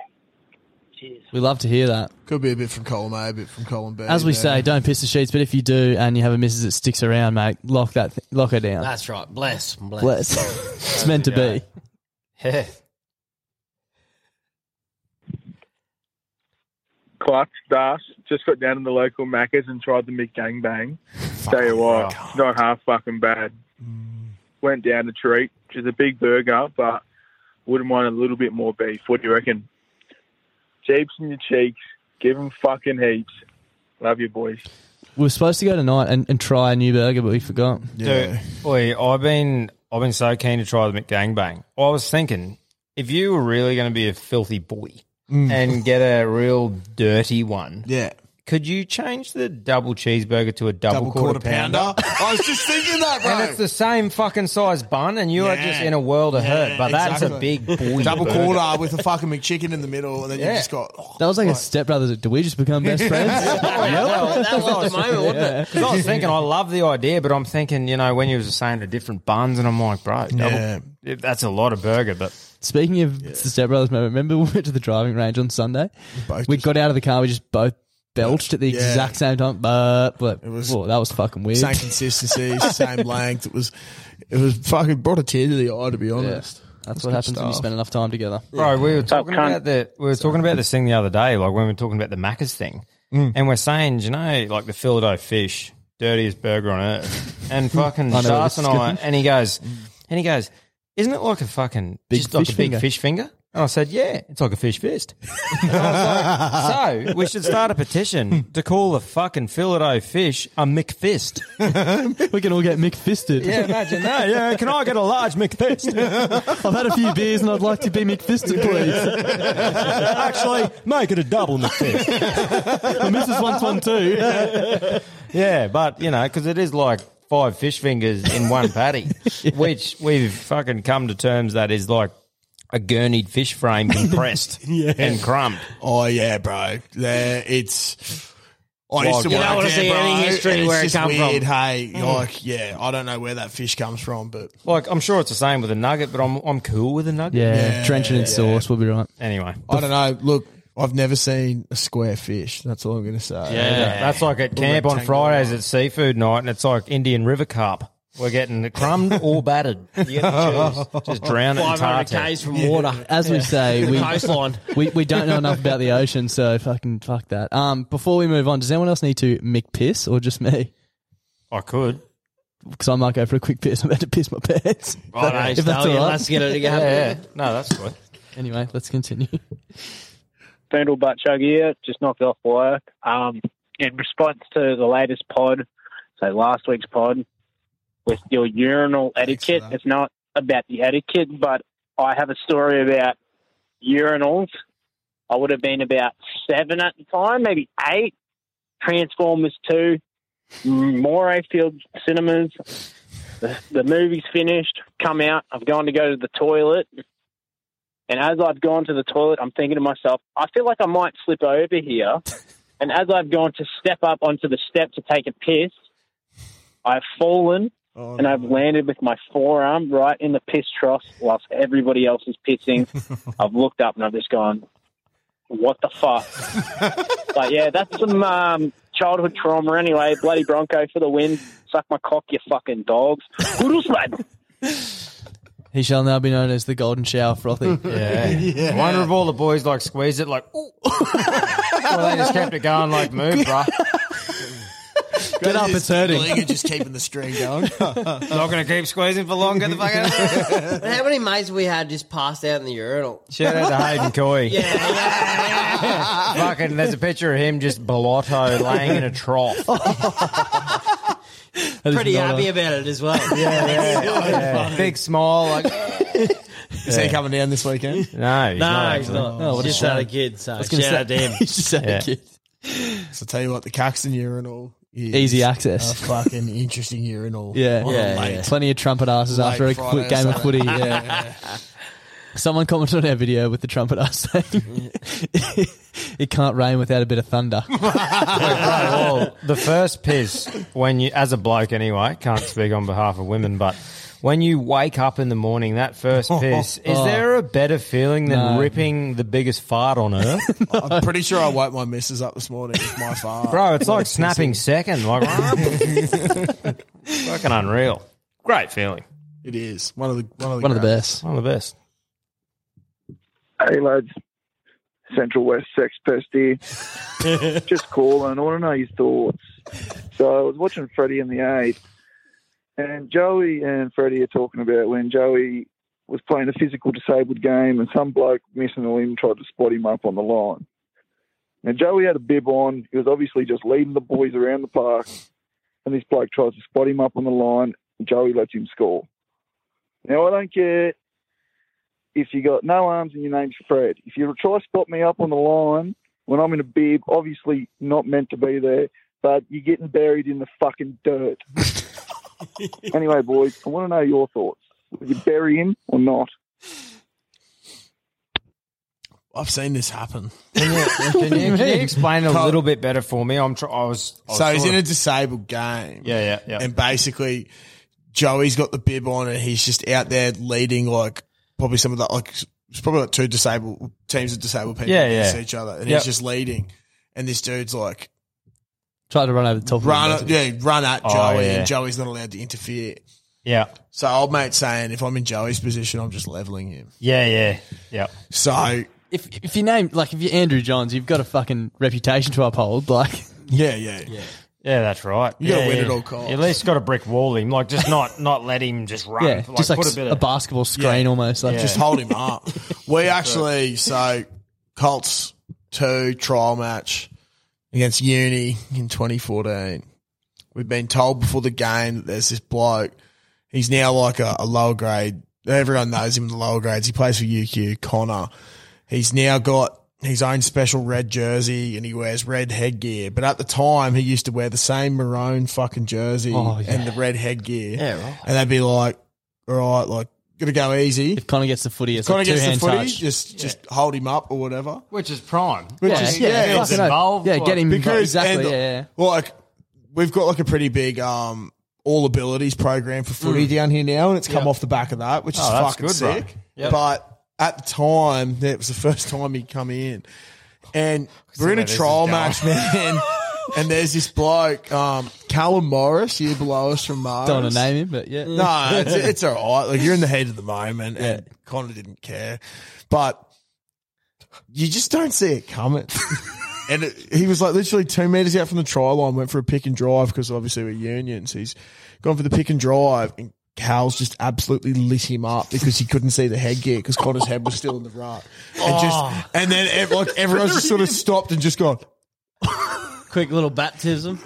Speaker 11: Cheers.
Speaker 4: We love to hear that.
Speaker 3: Could be a bit from column A, a bit from column B.
Speaker 4: As we
Speaker 3: there.
Speaker 4: say, don't piss the sheets, but if you do and you have a missus that sticks around, mate, lock that, th- lock her down.
Speaker 6: That's right. Bless. Bless.
Speaker 4: Bless. it's meant to be.
Speaker 12: Clutch, Dash, just got down to the local Macca's and tried the McGangbang. Tell you what, not half fucking bad.
Speaker 3: Mm.
Speaker 12: Went down the treat, which is a big burger, but wouldn't mind a little bit more beef. What do you reckon? Jeeps in your cheeks, give 'em fucking heaps. Love you, boys.
Speaker 4: We were supposed to go tonight and, and try a new burger, but we forgot.
Speaker 2: Dude, oi, I've been I've been so keen to try the McGangbang. I was thinking, if you were really going to be a filthy boy
Speaker 1: Mm.
Speaker 2: and get a real dirty one,
Speaker 3: yeah,
Speaker 2: could you change the double cheeseburger to a double,
Speaker 3: Double
Speaker 2: quarter,
Speaker 3: quarter
Speaker 2: pounder?
Speaker 3: pounder? I was just thinking that, bro.
Speaker 2: And it's the same fucking size bun, and you are
Speaker 3: Yeah.
Speaker 2: just in a world of hurt. But that's a
Speaker 3: exactly.
Speaker 2: big boy
Speaker 3: double
Speaker 2: burger.
Speaker 3: quarter with a fucking McChicken in the middle, and then
Speaker 4: Yeah.
Speaker 3: you just got oh,
Speaker 4: That was like a stepbrothers. Did we just become best friends?
Speaker 6: That was the moment, wasn't it?
Speaker 2: Because I was thinking, I love the idea, but I'm thinking, you know, when you were saying the different buns, and I'm like, bro, double,
Speaker 4: Yeah.
Speaker 2: that's a lot of burger. But
Speaker 4: Speaking of the stepbrothers moment, remember we went to the driving range on Sunday? we got out of the car, we just both belched at the
Speaker 3: Yeah.
Speaker 4: exact same time. But, but whoa, that was fucking weird.
Speaker 3: same consistency, same length. It was, it was fucking brought a tear to the eye, to be honest.
Speaker 4: That's what happens when you spend enough time together.
Speaker 2: Bro, we were talking about the we were talking about this thing the other day, like when we were talking about the Macca's thing,
Speaker 4: Mm.
Speaker 2: and we're saying, you know, like the Philadelphia fish, dirtiest burger on earth, and fucking
Speaker 4: I know where this
Speaker 2: Shas
Speaker 4: is
Speaker 2: and I,
Speaker 4: going.
Speaker 2: and he goes, and he goes, isn't it like a fucking
Speaker 4: Big
Speaker 2: just like
Speaker 4: fish
Speaker 2: a big
Speaker 4: finger."
Speaker 2: fish finger? And I said, yeah, it's like a fish fist. And I was like, so we should start a petition to call the fucking Philadelphia fish a McFist.
Speaker 4: we can all get McFisted.
Speaker 2: Yeah, imagine that. Yeah, can I get a large McFist?
Speaker 4: I've had a few beers and I'd like to be McFisted, please.
Speaker 2: Actually, make it a double McFist.
Speaker 4: My missus wants one too.
Speaker 2: Yeah, but you know, because it is like five fish fingers in one patty, which we've fucking come to terms that is like a gurneyed fish frame compressed and crumbed.
Speaker 3: Oh yeah, bro. There, it's. I
Speaker 2: Wild
Speaker 3: used to
Speaker 2: game. You don't
Speaker 3: work
Speaker 2: wanna
Speaker 3: there,
Speaker 2: see
Speaker 3: bro,
Speaker 2: any history
Speaker 3: and it's
Speaker 2: where it
Speaker 3: just
Speaker 2: come from. Hmm. Mm.
Speaker 3: weird, Hey, like, yeah, I don't know where that fish comes from, but
Speaker 2: Like I'm sure it's the same with a nugget, but I'm I'm cool with a nugget.
Speaker 4: Yeah, drench it in sauce, we'll be right.
Speaker 2: Anyway,
Speaker 3: I don't know. Look, I've never seen a square fish. That's all I'm going to say.
Speaker 2: yeah,
Speaker 3: uh,
Speaker 2: that's like at camp on Fridays at seafood night, and it's like Indian river carp. We're getting the crumbed or battered. You get to choose. Just drown it in tar
Speaker 6: 500
Speaker 2: tar.
Speaker 6: k's from water.
Speaker 4: As we say, we,
Speaker 6: coastline.
Speaker 4: we we don't know enough about the ocean, so fucking fuck that. Um, before we move on, does anyone else need to McPiss or just me?
Speaker 2: I could.
Speaker 4: Because I might go for a quick piss. I'm about to piss my pants.
Speaker 6: Right, eh,
Speaker 4: If that's all
Speaker 6: Stallion,
Speaker 4: right.
Speaker 6: Let's get it together.
Speaker 2: Yeah, yeah. no, that's good.
Speaker 4: Anyway, let's continue.
Speaker 13: Boondle Butt Chug here, just knocked off work. Um, in response to the latest pod, so last week's pod, with your urinal etiquette, it's not about the etiquette, but I have a story about urinals. I would have been about seven at the time, maybe eight. Transformers 2, Morayfield Cinemas. The, the movie's finished, come out, I've gone to go to the toilet. And as I've gone to the toilet, I'm thinking to myself, I feel like I might slip over here. and as I've gone to step up onto the step to take a piss, I've fallen and I've landed with my forearm right in the piss trough whilst everybody else is pissing. I've looked up and I've just gone, what the fuck? but yeah, that's some um, childhood trauma anyway. Bloody Bronco for the win. Suck my cock, you fucking dogs. Hoodles, lad.
Speaker 4: he shall now be known as the Golden Shower Frothy.
Speaker 2: Yeah. I wonder if all the boys like squeezed it like, ooh. well, they just kept it going like, move, bruh.
Speaker 4: Get up, it's hurting.
Speaker 3: You're just keeping the string going.
Speaker 2: Not going to keep squeezing for long. Get the fuck out of here.
Speaker 6: And how many mates we had just passed out in the urinal?
Speaker 2: Shout out to Hayden Coy.
Speaker 6: Yeah, yeah, yeah.
Speaker 2: Fucking, there's a picture of him just blotto laying in a trough.
Speaker 6: Pretty happy about it as well.
Speaker 2: Yeah, yeah, yeah. Big smile. Like,
Speaker 3: Is he coming down this weeekend?
Speaker 2: no, he's
Speaker 6: No,
Speaker 2: not.
Speaker 6: he's
Speaker 2: actually.
Speaker 6: not.
Speaker 4: Oh,
Speaker 6: he's
Speaker 4: what a
Speaker 6: just
Speaker 4: shame.
Speaker 6: had a kid, so
Speaker 4: gonna
Speaker 6: shout out to
Speaker 4: say-
Speaker 6: him.
Speaker 4: He's just had
Speaker 2: Yeah.
Speaker 4: a kid.
Speaker 3: So tell you what, the Caxton urinal. Is
Speaker 4: Easy
Speaker 3: A
Speaker 4: access.
Speaker 3: fucking interesting urinal.
Speaker 4: Yeah,
Speaker 3: On a
Speaker 4: yeah,
Speaker 3: late-
Speaker 4: Plenty of trumpet asses
Speaker 3: late
Speaker 4: after a
Speaker 3: Friday
Speaker 4: quick
Speaker 3: or
Speaker 4: game of
Speaker 3: Saturday.
Speaker 4: footy. Yeah. Someone commented on our video with the trumpet ass saying, "It can't rain without a bit of thunder."
Speaker 2: well, the first piss when you, as a bloke anyway, can't speak on behalf of women, but When you wake up in the morning, that first piss, is
Speaker 3: Oh.
Speaker 2: there a better feeling than
Speaker 3: No.
Speaker 2: ripping the biggest fart on earth?
Speaker 3: I'm pretty sure I woke my missus up this morning with my fart.
Speaker 2: Bro, it's like snapping second. Like, fucking unreal. Great feeling.
Speaker 3: It is one of the one of the, greats.
Speaker 2: best. One of the best.
Speaker 14: Hey lads, Central West Sex Pest here. Just calling. I want to know your thoughts. So I was watching Freddie and the Eight, and Joey and Freddie are talking about when Joey was playing a physical disabled game and some bloke missing a limb tried to spot him up on the line. Now Joey had a bib on. He was obviously just leading the boys around the park, and this bloke tries to spot him up on the line. And Joey lets him score. Now I don't care if you got no arms and your name's Fred. If you try to spot me up on the line when I'm in a bib, obviously not meant to be there, but you're getting buried in the fucking dirt. anyway, boys, I want to know your thoughts. Would you bury him or not?
Speaker 3: I've seen this happen.
Speaker 2: Can you, can you explain a little bit better for me? I'm. Tr- I was. I was
Speaker 3: So he's
Speaker 2: sort
Speaker 3: in
Speaker 2: of-
Speaker 3: a disabled game.
Speaker 2: Yeah, yeah, yeah.
Speaker 3: And basically, Joey's got the bib on, and he's just out there leading like probably some of the like it's probably like two disabled teams of disabled people
Speaker 4: Yeah,
Speaker 3: against
Speaker 4: yeah.
Speaker 3: each other, and
Speaker 4: Yep.
Speaker 3: he's just leading. And this dude's like
Speaker 4: Tried to run over the top
Speaker 3: run,
Speaker 4: of
Speaker 3: at,
Speaker 4: him.
Speaker 3: yeah, run at
Speaker 4: Oh,
Speaker 3: Joey,
Speaker 4: yeah.
Speaker 3: and Joey's not allowed to interfere.
Speaker 2: Yeah.
Speaker 3: So old mate saying, if I'm in Joey's position, I'm just leveling him.
Speaker 2: Yeah, yeah, yeah.
Speaker 3: So
Speaker 4: if if you name like if you're Andrew Johns, you've got a fucking reputation to uphold. Like
Speaker 3: yeah, yeah,
Speaker 4: yeah.
Speaker 2: Yeah, that's right.
Speaker 4: You gotta
Speaker 2: Yeah,
Speaker 4: win
Speaker 2: yeah.
Speaker 4: at all costs.
Speaker 2: You at least got to brick wall him, like just not not let him just run.
Speaker 4: Yeah, just like
Speaker 2: put
Speaker 4: s-
Speaker 2: a bit
Speaker 4: a,
Speaker 2: of
Speaker 4: basketball screen almost. Like
Speaker 3: Just hold him up. We actually so Colts two trial match against Uni in 2014. We've been told before the game that there's this bloke. He's now like a, a lower grade. Everyone knows him in the lower grades. He plays for UQ. Connor. He's now got his own special red jersey and he wears red headgear. But at the time, he used to wear the same maroon fucking jersey
Speaker 4: Oh, yeah.
Speaker 3: and the red headgear.
Speaker 4: Yeah, right.
Speaker 3: And they'd be like, all right, like, gonna go easy. If
Speaker 4: Connor gets the footy, it's
Speaker 3: Connor
Speaker 4: like two
Speaker 3: gets the
Speaker 4: hand
Speaker 3: footy,
Speaker 4: touch.
Speaker 3: just just hold him up or whatever.
Speaker 2: Which is prime.
Speaker 3: Which
Speaker 4: Yeah,
Speaker 3: is
Speaker 4: yeah,
Speaker 3: yeah,
Speaker 4: yeah,
Speaker 3: it's
Speaker 4: fucking oath. Yeah, get him involved, exactly, yeah, yeah.
Speaker 3: Well, like we've got like a pretty big um all abilities program for footy
Speaker 4: Mm.
Speaker 3: down here now, and it's come off the back of that, which
Speaker 4: Oh,
Speaker 3: is
Speaker 4: that's
Speaker 3: fucking
Speaker 4: good, bro.
Speaker 3: sick.
Speaker 4: Yep.
Speaker 3: But at the time, that was the first time he'd come in, and
Speaker 4: see
Speaker 3: we're in
Speaker 4: where
Speaker 3: a
Speaker 4: this is
Speaker 3: trial
Speaker 4: going.
Speaker 3: match, man. And there's this bloke, um, Callum Morris, year below us from Mars.
Speaker 4: Don't wanna name him, but yeah.
Speaker 3: No, it's, it's all right. Like you're in the heat of the moment, and Connor didn't care, but you just don't see it coming. and it, he was like literally two meters out from the try line, went for a pick and drive because obviously we're unions. He's gone for the pick and drive, and Cal's just absolutely lit him up because he couldn't see the headgear because Connor's head was still in the ruck. And
Speaker 6: Oh.
Speaker 3: just and then ev- like everyone's just sort of stopped and just gone.
Speaker 6: Quick little baptism.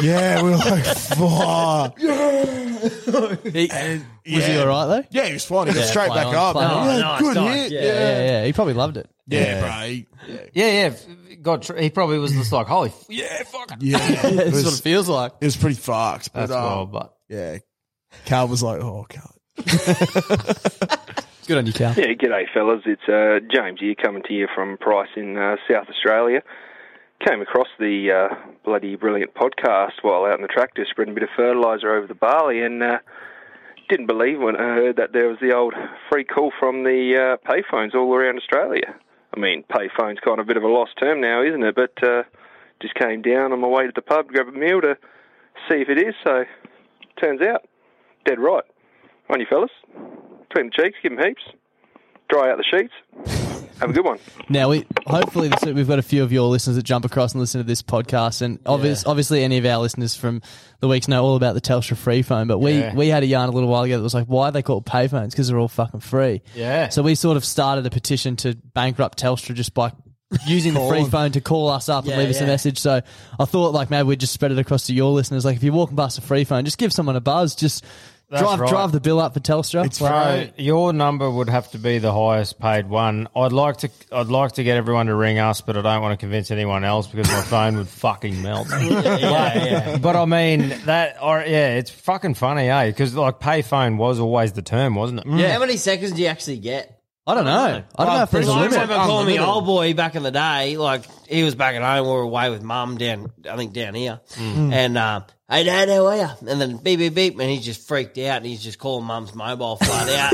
Speaker 3: Yeah, we were like, fuck.
Speaker 4: He- Was he all right though?
Speaker 3: Yeah, he was fine. He got
Speaker 4: Yeah,
Speaker 3: straight
Speaker 4: play
Speaker 3: back
Speaker 4: on,
Speaker 3: up.
Speaker 4: play on.
Speaker 3: Yeah,
Speaker 4: Nice,
Speaker 3: good
Speaker 4: nice.
Speaker 3: hit.
Speaker 4: Yeah,
Speaker 3: yeah.
Speaker 4: yeah, yeah. He probably loved it.
Speaker 3: Yeah, bro. He-
Speaker 2: Yeah, yeah. God, tr- he probably was just like, holy, f- yeah, fuck.
Speaker 3: Yeah,
Speaker 2: That's what it
Speaker 4: feels like.
Speaker 3: It was pretty fucked. But,
Speaker 2: That's
Speaker 3: um,
Speaker 2: wild, but
Speaker 3: yeah, Cal was like, "Oh, Cal."
Speaker 4: Good on you, Cal.
Speaker 15: Yeah, g'day, fellas. It's uh, James here coming to you from Price in uh, South Australia. Came across the uh, bloody brilliant podcast while out in the tractor spreading a bit of fertiliser over the barley and uh, didn't believe when I heard that there was the old free call from the uh, payphones all around Australia. I mean, payphone's kind of a bit of a lost term now, isn't it? But uh, just came down on my way to the pub to grab a meal to see if it is. So turns out, dead right. On you, fellas. Between the cheeks, give 'em heaps dry out the sheets. Have a good one.
Speaker 4: Now we hopefully this, we've got a few of your listeners that jump across and listen to this podcast, and obvious, obviously any of our listeners from the weeks know all about the Telstra free phone. But we
Speaker 2: Yeah.
Speaker 4: we had a yarn a little while ago that was like, why are they called pay phones? Because they're all fucking free.
Speaker 2: Yeah.
Speaker 4: So we sort of started a petition to bankrupt Telstra just by using the free
Speaker 2: Calling.
Speaker 4: phone to call us up
Speaker 2: Yeah,
Speaker 4: and leave us a
Speaker 2: yeah.
Speaker 4: message. So I thought like maybe we'd just spread it across to your listeners. Like if you're walking past a free phone, just give someone a buzz. Just
Speaker 2: That's
Speaker 4: drive
Speaker 2: right.
Speaker 4: drive the bill up for Telstra.
Speaker 2: So your number would have to be the highest paid one. I'd like to. I'd like to get everyone to ring us, but I don't want to convince anyone else because my phone would fucking melt. but, but I mean that. Or yeah, it's fucking funny, eh? Because like payphone was always the term, wasn't it?
Speaker 4: Mm.
Speaker 6: How many seconds do you actually get?
Speaker 4: I don't know. I don't know if there's a limit.
Speaker 6: Like
Speaker 2: Oh,
Speaker 6: someone called me old boy back in the day. Like he was back at home. We were away with mum down, I think down here.
Speaker 4: Mm.
Speaker 6: And uh, hey dad, how are you? And then beep beep beep, and he's just freaked out, and he's just calling mum's mobile flat out.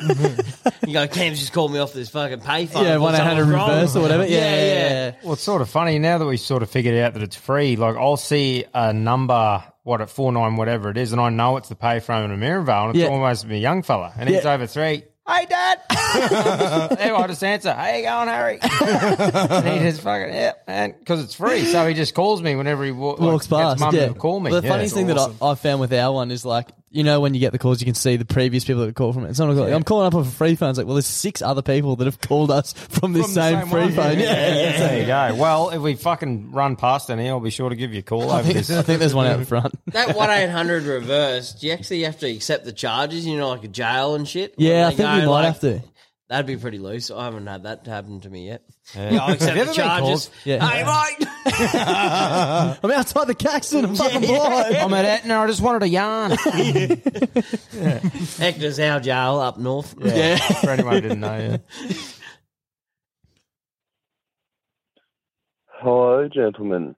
Speaker 6: you go, Cam's just called me off this fucking payphone.
Speaker 4: Yeah,
Speaker 6: Thought something was wrong. yeah, yeah.
Speaker 2: Well, it's sort of funny now that we sort of figured out that it's free. Like, I'll see a number, what, at 49, whatever it is, and I know it's the payphone in Mirrenvale, and it's
Speaker 1: Yeah.
Speaker 2: almost a young fella, and he's
Speaker 1: Yeah.
Speaker 2: over three.
Speaker 1: Hey, Dad.
Speaker 2: Hey, I just answer. How you going, Harry? and he just fucking, yeah, man, because it's free. So he just calls me whenever he wa- like,
Speaker 4: walks past.
Speaker 2: Gets mum
Speaker 4: yeah.
Speaker 2: to call me.
Speaker 4: The funniest thing that I, I found with our one is like, you know, when you get the calls, you can see the previous people that call from it. It's not like,
Speaker 2: Yeah.
Speaker 4: I'm calling up off a free phone. It's like, well, there's six other people that have called us from this
Speaker 2: From the
Speaker 4: same,
Speaker 2: same
Speaker 4: free
Speaker 2: one.
Speaker 4: phone.
Speaker 2: There you go. Well, if we fucking run past any, I'll be sure to give you a call
Speaker 4: I
Speaker 2: over
Speaker 4: think-
Speaker 2: this.
Speaker 4: I think there's one out front.
Speaker 6: That one eight hundred reverse. Do you actually have to accept the charges? You know, like a jail and shit.
Speaker 4: Yeah,
Speaker 6: When
Speaker 4: I
Speaker 6: they
Speaker 4: think
Speaker 6: go,
Speaker 4: we might
Speaker 6: like,
Speaker 4: have to.
Speaker 6: That'd be pretty loose. I haven't had that happen to me yet.
Speaker 4: Yeah.
Speaker 6: Yeah, I
Speaker 4: Have you
Speaker 6: accept
Speaker 4: ever
Speaker 6: the
Speaker 4: been
Speaker 6: charges.
Speaker 4: called? Yeah.
Speaker 6: Hey, mate.
Speaker 4: I'm outside the Caxton. I'm fucking blind.
Speaker 2: I'm at Etna. I just wanted a yarn.
Speaker 6: Hector's our jail up north.
Speaker 2: Yeah. For anyone who didn't know, yeah.
Speaker 9: Hello, gentlemen.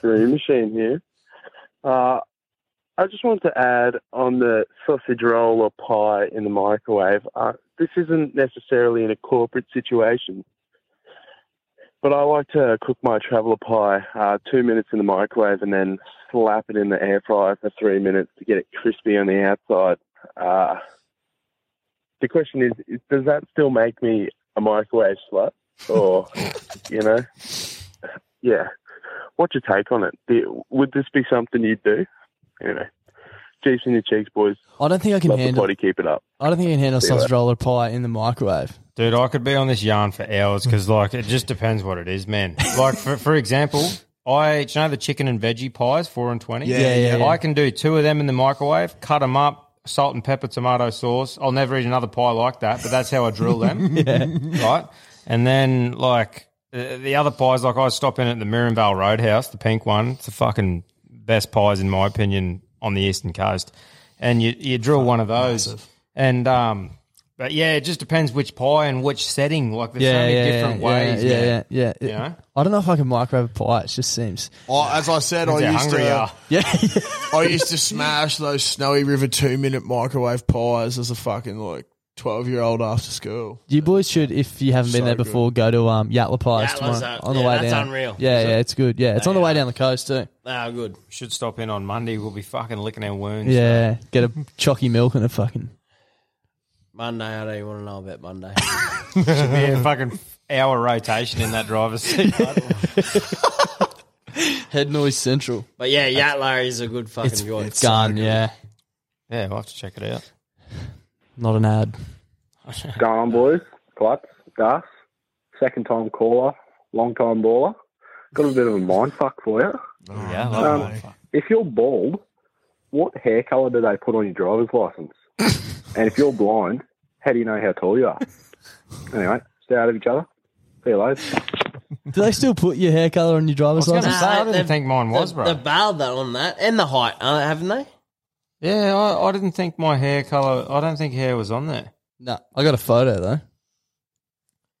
Speaker 9: Green Machine here. Uh, I just wanted to add on the sausage roll or pie in the microwave. Uh, this isn't necessarily in a corporate situation, but I like to cook my traveller pie uh, two minutes in the microwave and then slap it in the air fryer for three minutes to get it crispy on the outside. Uh, the question is, is, does that still make me a microwave slut? Or, you know, yeah. What's your take on it? Do- Would this be something you'd do? Anyway, cheeks in your cheeks, boys.
Speaker 4: I don't think I can
Speaker 9: Love
Speaker 4: handle-
Speaker 9: the potty, keep it up.
Speaker 4: I don't think you can handle
Speaker 9: See
Speaker 4: sausage
Speaker 9: that.
Speaker 4: roll or pie in the microwave.
Speaker 2: Dude, I could be on this yarn for hours because, like, it just depends what it is, man. Like, for, for example, I, do you know the chicken and veggie pies, four and twenty.
Speaker 1: Yeah, Yeah, yeah, yeah.
Speaker 2: I can do two of them in the microwave, cut them up, salt and pepper, tomato sauce. I'll never eat another pie like that, but that's how I drill them.
Speaker 1: Yeah.
Speaker 2: right. And then, like, the the other pies, like, I stop in at the Mirrenvale Roadhouse, the pink one. It's the fucking best pies, in my opinion, on the eastern coast. And you, you drill one of those. And, um, but yeah, it just depends which pie and which setting. Like there's so many different
Speaker 4: yeah,
Speaker 2: ways.
Speaker 4: Yeah, yeah,
Speaker 2: man.
Speaker 4: yeah.
Speaker 2: You know?
Speaker 4: I don't know if I can microwave a pie. It just seems.
Speaker 3: Oh, as I said,
Speaker 4: Depends
Speaker 3: I
Speaker 4: how
Speaker 3: used
Speaker 4: hungry you
Speaker 3: to. uh,
Speaker 4: are. Yeah.
Speaker 3: I used to smash those Snowy River two minute microwave pies as a fucking like twelve year old after school.
Speaker 4: You boys should, if you haven't been
Speaker 3: So
Speaker 4: there
Speaker 3: good.
Speaker 4: before, go to um, Yatla Pies
Speaker 3: Yatla's
Speaker 4: tomorrow
Speaker 2: Uh,
Speaker 3: up-
Speaker 4: on the
Speaker 3: yeah,
Speaker 4: way
Speaker 3: that's
Speaker 4: down.
Speaker 3: unreal.
Speaker 4: Yeah,
Speaker 3: Is
Speaker 4: yeah,
Speaker 3: it?
Speaker 4: it's good. Yeah, it's on the way down the coast too.
Speaker 6: Ah, good.
Speaker 2: Should stop in on Monday. We'll be fucking licking our wounds.
Speaker 4: Yeah, get a chalky milk and a fucking.
Speaker 6: Monday, I don't even want to know about Monday.
Speaker 2: Should be a fucking hour rotation in that driver's seat.
Speaker 4: Head noise central.
Speaker 6: But yeah, Yatla is a good fucking
Speaker 4: It's,
Speaker 6: joint.
Speaker 4: it's gone. yeah,
Speaker 2: yeah, we'll have to check it out.
Speaker 4: not an ad.
Speaker 16: Going on, boys. Clutz, Gus, second time caller, long time baller. Got a bit of a mind fuck for you.
Speaker 2: Yeah,
Speaker 16: Um, if you're bald, what hair colour do they put on your driver's license? and if you're blind, how do you know how tall you are? Anyway, stay out of each other. See you later.
Speaker 4: Do they still put your hair color on your driver's license?
Speaker 6: they've-
Speaker 2: was,
Speaker 6: they've-
Speaker 2: bro.
Speaker 6: They've bailed that on that and the height, uh, haven't they?
Speaker 2: Yeah, I, I didn't think my hair color. I don't think hair was on there.
Speaker 4: No, I got a photo though.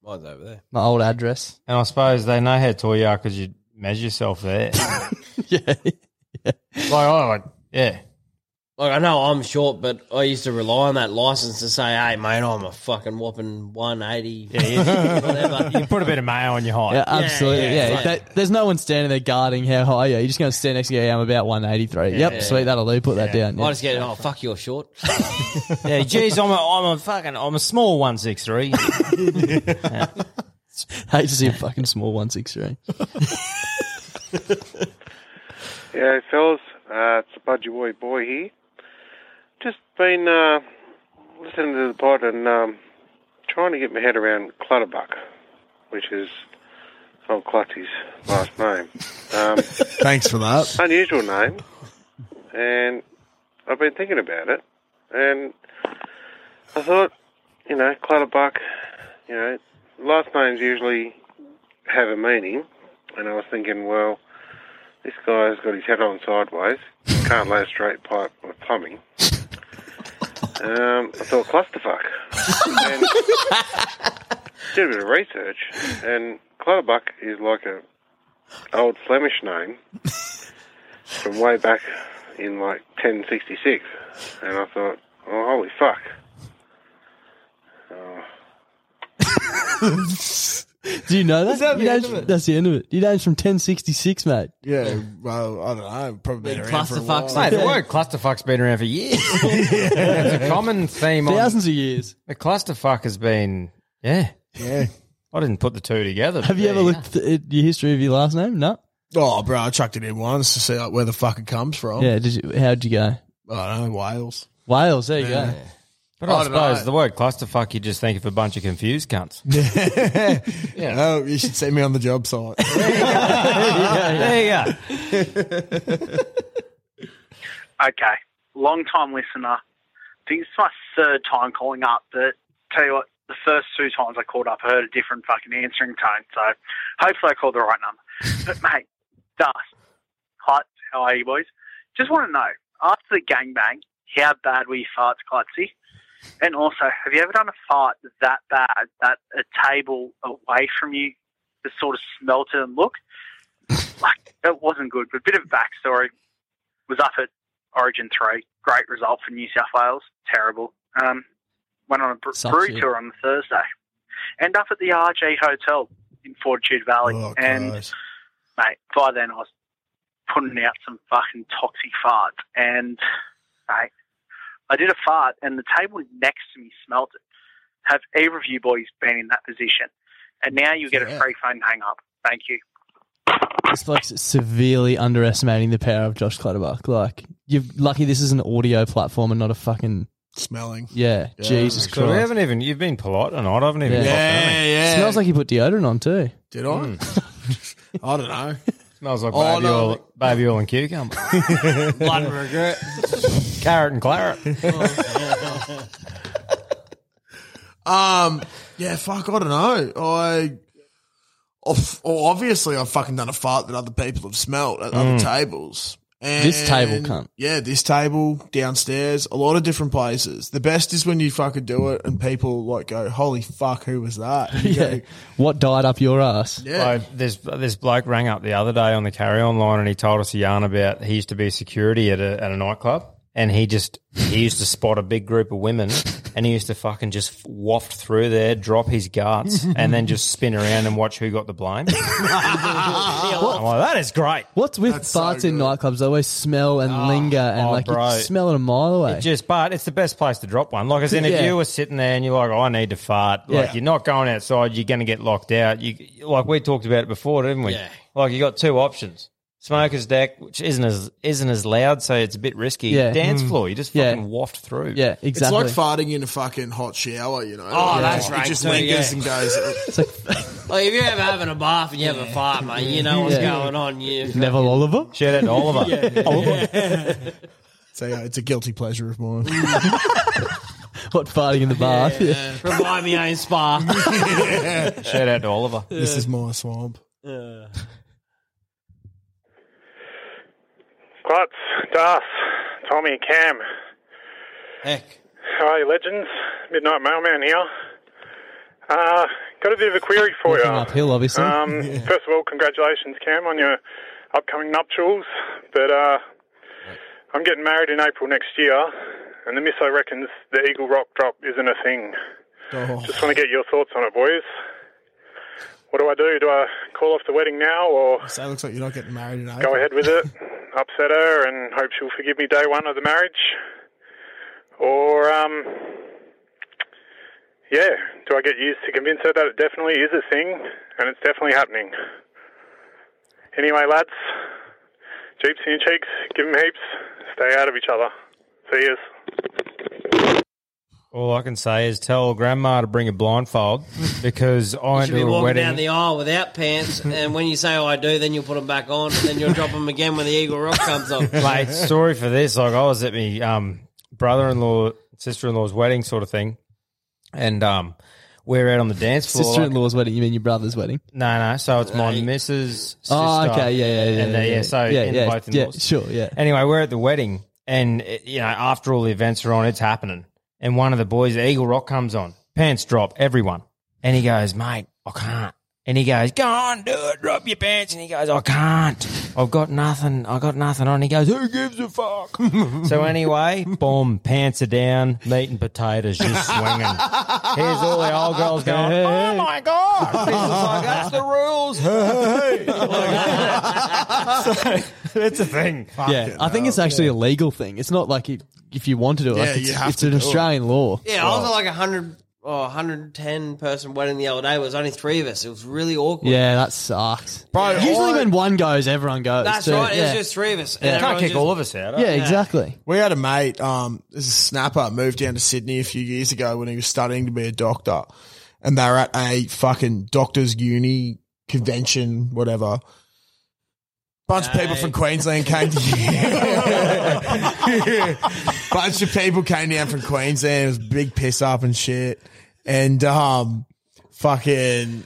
Speaker 6: Mine's over there.
Speaker 4: My old address.
Speaker 2: And I suppose they know how tall you are because you measure yourself there.
Speaker 4: yeah.
Speaker 2: Like, Oh, I like, yeah.
Speaker 6: Like I know I'm short, but I used to rely on that license to say, "Hey, mate, I'm a fucking whopping 180." whatever.
Speaker 2: you put a bit of mayo on your height.
Speaker 4: Yeah, absolutely. Yeah,
Speaker 6: yeah,
Speaker 4: If
Speaker 6: yeah.
Speaker 4: that- there's no one standing there guarding how high you are. You're just going to stand next to you. I'm about 183. yep,
Speaker 6: Yeah.
Speaker 4: sweet. That'll do. Put that down.
Speaker 6: I just get, "Oh fuck, you're short."
Speaker 2: Yeah, geez, I'm a, I'm a fucking, I'm a small one six three.
Speaker 4: Hate to see a fucking small 163.
Speaker 17: Yeah, fellas, uh, it's the Budgie Boy Boy here. Just been uh, listening to the pod and um, trying to get my head around Clutterbuck, which is old Clutty's last name. Um,
Speaker 3: Thanks for that.
Speaker 17: unusual name, and I've been thinking about it, and I thought, you know, Clutterbuck, you know, last names usually have a meaning, and I was thinking, well, this guy's got hys head on sideways, can't lay a straight pipe with plumbing. Um, I thought clusterfuck. and did a bit of research, and Clutterbuck is like a old Flemish name from way back in like 1066, and I thought, oh holy fuck. Oh,
Speaker 4: Do you know that? You
Speaker 3: that the
Speaker 4: know
Speaker 3: end of it?
Speaker 4: That's the end of it. Your name's from 1066, mate.
Speaker 3: Yeah, well, I don't know. Probably been around for a while.
Speaker 4: clusterfucks.
Speaker 2: Mate, the word clusterfuck's been around for years. it's a common theme.
Speaker 4: Thousands of years.
Speaker 2: The clusterfuck has been, yeah.
Speaker 3: Yeah.
Speaker 2: I didn't put the two together.
Speaker 4: Have you ever looked at your history of your last name? No.
Speaker 3: Oh, bro, I chucked it in once to see like, where the fuck it comes from.
Speaker 4: Yeah. Did you, how'd you go?
Speaker 3: I don't know, Wales.
Speaker 4: Wales. There you
Speaker 3: Yeah.
Speaker 4: go.
Speaker 2: But I,
Speaker 3: Oh, I don't
Speaker 2: suppose
Speaker 3: know.
Speaker 2: the word clusterfuck, you just think of a bunch of confused cunts.
Speaker 3: yeah. Oh, you should send me on the job site.
Speaker 2: There
Speaker 3: you go.
Speaker 18: Okay, long time listener. I think it's my third time calling up, but tell you what, the first two times I called up, I heard a different fucking answering tone. So hopefully I called the right number. but mate, Dust, Klutz, how are you boys? Just want to know after the gangbang, how bad were your farts, Klutzy? And also, have you ever done a fart that bad that a table away from you just sort of smelt it and looked? Like, it wasn't good, but a bit of backstory was up at Origin 3. Great result for New South Wales. Terrible. Um, went on a br-
Speaker 19: Sucks,
Speaker 18: brew
Speaker 19: yeah.
Speaker 18: tour on the Thursday. End up at the RG Hotel in Fortitude Valley. and, mate, by then I was putting out some fucking toxic farts. And, mate, I did a fart and the table next to me smelt it. Have either of you boys been in that position? And now you get a free phone hang up. Thank you.
Speaker 4: It's like severely underestimating the power of Josh Clutterbuck. Like you're lucky this is an audio platform and not a fucking
Speaker 3: smelling.
Speaker 4: Yeah, Jesus
Speaker 2: So we
Speaker 4: Christ.
Speaker 2: haven't even, you've been polite tonight. I haven't even. popped anything.
Speaker 4: Smells like you put deodorant on too.
Speaker 3: Did I? I don't know.
Speaker 2: Hmm. Smells like
Speaker 3: Oh,
Speaker 2: baby,
Speaker 3: no.
Speaker 2: oil, baby oil and cucumber.
Speaker 3: Blood and regret. Oh,
Speaker 2: Carrot and claret.
Speaker 3: um, yeah, fuck, I don't know. I, of- well, obviously, I've fucking done a fart that other people have smelt at
Speaker 4: Mm.
Speaker 3: other tables. And
Speaker 4: This table, cunt.
Speaker 3: Yeah, this table, downstairs, a lot of different places. The best is when you fucking do it and people like go, holy fuck, who was that? And you
Speaker 4: Yeah.
Speaker 3: go,
Speaker 4: What died up your ass?
Speaker 2: Like, this this bloke rang up the other day on the carry on line and he told us a yarn about he used to be security at a at a nightclub and he just he used to spot a big group of women and he used to fucking just waft through there, drop his guts, and then just spin around and watch who got the blame. I'm like, that is great.
Speaker 4: What's with farts in nightclubs? They always smell and linger, and
Speaker 2: oh,
Speaker 4: like you
Speaker 2: bro.
Speaker 4: can smell it a mile away.
Speaker 2: It just, but it's the best place to drop one. Like, as in, if
Speaker 4: Yeah.
Speaker 2: you were sitting there and you're like, oh, I need to fart, like,
Speaker 4: Yeah.
Speaker 2: you're not going outside, you're going to get locked out. You Like, we talked about it before, didn't we?
Speaker 4: Yeah.
Speaker 2: Like, you got two options. Smoker's deck, which isn't as isn't as loud, so it's a bit risky.
Speaker 4: Yeah.
Speaker 2: Dance
Speaker 4: Mm.
Speaker 2: floor, you just
Speaker 4: Yeah.
Speaker 2: fucking waft through.
Speaker 4: Yeah, exactly.
Speaker 3: It's like farting in a fucking hot shower, you know.
Speaker 6: Oh,
Speaker 3: Like,
Speaker 6: that's
Speaker 3: it
Speaker 6: right,
Speaker 3: just
Speaker 6: too,
Speaker 3: lingers
Speaker 6: yeah.
Speaker 3: and goes.
Speaker 6: Like if you're ever having a bath and you have a fart, mate, you know what's
Speaker 3: Yeah.
Speaker 6: going on. You
Speaker 4: Neville Oliver.
Speaker 2: Shout out to Oliver.
Speaker 3: So yeah, it's a guilty pleasure of mine.
Speaker 4: what farting in the bath? Yeah.
Speaker 6: Remind me own spa.
Speaker 2: Shout out to Oliver.
Speaker 3: This is my swamp.
Speaker 19: Uh. Klutz, Das, Tommy, and Cam.
Speaker 6: Heck.
Speaker 19: How are you, legends? Midnight Mailman here. Uh, got a bit of a query for you.
Speaker 4: Nothing uphill, obviously.
Speaker 19: Um, First of all, congratulations, Cam, on your upcoming nuptials. But uh, I'm getting married in April next year, and the miso reckons the Eagle Rock drop isn't a thing. Just want to get your thoughts on it, boys. What do I do? Do I call off the wedding now, or
Speaker 3: So it looks like you're not getting married in April.
Speaker 19: go ahead with it, upset her, and hope she'll forgive me day one of the marriage? Or, um, yeah, do I get used to convince her that it definitely is a thing and it's definitely happening? Anyway, lads, jeeps in your cheeks, give 'em heaps, stay out of each other. See yous.
Speaker 2: All I can say is tell grandma to bring a blindfold because I
Speaker 6: You
Speaker 2: went
Speaker 6: should be
Speaker 2: to a
Speaker 6: walking
Speaker 2: wedding.
Speaker 6: down the aisle without pants, and when you say "oh, I do," then you'll put them back on, and then you'll drop them again when the Eagle Rock comes on.
Speaker 2: Mate, story for this. Like I was at my um, brother-in-law, sister-in-law's wedding, sort of thing, and um, we're out on the dance floor. like-
Speaker 4: Sister-in-law's wedding. You mean your brother's wedding?
Speaker 2: no, no. So it's my missus.
Speaker 4: Oh,
Speaker 2: sister,
Speaker 4: okay, yeah, yeah, yeah,
Speaker 2: uh, and they-
Speaker 4: yeah,
Speaker 2: yeah. So
Speaker 4: yeah,
Speaker 2: in
Speaker 4: yeah,
Speaker 2: both
Speaker 4: yeah,
Speaker 2: in-laws.
Speaker 4: sure, yeah.
Speaker 2: Anyway, we're at the wedding, and uh, you know, after all the events are on, it's happening, and one of the boys, Eagle Rock, comes on, pants drop, everyone.
Speaker 20: And he goes, mate, I can't. And he goes, go on, do it, drop your pants. And he goes, I can't. I've got nothing. I've got nothing on. He goes, who gives a fuck?
Speaker 2: So anyway, boom, pants are down, meat and potatoes just swinging. Here's all the old girls going, oh my God. This is like, that's the rules.
Speaker 4: it's a
Speaker 2: thing.
Speaker 4: yeah, I think it's actually a legal thing. It's not like it, if you want to do it,
Speaker 5: Yeah,
Speaker 4: like it's,
Speaker 5: you have
Speaker 4: it's
Speaker 5: to
Speaker 4: an
Speaker 5: do it.
Speaker 4: Australian law.
Speaker 6: Yeah, I was at like a hundred or hundred ten person wedding the other day. It was only three of us. It was really awkward.
Speaker 4: Yeah, that sucks.
Speaker 6: Bro,
Speaker 4: usually
Speaker 6: I-
Speaker 4: when one goes, everyone goes.
Speaker 6: That's
Speaker 4: too.
Speaker 6: right. It was
Speaker 4: Yeah.
Speaker 6: just three of us.
Speaker 4: Yeah. Can't
Speaker 6: everyone
Speaker 4: kick
Speaker 6: just-
Speaker 4: all of us out, eh? Yeah, exactly.
Speaker 3: We had a mate, um, this is a snapper, moved down to Sydney a few years ago when he was studying to be a doctor. And they were at a fucking doctors' uni convention, whatever. Bunch of people from Queensland came to Bunch of people came down from Queensland. It was a big piss up and shit. And um fucking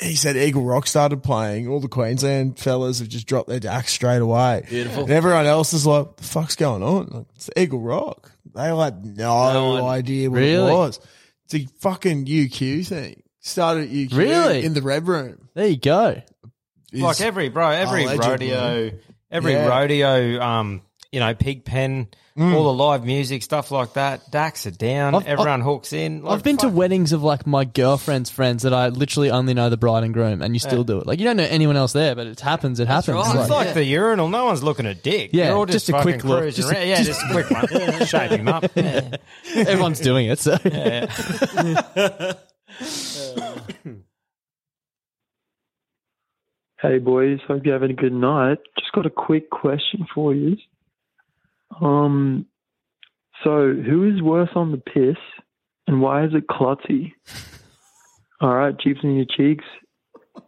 Speaker 3: he said Eagle Rock started playing. All the Queensland fellas have just dropped their dack straight away.
Speaker 21: Beautiful.
Speaker 3: And everyone else is like, what the fuck's going on? Like, it's Eagle Rock. They like no, idea what
Speaker 4: Really?
Speaker 3: it was. It's a fucking UQ thing. Started at UQ
Speaker 2: Really?
Speaker 3: in the red room.
Speaker 4: There you go.
Speaker 2: like every bro, every
Speaker 3: a legend,
Speaker 2: rodeo,
Speaker 3: man.
Speaker 2: every
Speaker 3: Yeah.
Speaker 2: rodeo, um, you know, pig pen,
Speaker 4: Mm.
Speaker 2: all the live music stuff like that. Dax are down,
Speaker 4: I've-
Speaker 2: everyone
Speaker 4: I've-
Speaker 2: hooks in. Like,
Speaker 4: I've been to weddings of like my girlfriend's friends that I literally only know the bride and groom, and you still
Speaker 2: Yeah.
Speaker 4: do it. Like you don't know anyone else there, but it happens. It happens.
Speaker 2: It's like,
Speaker 4: yeah.
Speaker 2: the urinal. No one's looking at dick.
Speaker 4: Yeah,
Speaker 2: They're all
Speaker 4: just
Speaker 2: just,
Speaker 4: a quick
Speaker 2: fucking
Speaker 4: look.
Speaker 2: cruising
Speaker 4: Just a-
Speaker 2: around. yeah, just a quick one. Shake him up.
Speaker 4: Everyone's doing it, so
Speaker 2: Yeah.
Speaker 11: Hey boys, hope you're having a good night. Just got a quick question for you. Um, so who is worse on the piss, and why is it klutzy? All right, jeeps in your cheeks.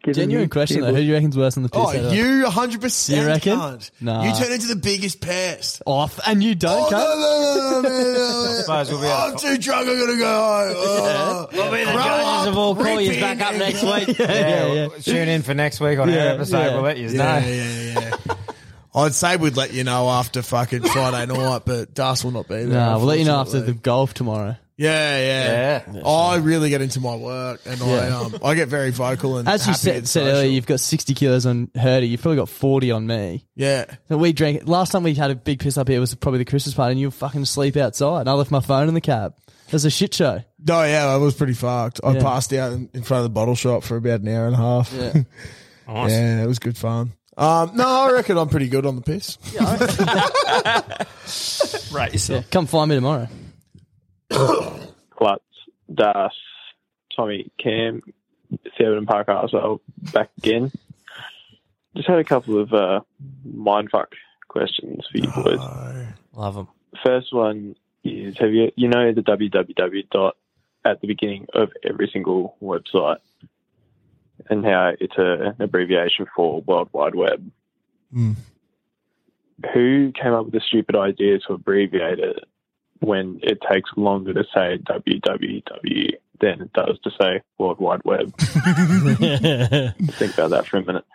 Speaker 11: Give it
Speaker 4: genuine
Speaker 11: me,
Speaker 4: question though.
Speaker 11: people.
Speaker 4: Who do you reckon's worse than the piss?
Speaker 11: Oh,
Speaker 4: ever?
Speaker 3: You 100%
Speaker 4: You reckon?
Speaker 3: cunt.
Speaker 4: Nah.
Speaker 3: You turn into the biggest pest.
Speaker 4: off, and you don't. cunt?
Speaker 3: Oh, no, no, no, no, no, no.
Speaker 2: Suppose we'll be able
Speaker 3: I'm too drunk. I'm gonna go home. Oh.
Speaker 6: We'll be the
Speaker 3: Grow
Speaker 6: judges
Speaker 3: up,
Speaker 6: of all. Call
Speaker 3: rip
Speaker 6: you back
Speaker 3: in,
Speaker 6: up
Speaker 3: and-
Speaker 6: next week.
Speaker 2: Yeah, well, Tune in for next week on our episode. We'll let you know.
Speaker 3: Yeah, yeah, yeah. I'd say we'd let you know after fucking Friday night, but Das will not be there.
Speaker 4: Nah, we'll let you know after
Speaker 3: unfortunately.
Speaker 4: the golf tomorrow.
Speaker 3: Yeah, yeah. I really get into my work, and I
Speaker 4: Yeah.
Speaker 3: um, I get very vocal and
Speaker 4: As you
Speaker 3: happy
Speaker 4: said,
Speaker 3: and
Speaker 4: said
Speaker 3: social.
Speaker 4: earlier, you've got 60 kilos on Herdy. You've probably got 40 on me.
Speaker 3: Yeah.
Speaker 4: So we drank. Last time we had a big piss up here was probably the Christmas party, and you were fucking sleep outside. And I left my phone in the cab. It was a shit show.
Speaker 3: No, yeah, I was pretty fucked. I
Speaker 4: Yeah.
Speaker 3: passed out in, in front of the bottle shop for about an hour and a half.
Speaker 4: Yeah.
Speaker 2: Nice.
Speaker 3: Yeah, it was good fun. Um, no, I reckon I'm pretty good on the piss.
Speaker 2: Right, yourself.
Speaker 4: Come find me tomorrow.
Speaker 22: Klutz, Das, Tommy, Cam, Seven and Parker as well back again. Just had a couple of uh, mindfuck questions for you boys.
Speaker 20: Love them.
Speaker 22: First one is have you you know the www dot at the beginning of every single website and how it's a, an abbreviation for World Wide Web. Who came up with the stupid idea to abbreviate it when it takes longer to say www than it does to say World Wide Web? Think about that for a minute.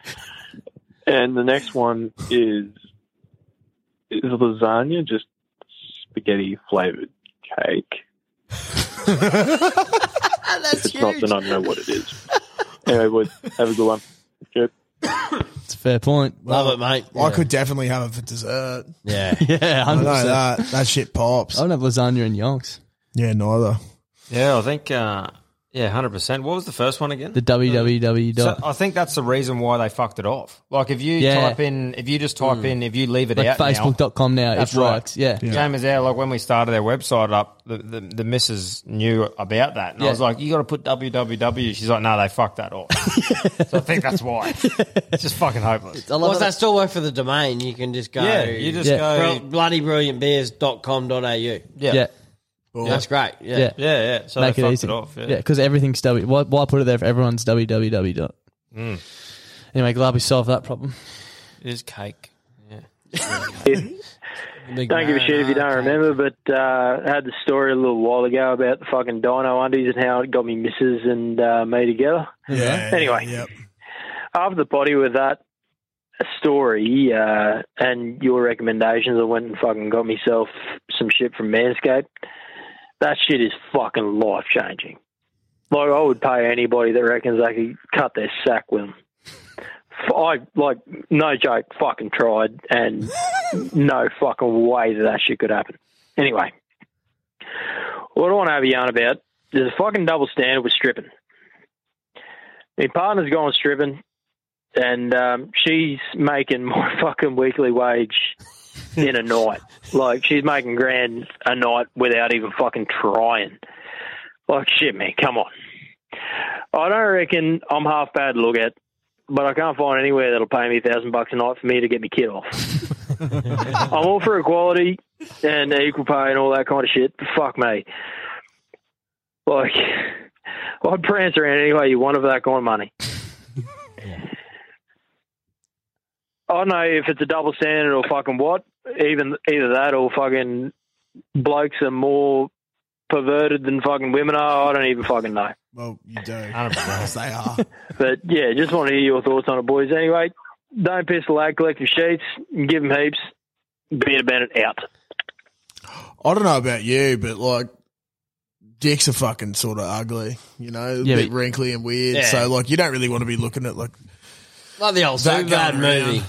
Speaker 22: And the next one is is lasagna just spaghetti flavored cake? if it's not, then I don't know what it is. anyway, boys, have a good one. Yep.
Speaker 4: It's a fair point.
Speaker 3: Love it,
Speaker 4: mate.
Speaker 3: I could definitely have it for dessert.
Speaker 4: Yeah. yeah, 100%.
Speaker 3: I know that. That shit pops.
Speaker 4: I don't have lasagna and yonks.
Speaker 3: Yeah, neither.
Speaker 2: Yeah, I think. Uh, yeah, hundred percent. What was the first one again?
Speaker 4: The www.
Speaker 2: So I think that's the reason why they fucked it off. Like if you
Speaker 4: Yeah.
Speaker 2: type in, if you just type
Speaker 4: Mm.
Speaker 2: in, if you leave it
Speaker 4: Like
Speaker 2: out,
Speaker 4: Facebook.com now, it
Speaker 2: that's
Speaker 4: works, yeah. Yeah.
Speaker 2: James is out. Like when we started our website up, the the, the missus knew about that, and I
Speaker 4: Yeah.
Speaker 2: was like, "You got to put www." She's like, "No, they fucked that off." so I think that's why. It's just fucking hopeless.
Speaker 6: Well, does that still work for the domain? You can just go.
Speaker 2: Yeah, you just Yeah. go-
Speaker 6: Bro- bloodybrilliantbeers.com.au. Yeah.
Speaker 4: Yeah.
Speaker 6: That's great. Yeah.
Speaker 4: Yeah. Make it easy. because everything's W. Why, why put it there if everyone's www dot?
Speaker 2: Mm.
Speaker 4: Anyway, glad we solved that problem.
Speaker 2: It is cake. Yeah.
Speaker 22: don't give a shit if you don't remember, but uh, I had the story a little while ago about the fucking dino undies and how it got me missus and uh, me together.
Speaker 3: Yeah.
Speaker 22: Anyway, after the body with that story uh, and your recommendations, I went and fucking got myself some shit from Manscaped. That shit is fucking life changing.
Speaker 21: Like I would pay anybody that reckons they could cut their sack with them. I like no joke, fucking tried, and no fucking way that that shit could happen. Anyway, what I want to have a yarn about there's a fucking double standard with stripping. My partner's gone stripping, and um, she's making my fucking weekly wage in a night. Like she's making grand a night without even fucking trying. Like shit, man, come on. I don't reckon I'm half bad to look at, but I can't find anywhere that'll pay me a thousand bucks a night for me to get my kid off. I'm all for equality and equal pay and all that kind of shit. But fuck me. Like, I'd prance around any way you want of that kind of money. I don't know if it's a double standard or fucking what. Even either that or fucking blokes are more perverted than fucking women are. I don't even fucking know.
Speaker 3: Well, you do. I don't know. they are.
Speaker 21: But yeah, just want to hear your thoughts on it, boys. Anyway, don't piss the lad, collect your sheets, and give him heaps. Beer Bennett out.
Speaker 3: I don't know about you, but like, dicks are fucking sort of ugly. You know, a
Speaker 21: Yeah,
Speaker 3: bit
Speaker 21: but-
Speaker 3: wrinkly and weird.
Speaker 5: Yeah.
Speaker 3: So like, you don't really want to be looking at like
Speaker 6: Like the old
Speaker 3: That
Speaker 6: Superbad
Speaker 3: going around.
Speaker 6: movie.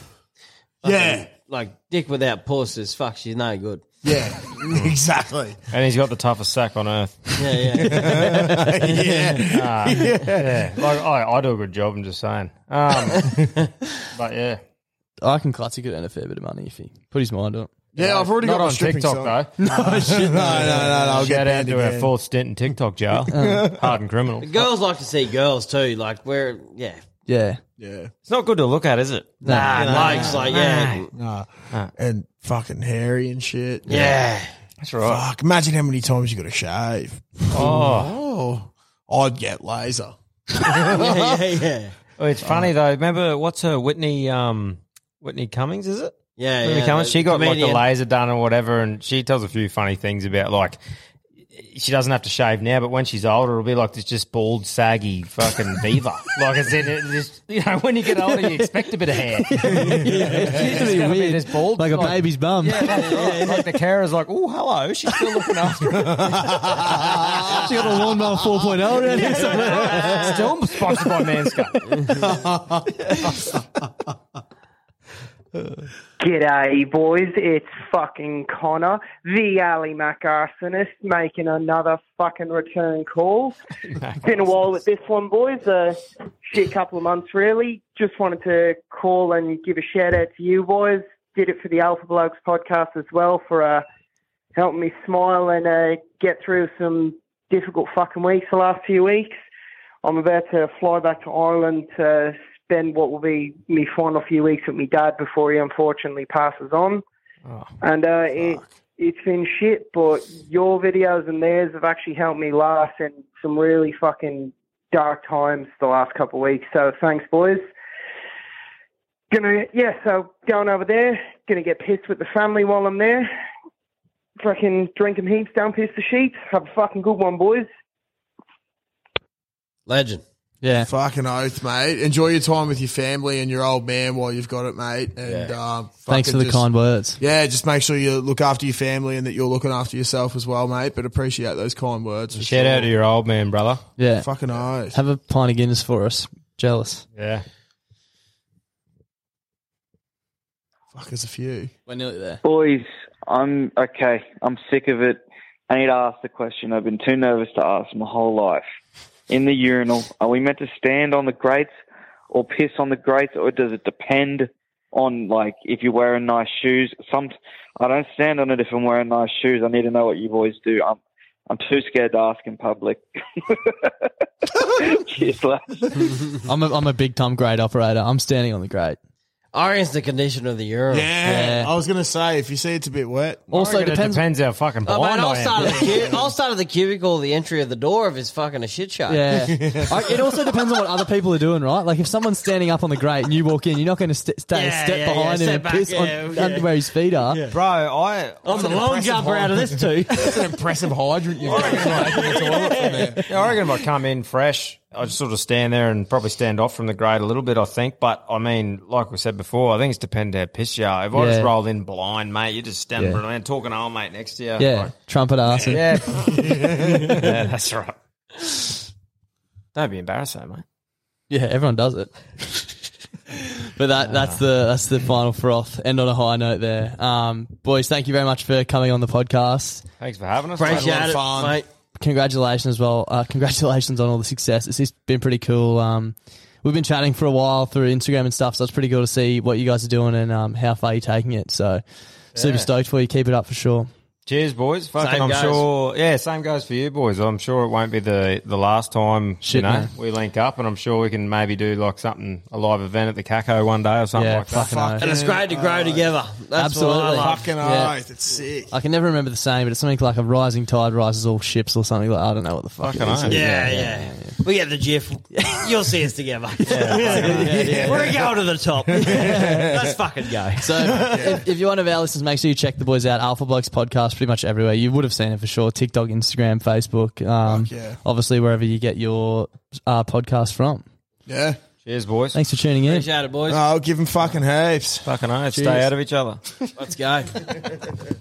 Speaker 3: Yeah.
Speaker 6: Like, like dick without puss is fuck. She's no good.
Speaker 3: Yeah, exactly.
Speaker 2: And he's got the toughest sack on earth.
Speaker 6: Yeah, yeah.
Speaker 2: Ah,
Speaker 3: Yeah.
Speaker 2: yeah. Like, I, I do a good job, I'm just saying. Um, but yeah.
Speaker 4: I can classic it earn a fair bit of money if he put his mind on it.
Speaker 3: Yeah, I've already
Speaker 2: Not
Speaker 3: got my
Speaker 2: on
Speaker 3: stripping
Speaker 2: TikTok,
Speaker 3: song.
Speaker 2: though.
Speaker 3: No, shit, no, no, no, no. I'll
Speaker 2: Shout
Speaker 3: get
Speaker 2: out
Speaker 3: banned
Speaker 2: to our
Speaker 3: again.
Speaker 2: fourth stint in TikTok jail.
Speaker 3: Um,
Speaker 2: Hard and criminal.
Speaker 6: Girls like to see girls too. Like, we're, yeah.
Speaker 4: Yeah.
Speaker 3: Yeah.
Speaker 2: It's not good to look at, is it?
Speaker 6: Nah,
Speaker 3: You know,
Speaker 6: legs, like, yeah.
Speaker 3: nah. and fucking hairy and shit.
Speaker 6: Yeah.
Speaker 2: That's right.
Speaker 3: Fuck, imagine how many times you got to shave.
Speaker 2: Oh.
Speaker 3: Oh. I'd get laser. Oh.
Speaker 6: yeah, yeah, yeah.
Speaker 2: Oh, it's
Speaker 6: Uh,
Speaker 2: funny though. Remember what's her Whitney um Whitney Cummings, is it?
Speaker 6: Yeah,
Speaker 2: Whitney
Speaker 6: yeah,
Speaker 2: Cummings.
Speaker 6: the
Speaker 2: She got like
Speaker 6: comedian.
Speaker 2: the laser done or whatever, and she tells a few funny things about like she doesn't have to shave now, but when she's older, it'll be like this just bald, saggy fucking beaver. like it's in it just you know when you get older, you expect a bit of hair.
Speaker 4: It's usually weird. It's
Speaker 2: bald,
Speaker 4: like a
Speaker 2: like-
Speaker 4: baby's bum.
Speaker 2: Yeah, that's right. like the carer's like, oh, hello, she's still looking after him.
Speaker 4: she got a lawnmower 4.0 around here somewhere.
Speaker 2: Still sponsored by
Speaker 23: G'day, boys. It's fucking Connor, the Alley Mac arsonist, making another fucking return call. Been a while with this one, boys. A shit couple of months, really. Just wanted to call and give a shout out to you, boys. Did it for the Alpha Blokes podcast as well for uh, helping me smile and uh, get through some difficult fucking weeks the last few weeks. I'm about to fly back to Ireland to spend what will be my final few weeks with my dad before he unfortunately passes on. and uh, it, it's been shit, but your videos and theirs have actually helped me laugh in some really fucking dark times the last couple of weeks. So thanks, boys. Gonna yeah, so going over there, gonna get pissed with the family while I'm there. Fucking drink 'em heaps, don't piss the sheets. Have a fucking good one, boys.
Speaker 6: Uh, Legend.
Speaker 4: Yeah.
Speaker 3: Fucking oath, mate. Enjoy your time with your family and your old man while you've got it, mate. And um,
Speaker 4: Thanks
Speaker 3: fucking
Speaker 4: for the
Speaker 3: just-
Speaker 4: kind words.
Speaker 3: Yeah, just make sure you look after your family and that you're looking after yourself as well, mate. But appreciate those kind words. for
Speaker 2: Shout
Speaker 3: sure.
Speaker 2: out to your old man, brother.
Speaker 4: Yeah.
Speaker 3: Fucking oath.
Speaker 4: Have a pint of Guinness for us. Jealous.
Speaker 2: Yeah.
Speaker 3: Fuck, there's a few.
Speaker 4: We're nearly there.
Speaker 24: Boys, I'm okay. I'm sick of it. I need to ask the question I've been too nervous to ask my whole life. In the urinal, are we meant to stand on the grates or piss on the grates, or does it depend on like if you're wearing nice shoes? Some I don't stand on it if I'm wearing nice shoes. I need to know what you boys do. I'm I'm too scared to ask in public. Cheers, lads.
Speaker 4: I'm a, I'm a big time grade operator. I'm standing on the grate.
Speaker 6: Orion's the condition of the urinal.
Speaker 3: Yeah, I was gonna say if you see it's a bit wet.
Speaker 6: Also I reckon it depends-
Speaker 2: depends how fucking
Speaker 6: Oh, mate,
Speaker 3: blind
Speaker 6: I'll
Speaker 3: I am.
Speaker 6: start, at the cu- I'll start at the cubicle, the entry of the door if it's fucking a shit show.
Speaker 4: Yeah. I, it also depends on what other people are doing, right? Like if someone's standing up on the grate and you walk in, you're not going to st- stay
Speaker 6: Yeah,
Speaker 4: a step
Speaker 6: yeah, yeah,
Speaker 4: behind
Speaker 6: step
Speaker 4: him and
Speaker 6: back,
Speaker 4: piss on
Speaker 6: yeah,
Speaker 4: on
Speaker 6: yeah.
Speaker 4: where his feet are.
Speaker 2: Bro, I
Speaker 6: I'm the long jumper out of this too.
Speaker 3: That's an impressive hydrant you've got.
Speaker 2: Yeah, I reckon if I come in fresh, I just sort of stand there and probably stand off from the grade a little bit, I think. But I mean, like we said
Speaker 1: Oh,
Speaker 2: before, I think it's dependent how pissed you are. If I
Speaker 4: Yeah.
Speaker 2: just roll in blind, mate, you're just standing
Speaker 4: Yeah.
Speaker 2: around talking to old mate next to you.
Speaker 4: Yeah, trumpet ass.
Speaker 2: Like, yeah. yeah, that's right.
Speaker 20: Don't be embarrassed, though, mate.
Speaker 4: Yeah, everyone does it. but that that's the that's the final froth. End on a high note there, um, boys. Thank you very much for coming on the podcast.
Speaker 2: Thanks for having us.
Speaker 4: Appreciate it, mate. Congratulations, as well. Uh, congratulations on all the success. It's just been pretty cool. Um, we've been chatting for a while through Instagram and stuff, so it's pretty cool to see what you guys are doing and um, how far you're taking it. So,
Speaker 2: Yeah.
Speaker 4: super stoked for you. Keep it up for sure.
Speaker 2: Cheers, boys. Fucking,
Speaker 4: Same
Speaker 2: I'm
Speaker 4: goes.
Speaker 2: sure. Yeah, same goes for you, boys. I'm sure it won't be the the last time
Speaker 4: Shit,
Speaker 2: you know
Speaker 4: no.
Speaker 2: we link up, and I'm sure we can maybe do like something a live event at the Caco one day or something
Speaker 4: Yeah,
Speaker 2: like that.
Speaker 4: fucking oath.
Speaker 5: And it's great to grow together. That's what I
Speaker 4: Absolutely.
Speaker 5: love.
Speaker 4: Fucking Yeah. oath,
Speaker 3: It's sick.
Speaker 4: I can never remember the saying, but it's something like a rising tide rises all ships or something like I don't know what the fuck. it is.
Speaker 5: Yeah, yeah, We get the GIF. You'll see us together. We're going to the top. Let's fucking go.
Speaker 4: So if, if you're one of our listeners, make sure you check the boys out. Alpha Blokes podcast, pretty much everywhere. You would have seen it for sure. TikTok, Instagram, Facebook. Um,
Speaker 3: yeah.
Speaker 4: Obviously, wherever you get your uh, podcast from.
Speaker 3: Yeah.
Speaker 2: Cheers, boys.
Speaker 4: Thanks for tuning in.
Speaker 5: Appreciate it, boys.
Speaker 3: Oh, give them fucking heaps.
Speaker 2: Fucking heaps.
Speaker 4: Stay Cheers. out of
Speaker 2: each other.
Speaker 5: Let's go.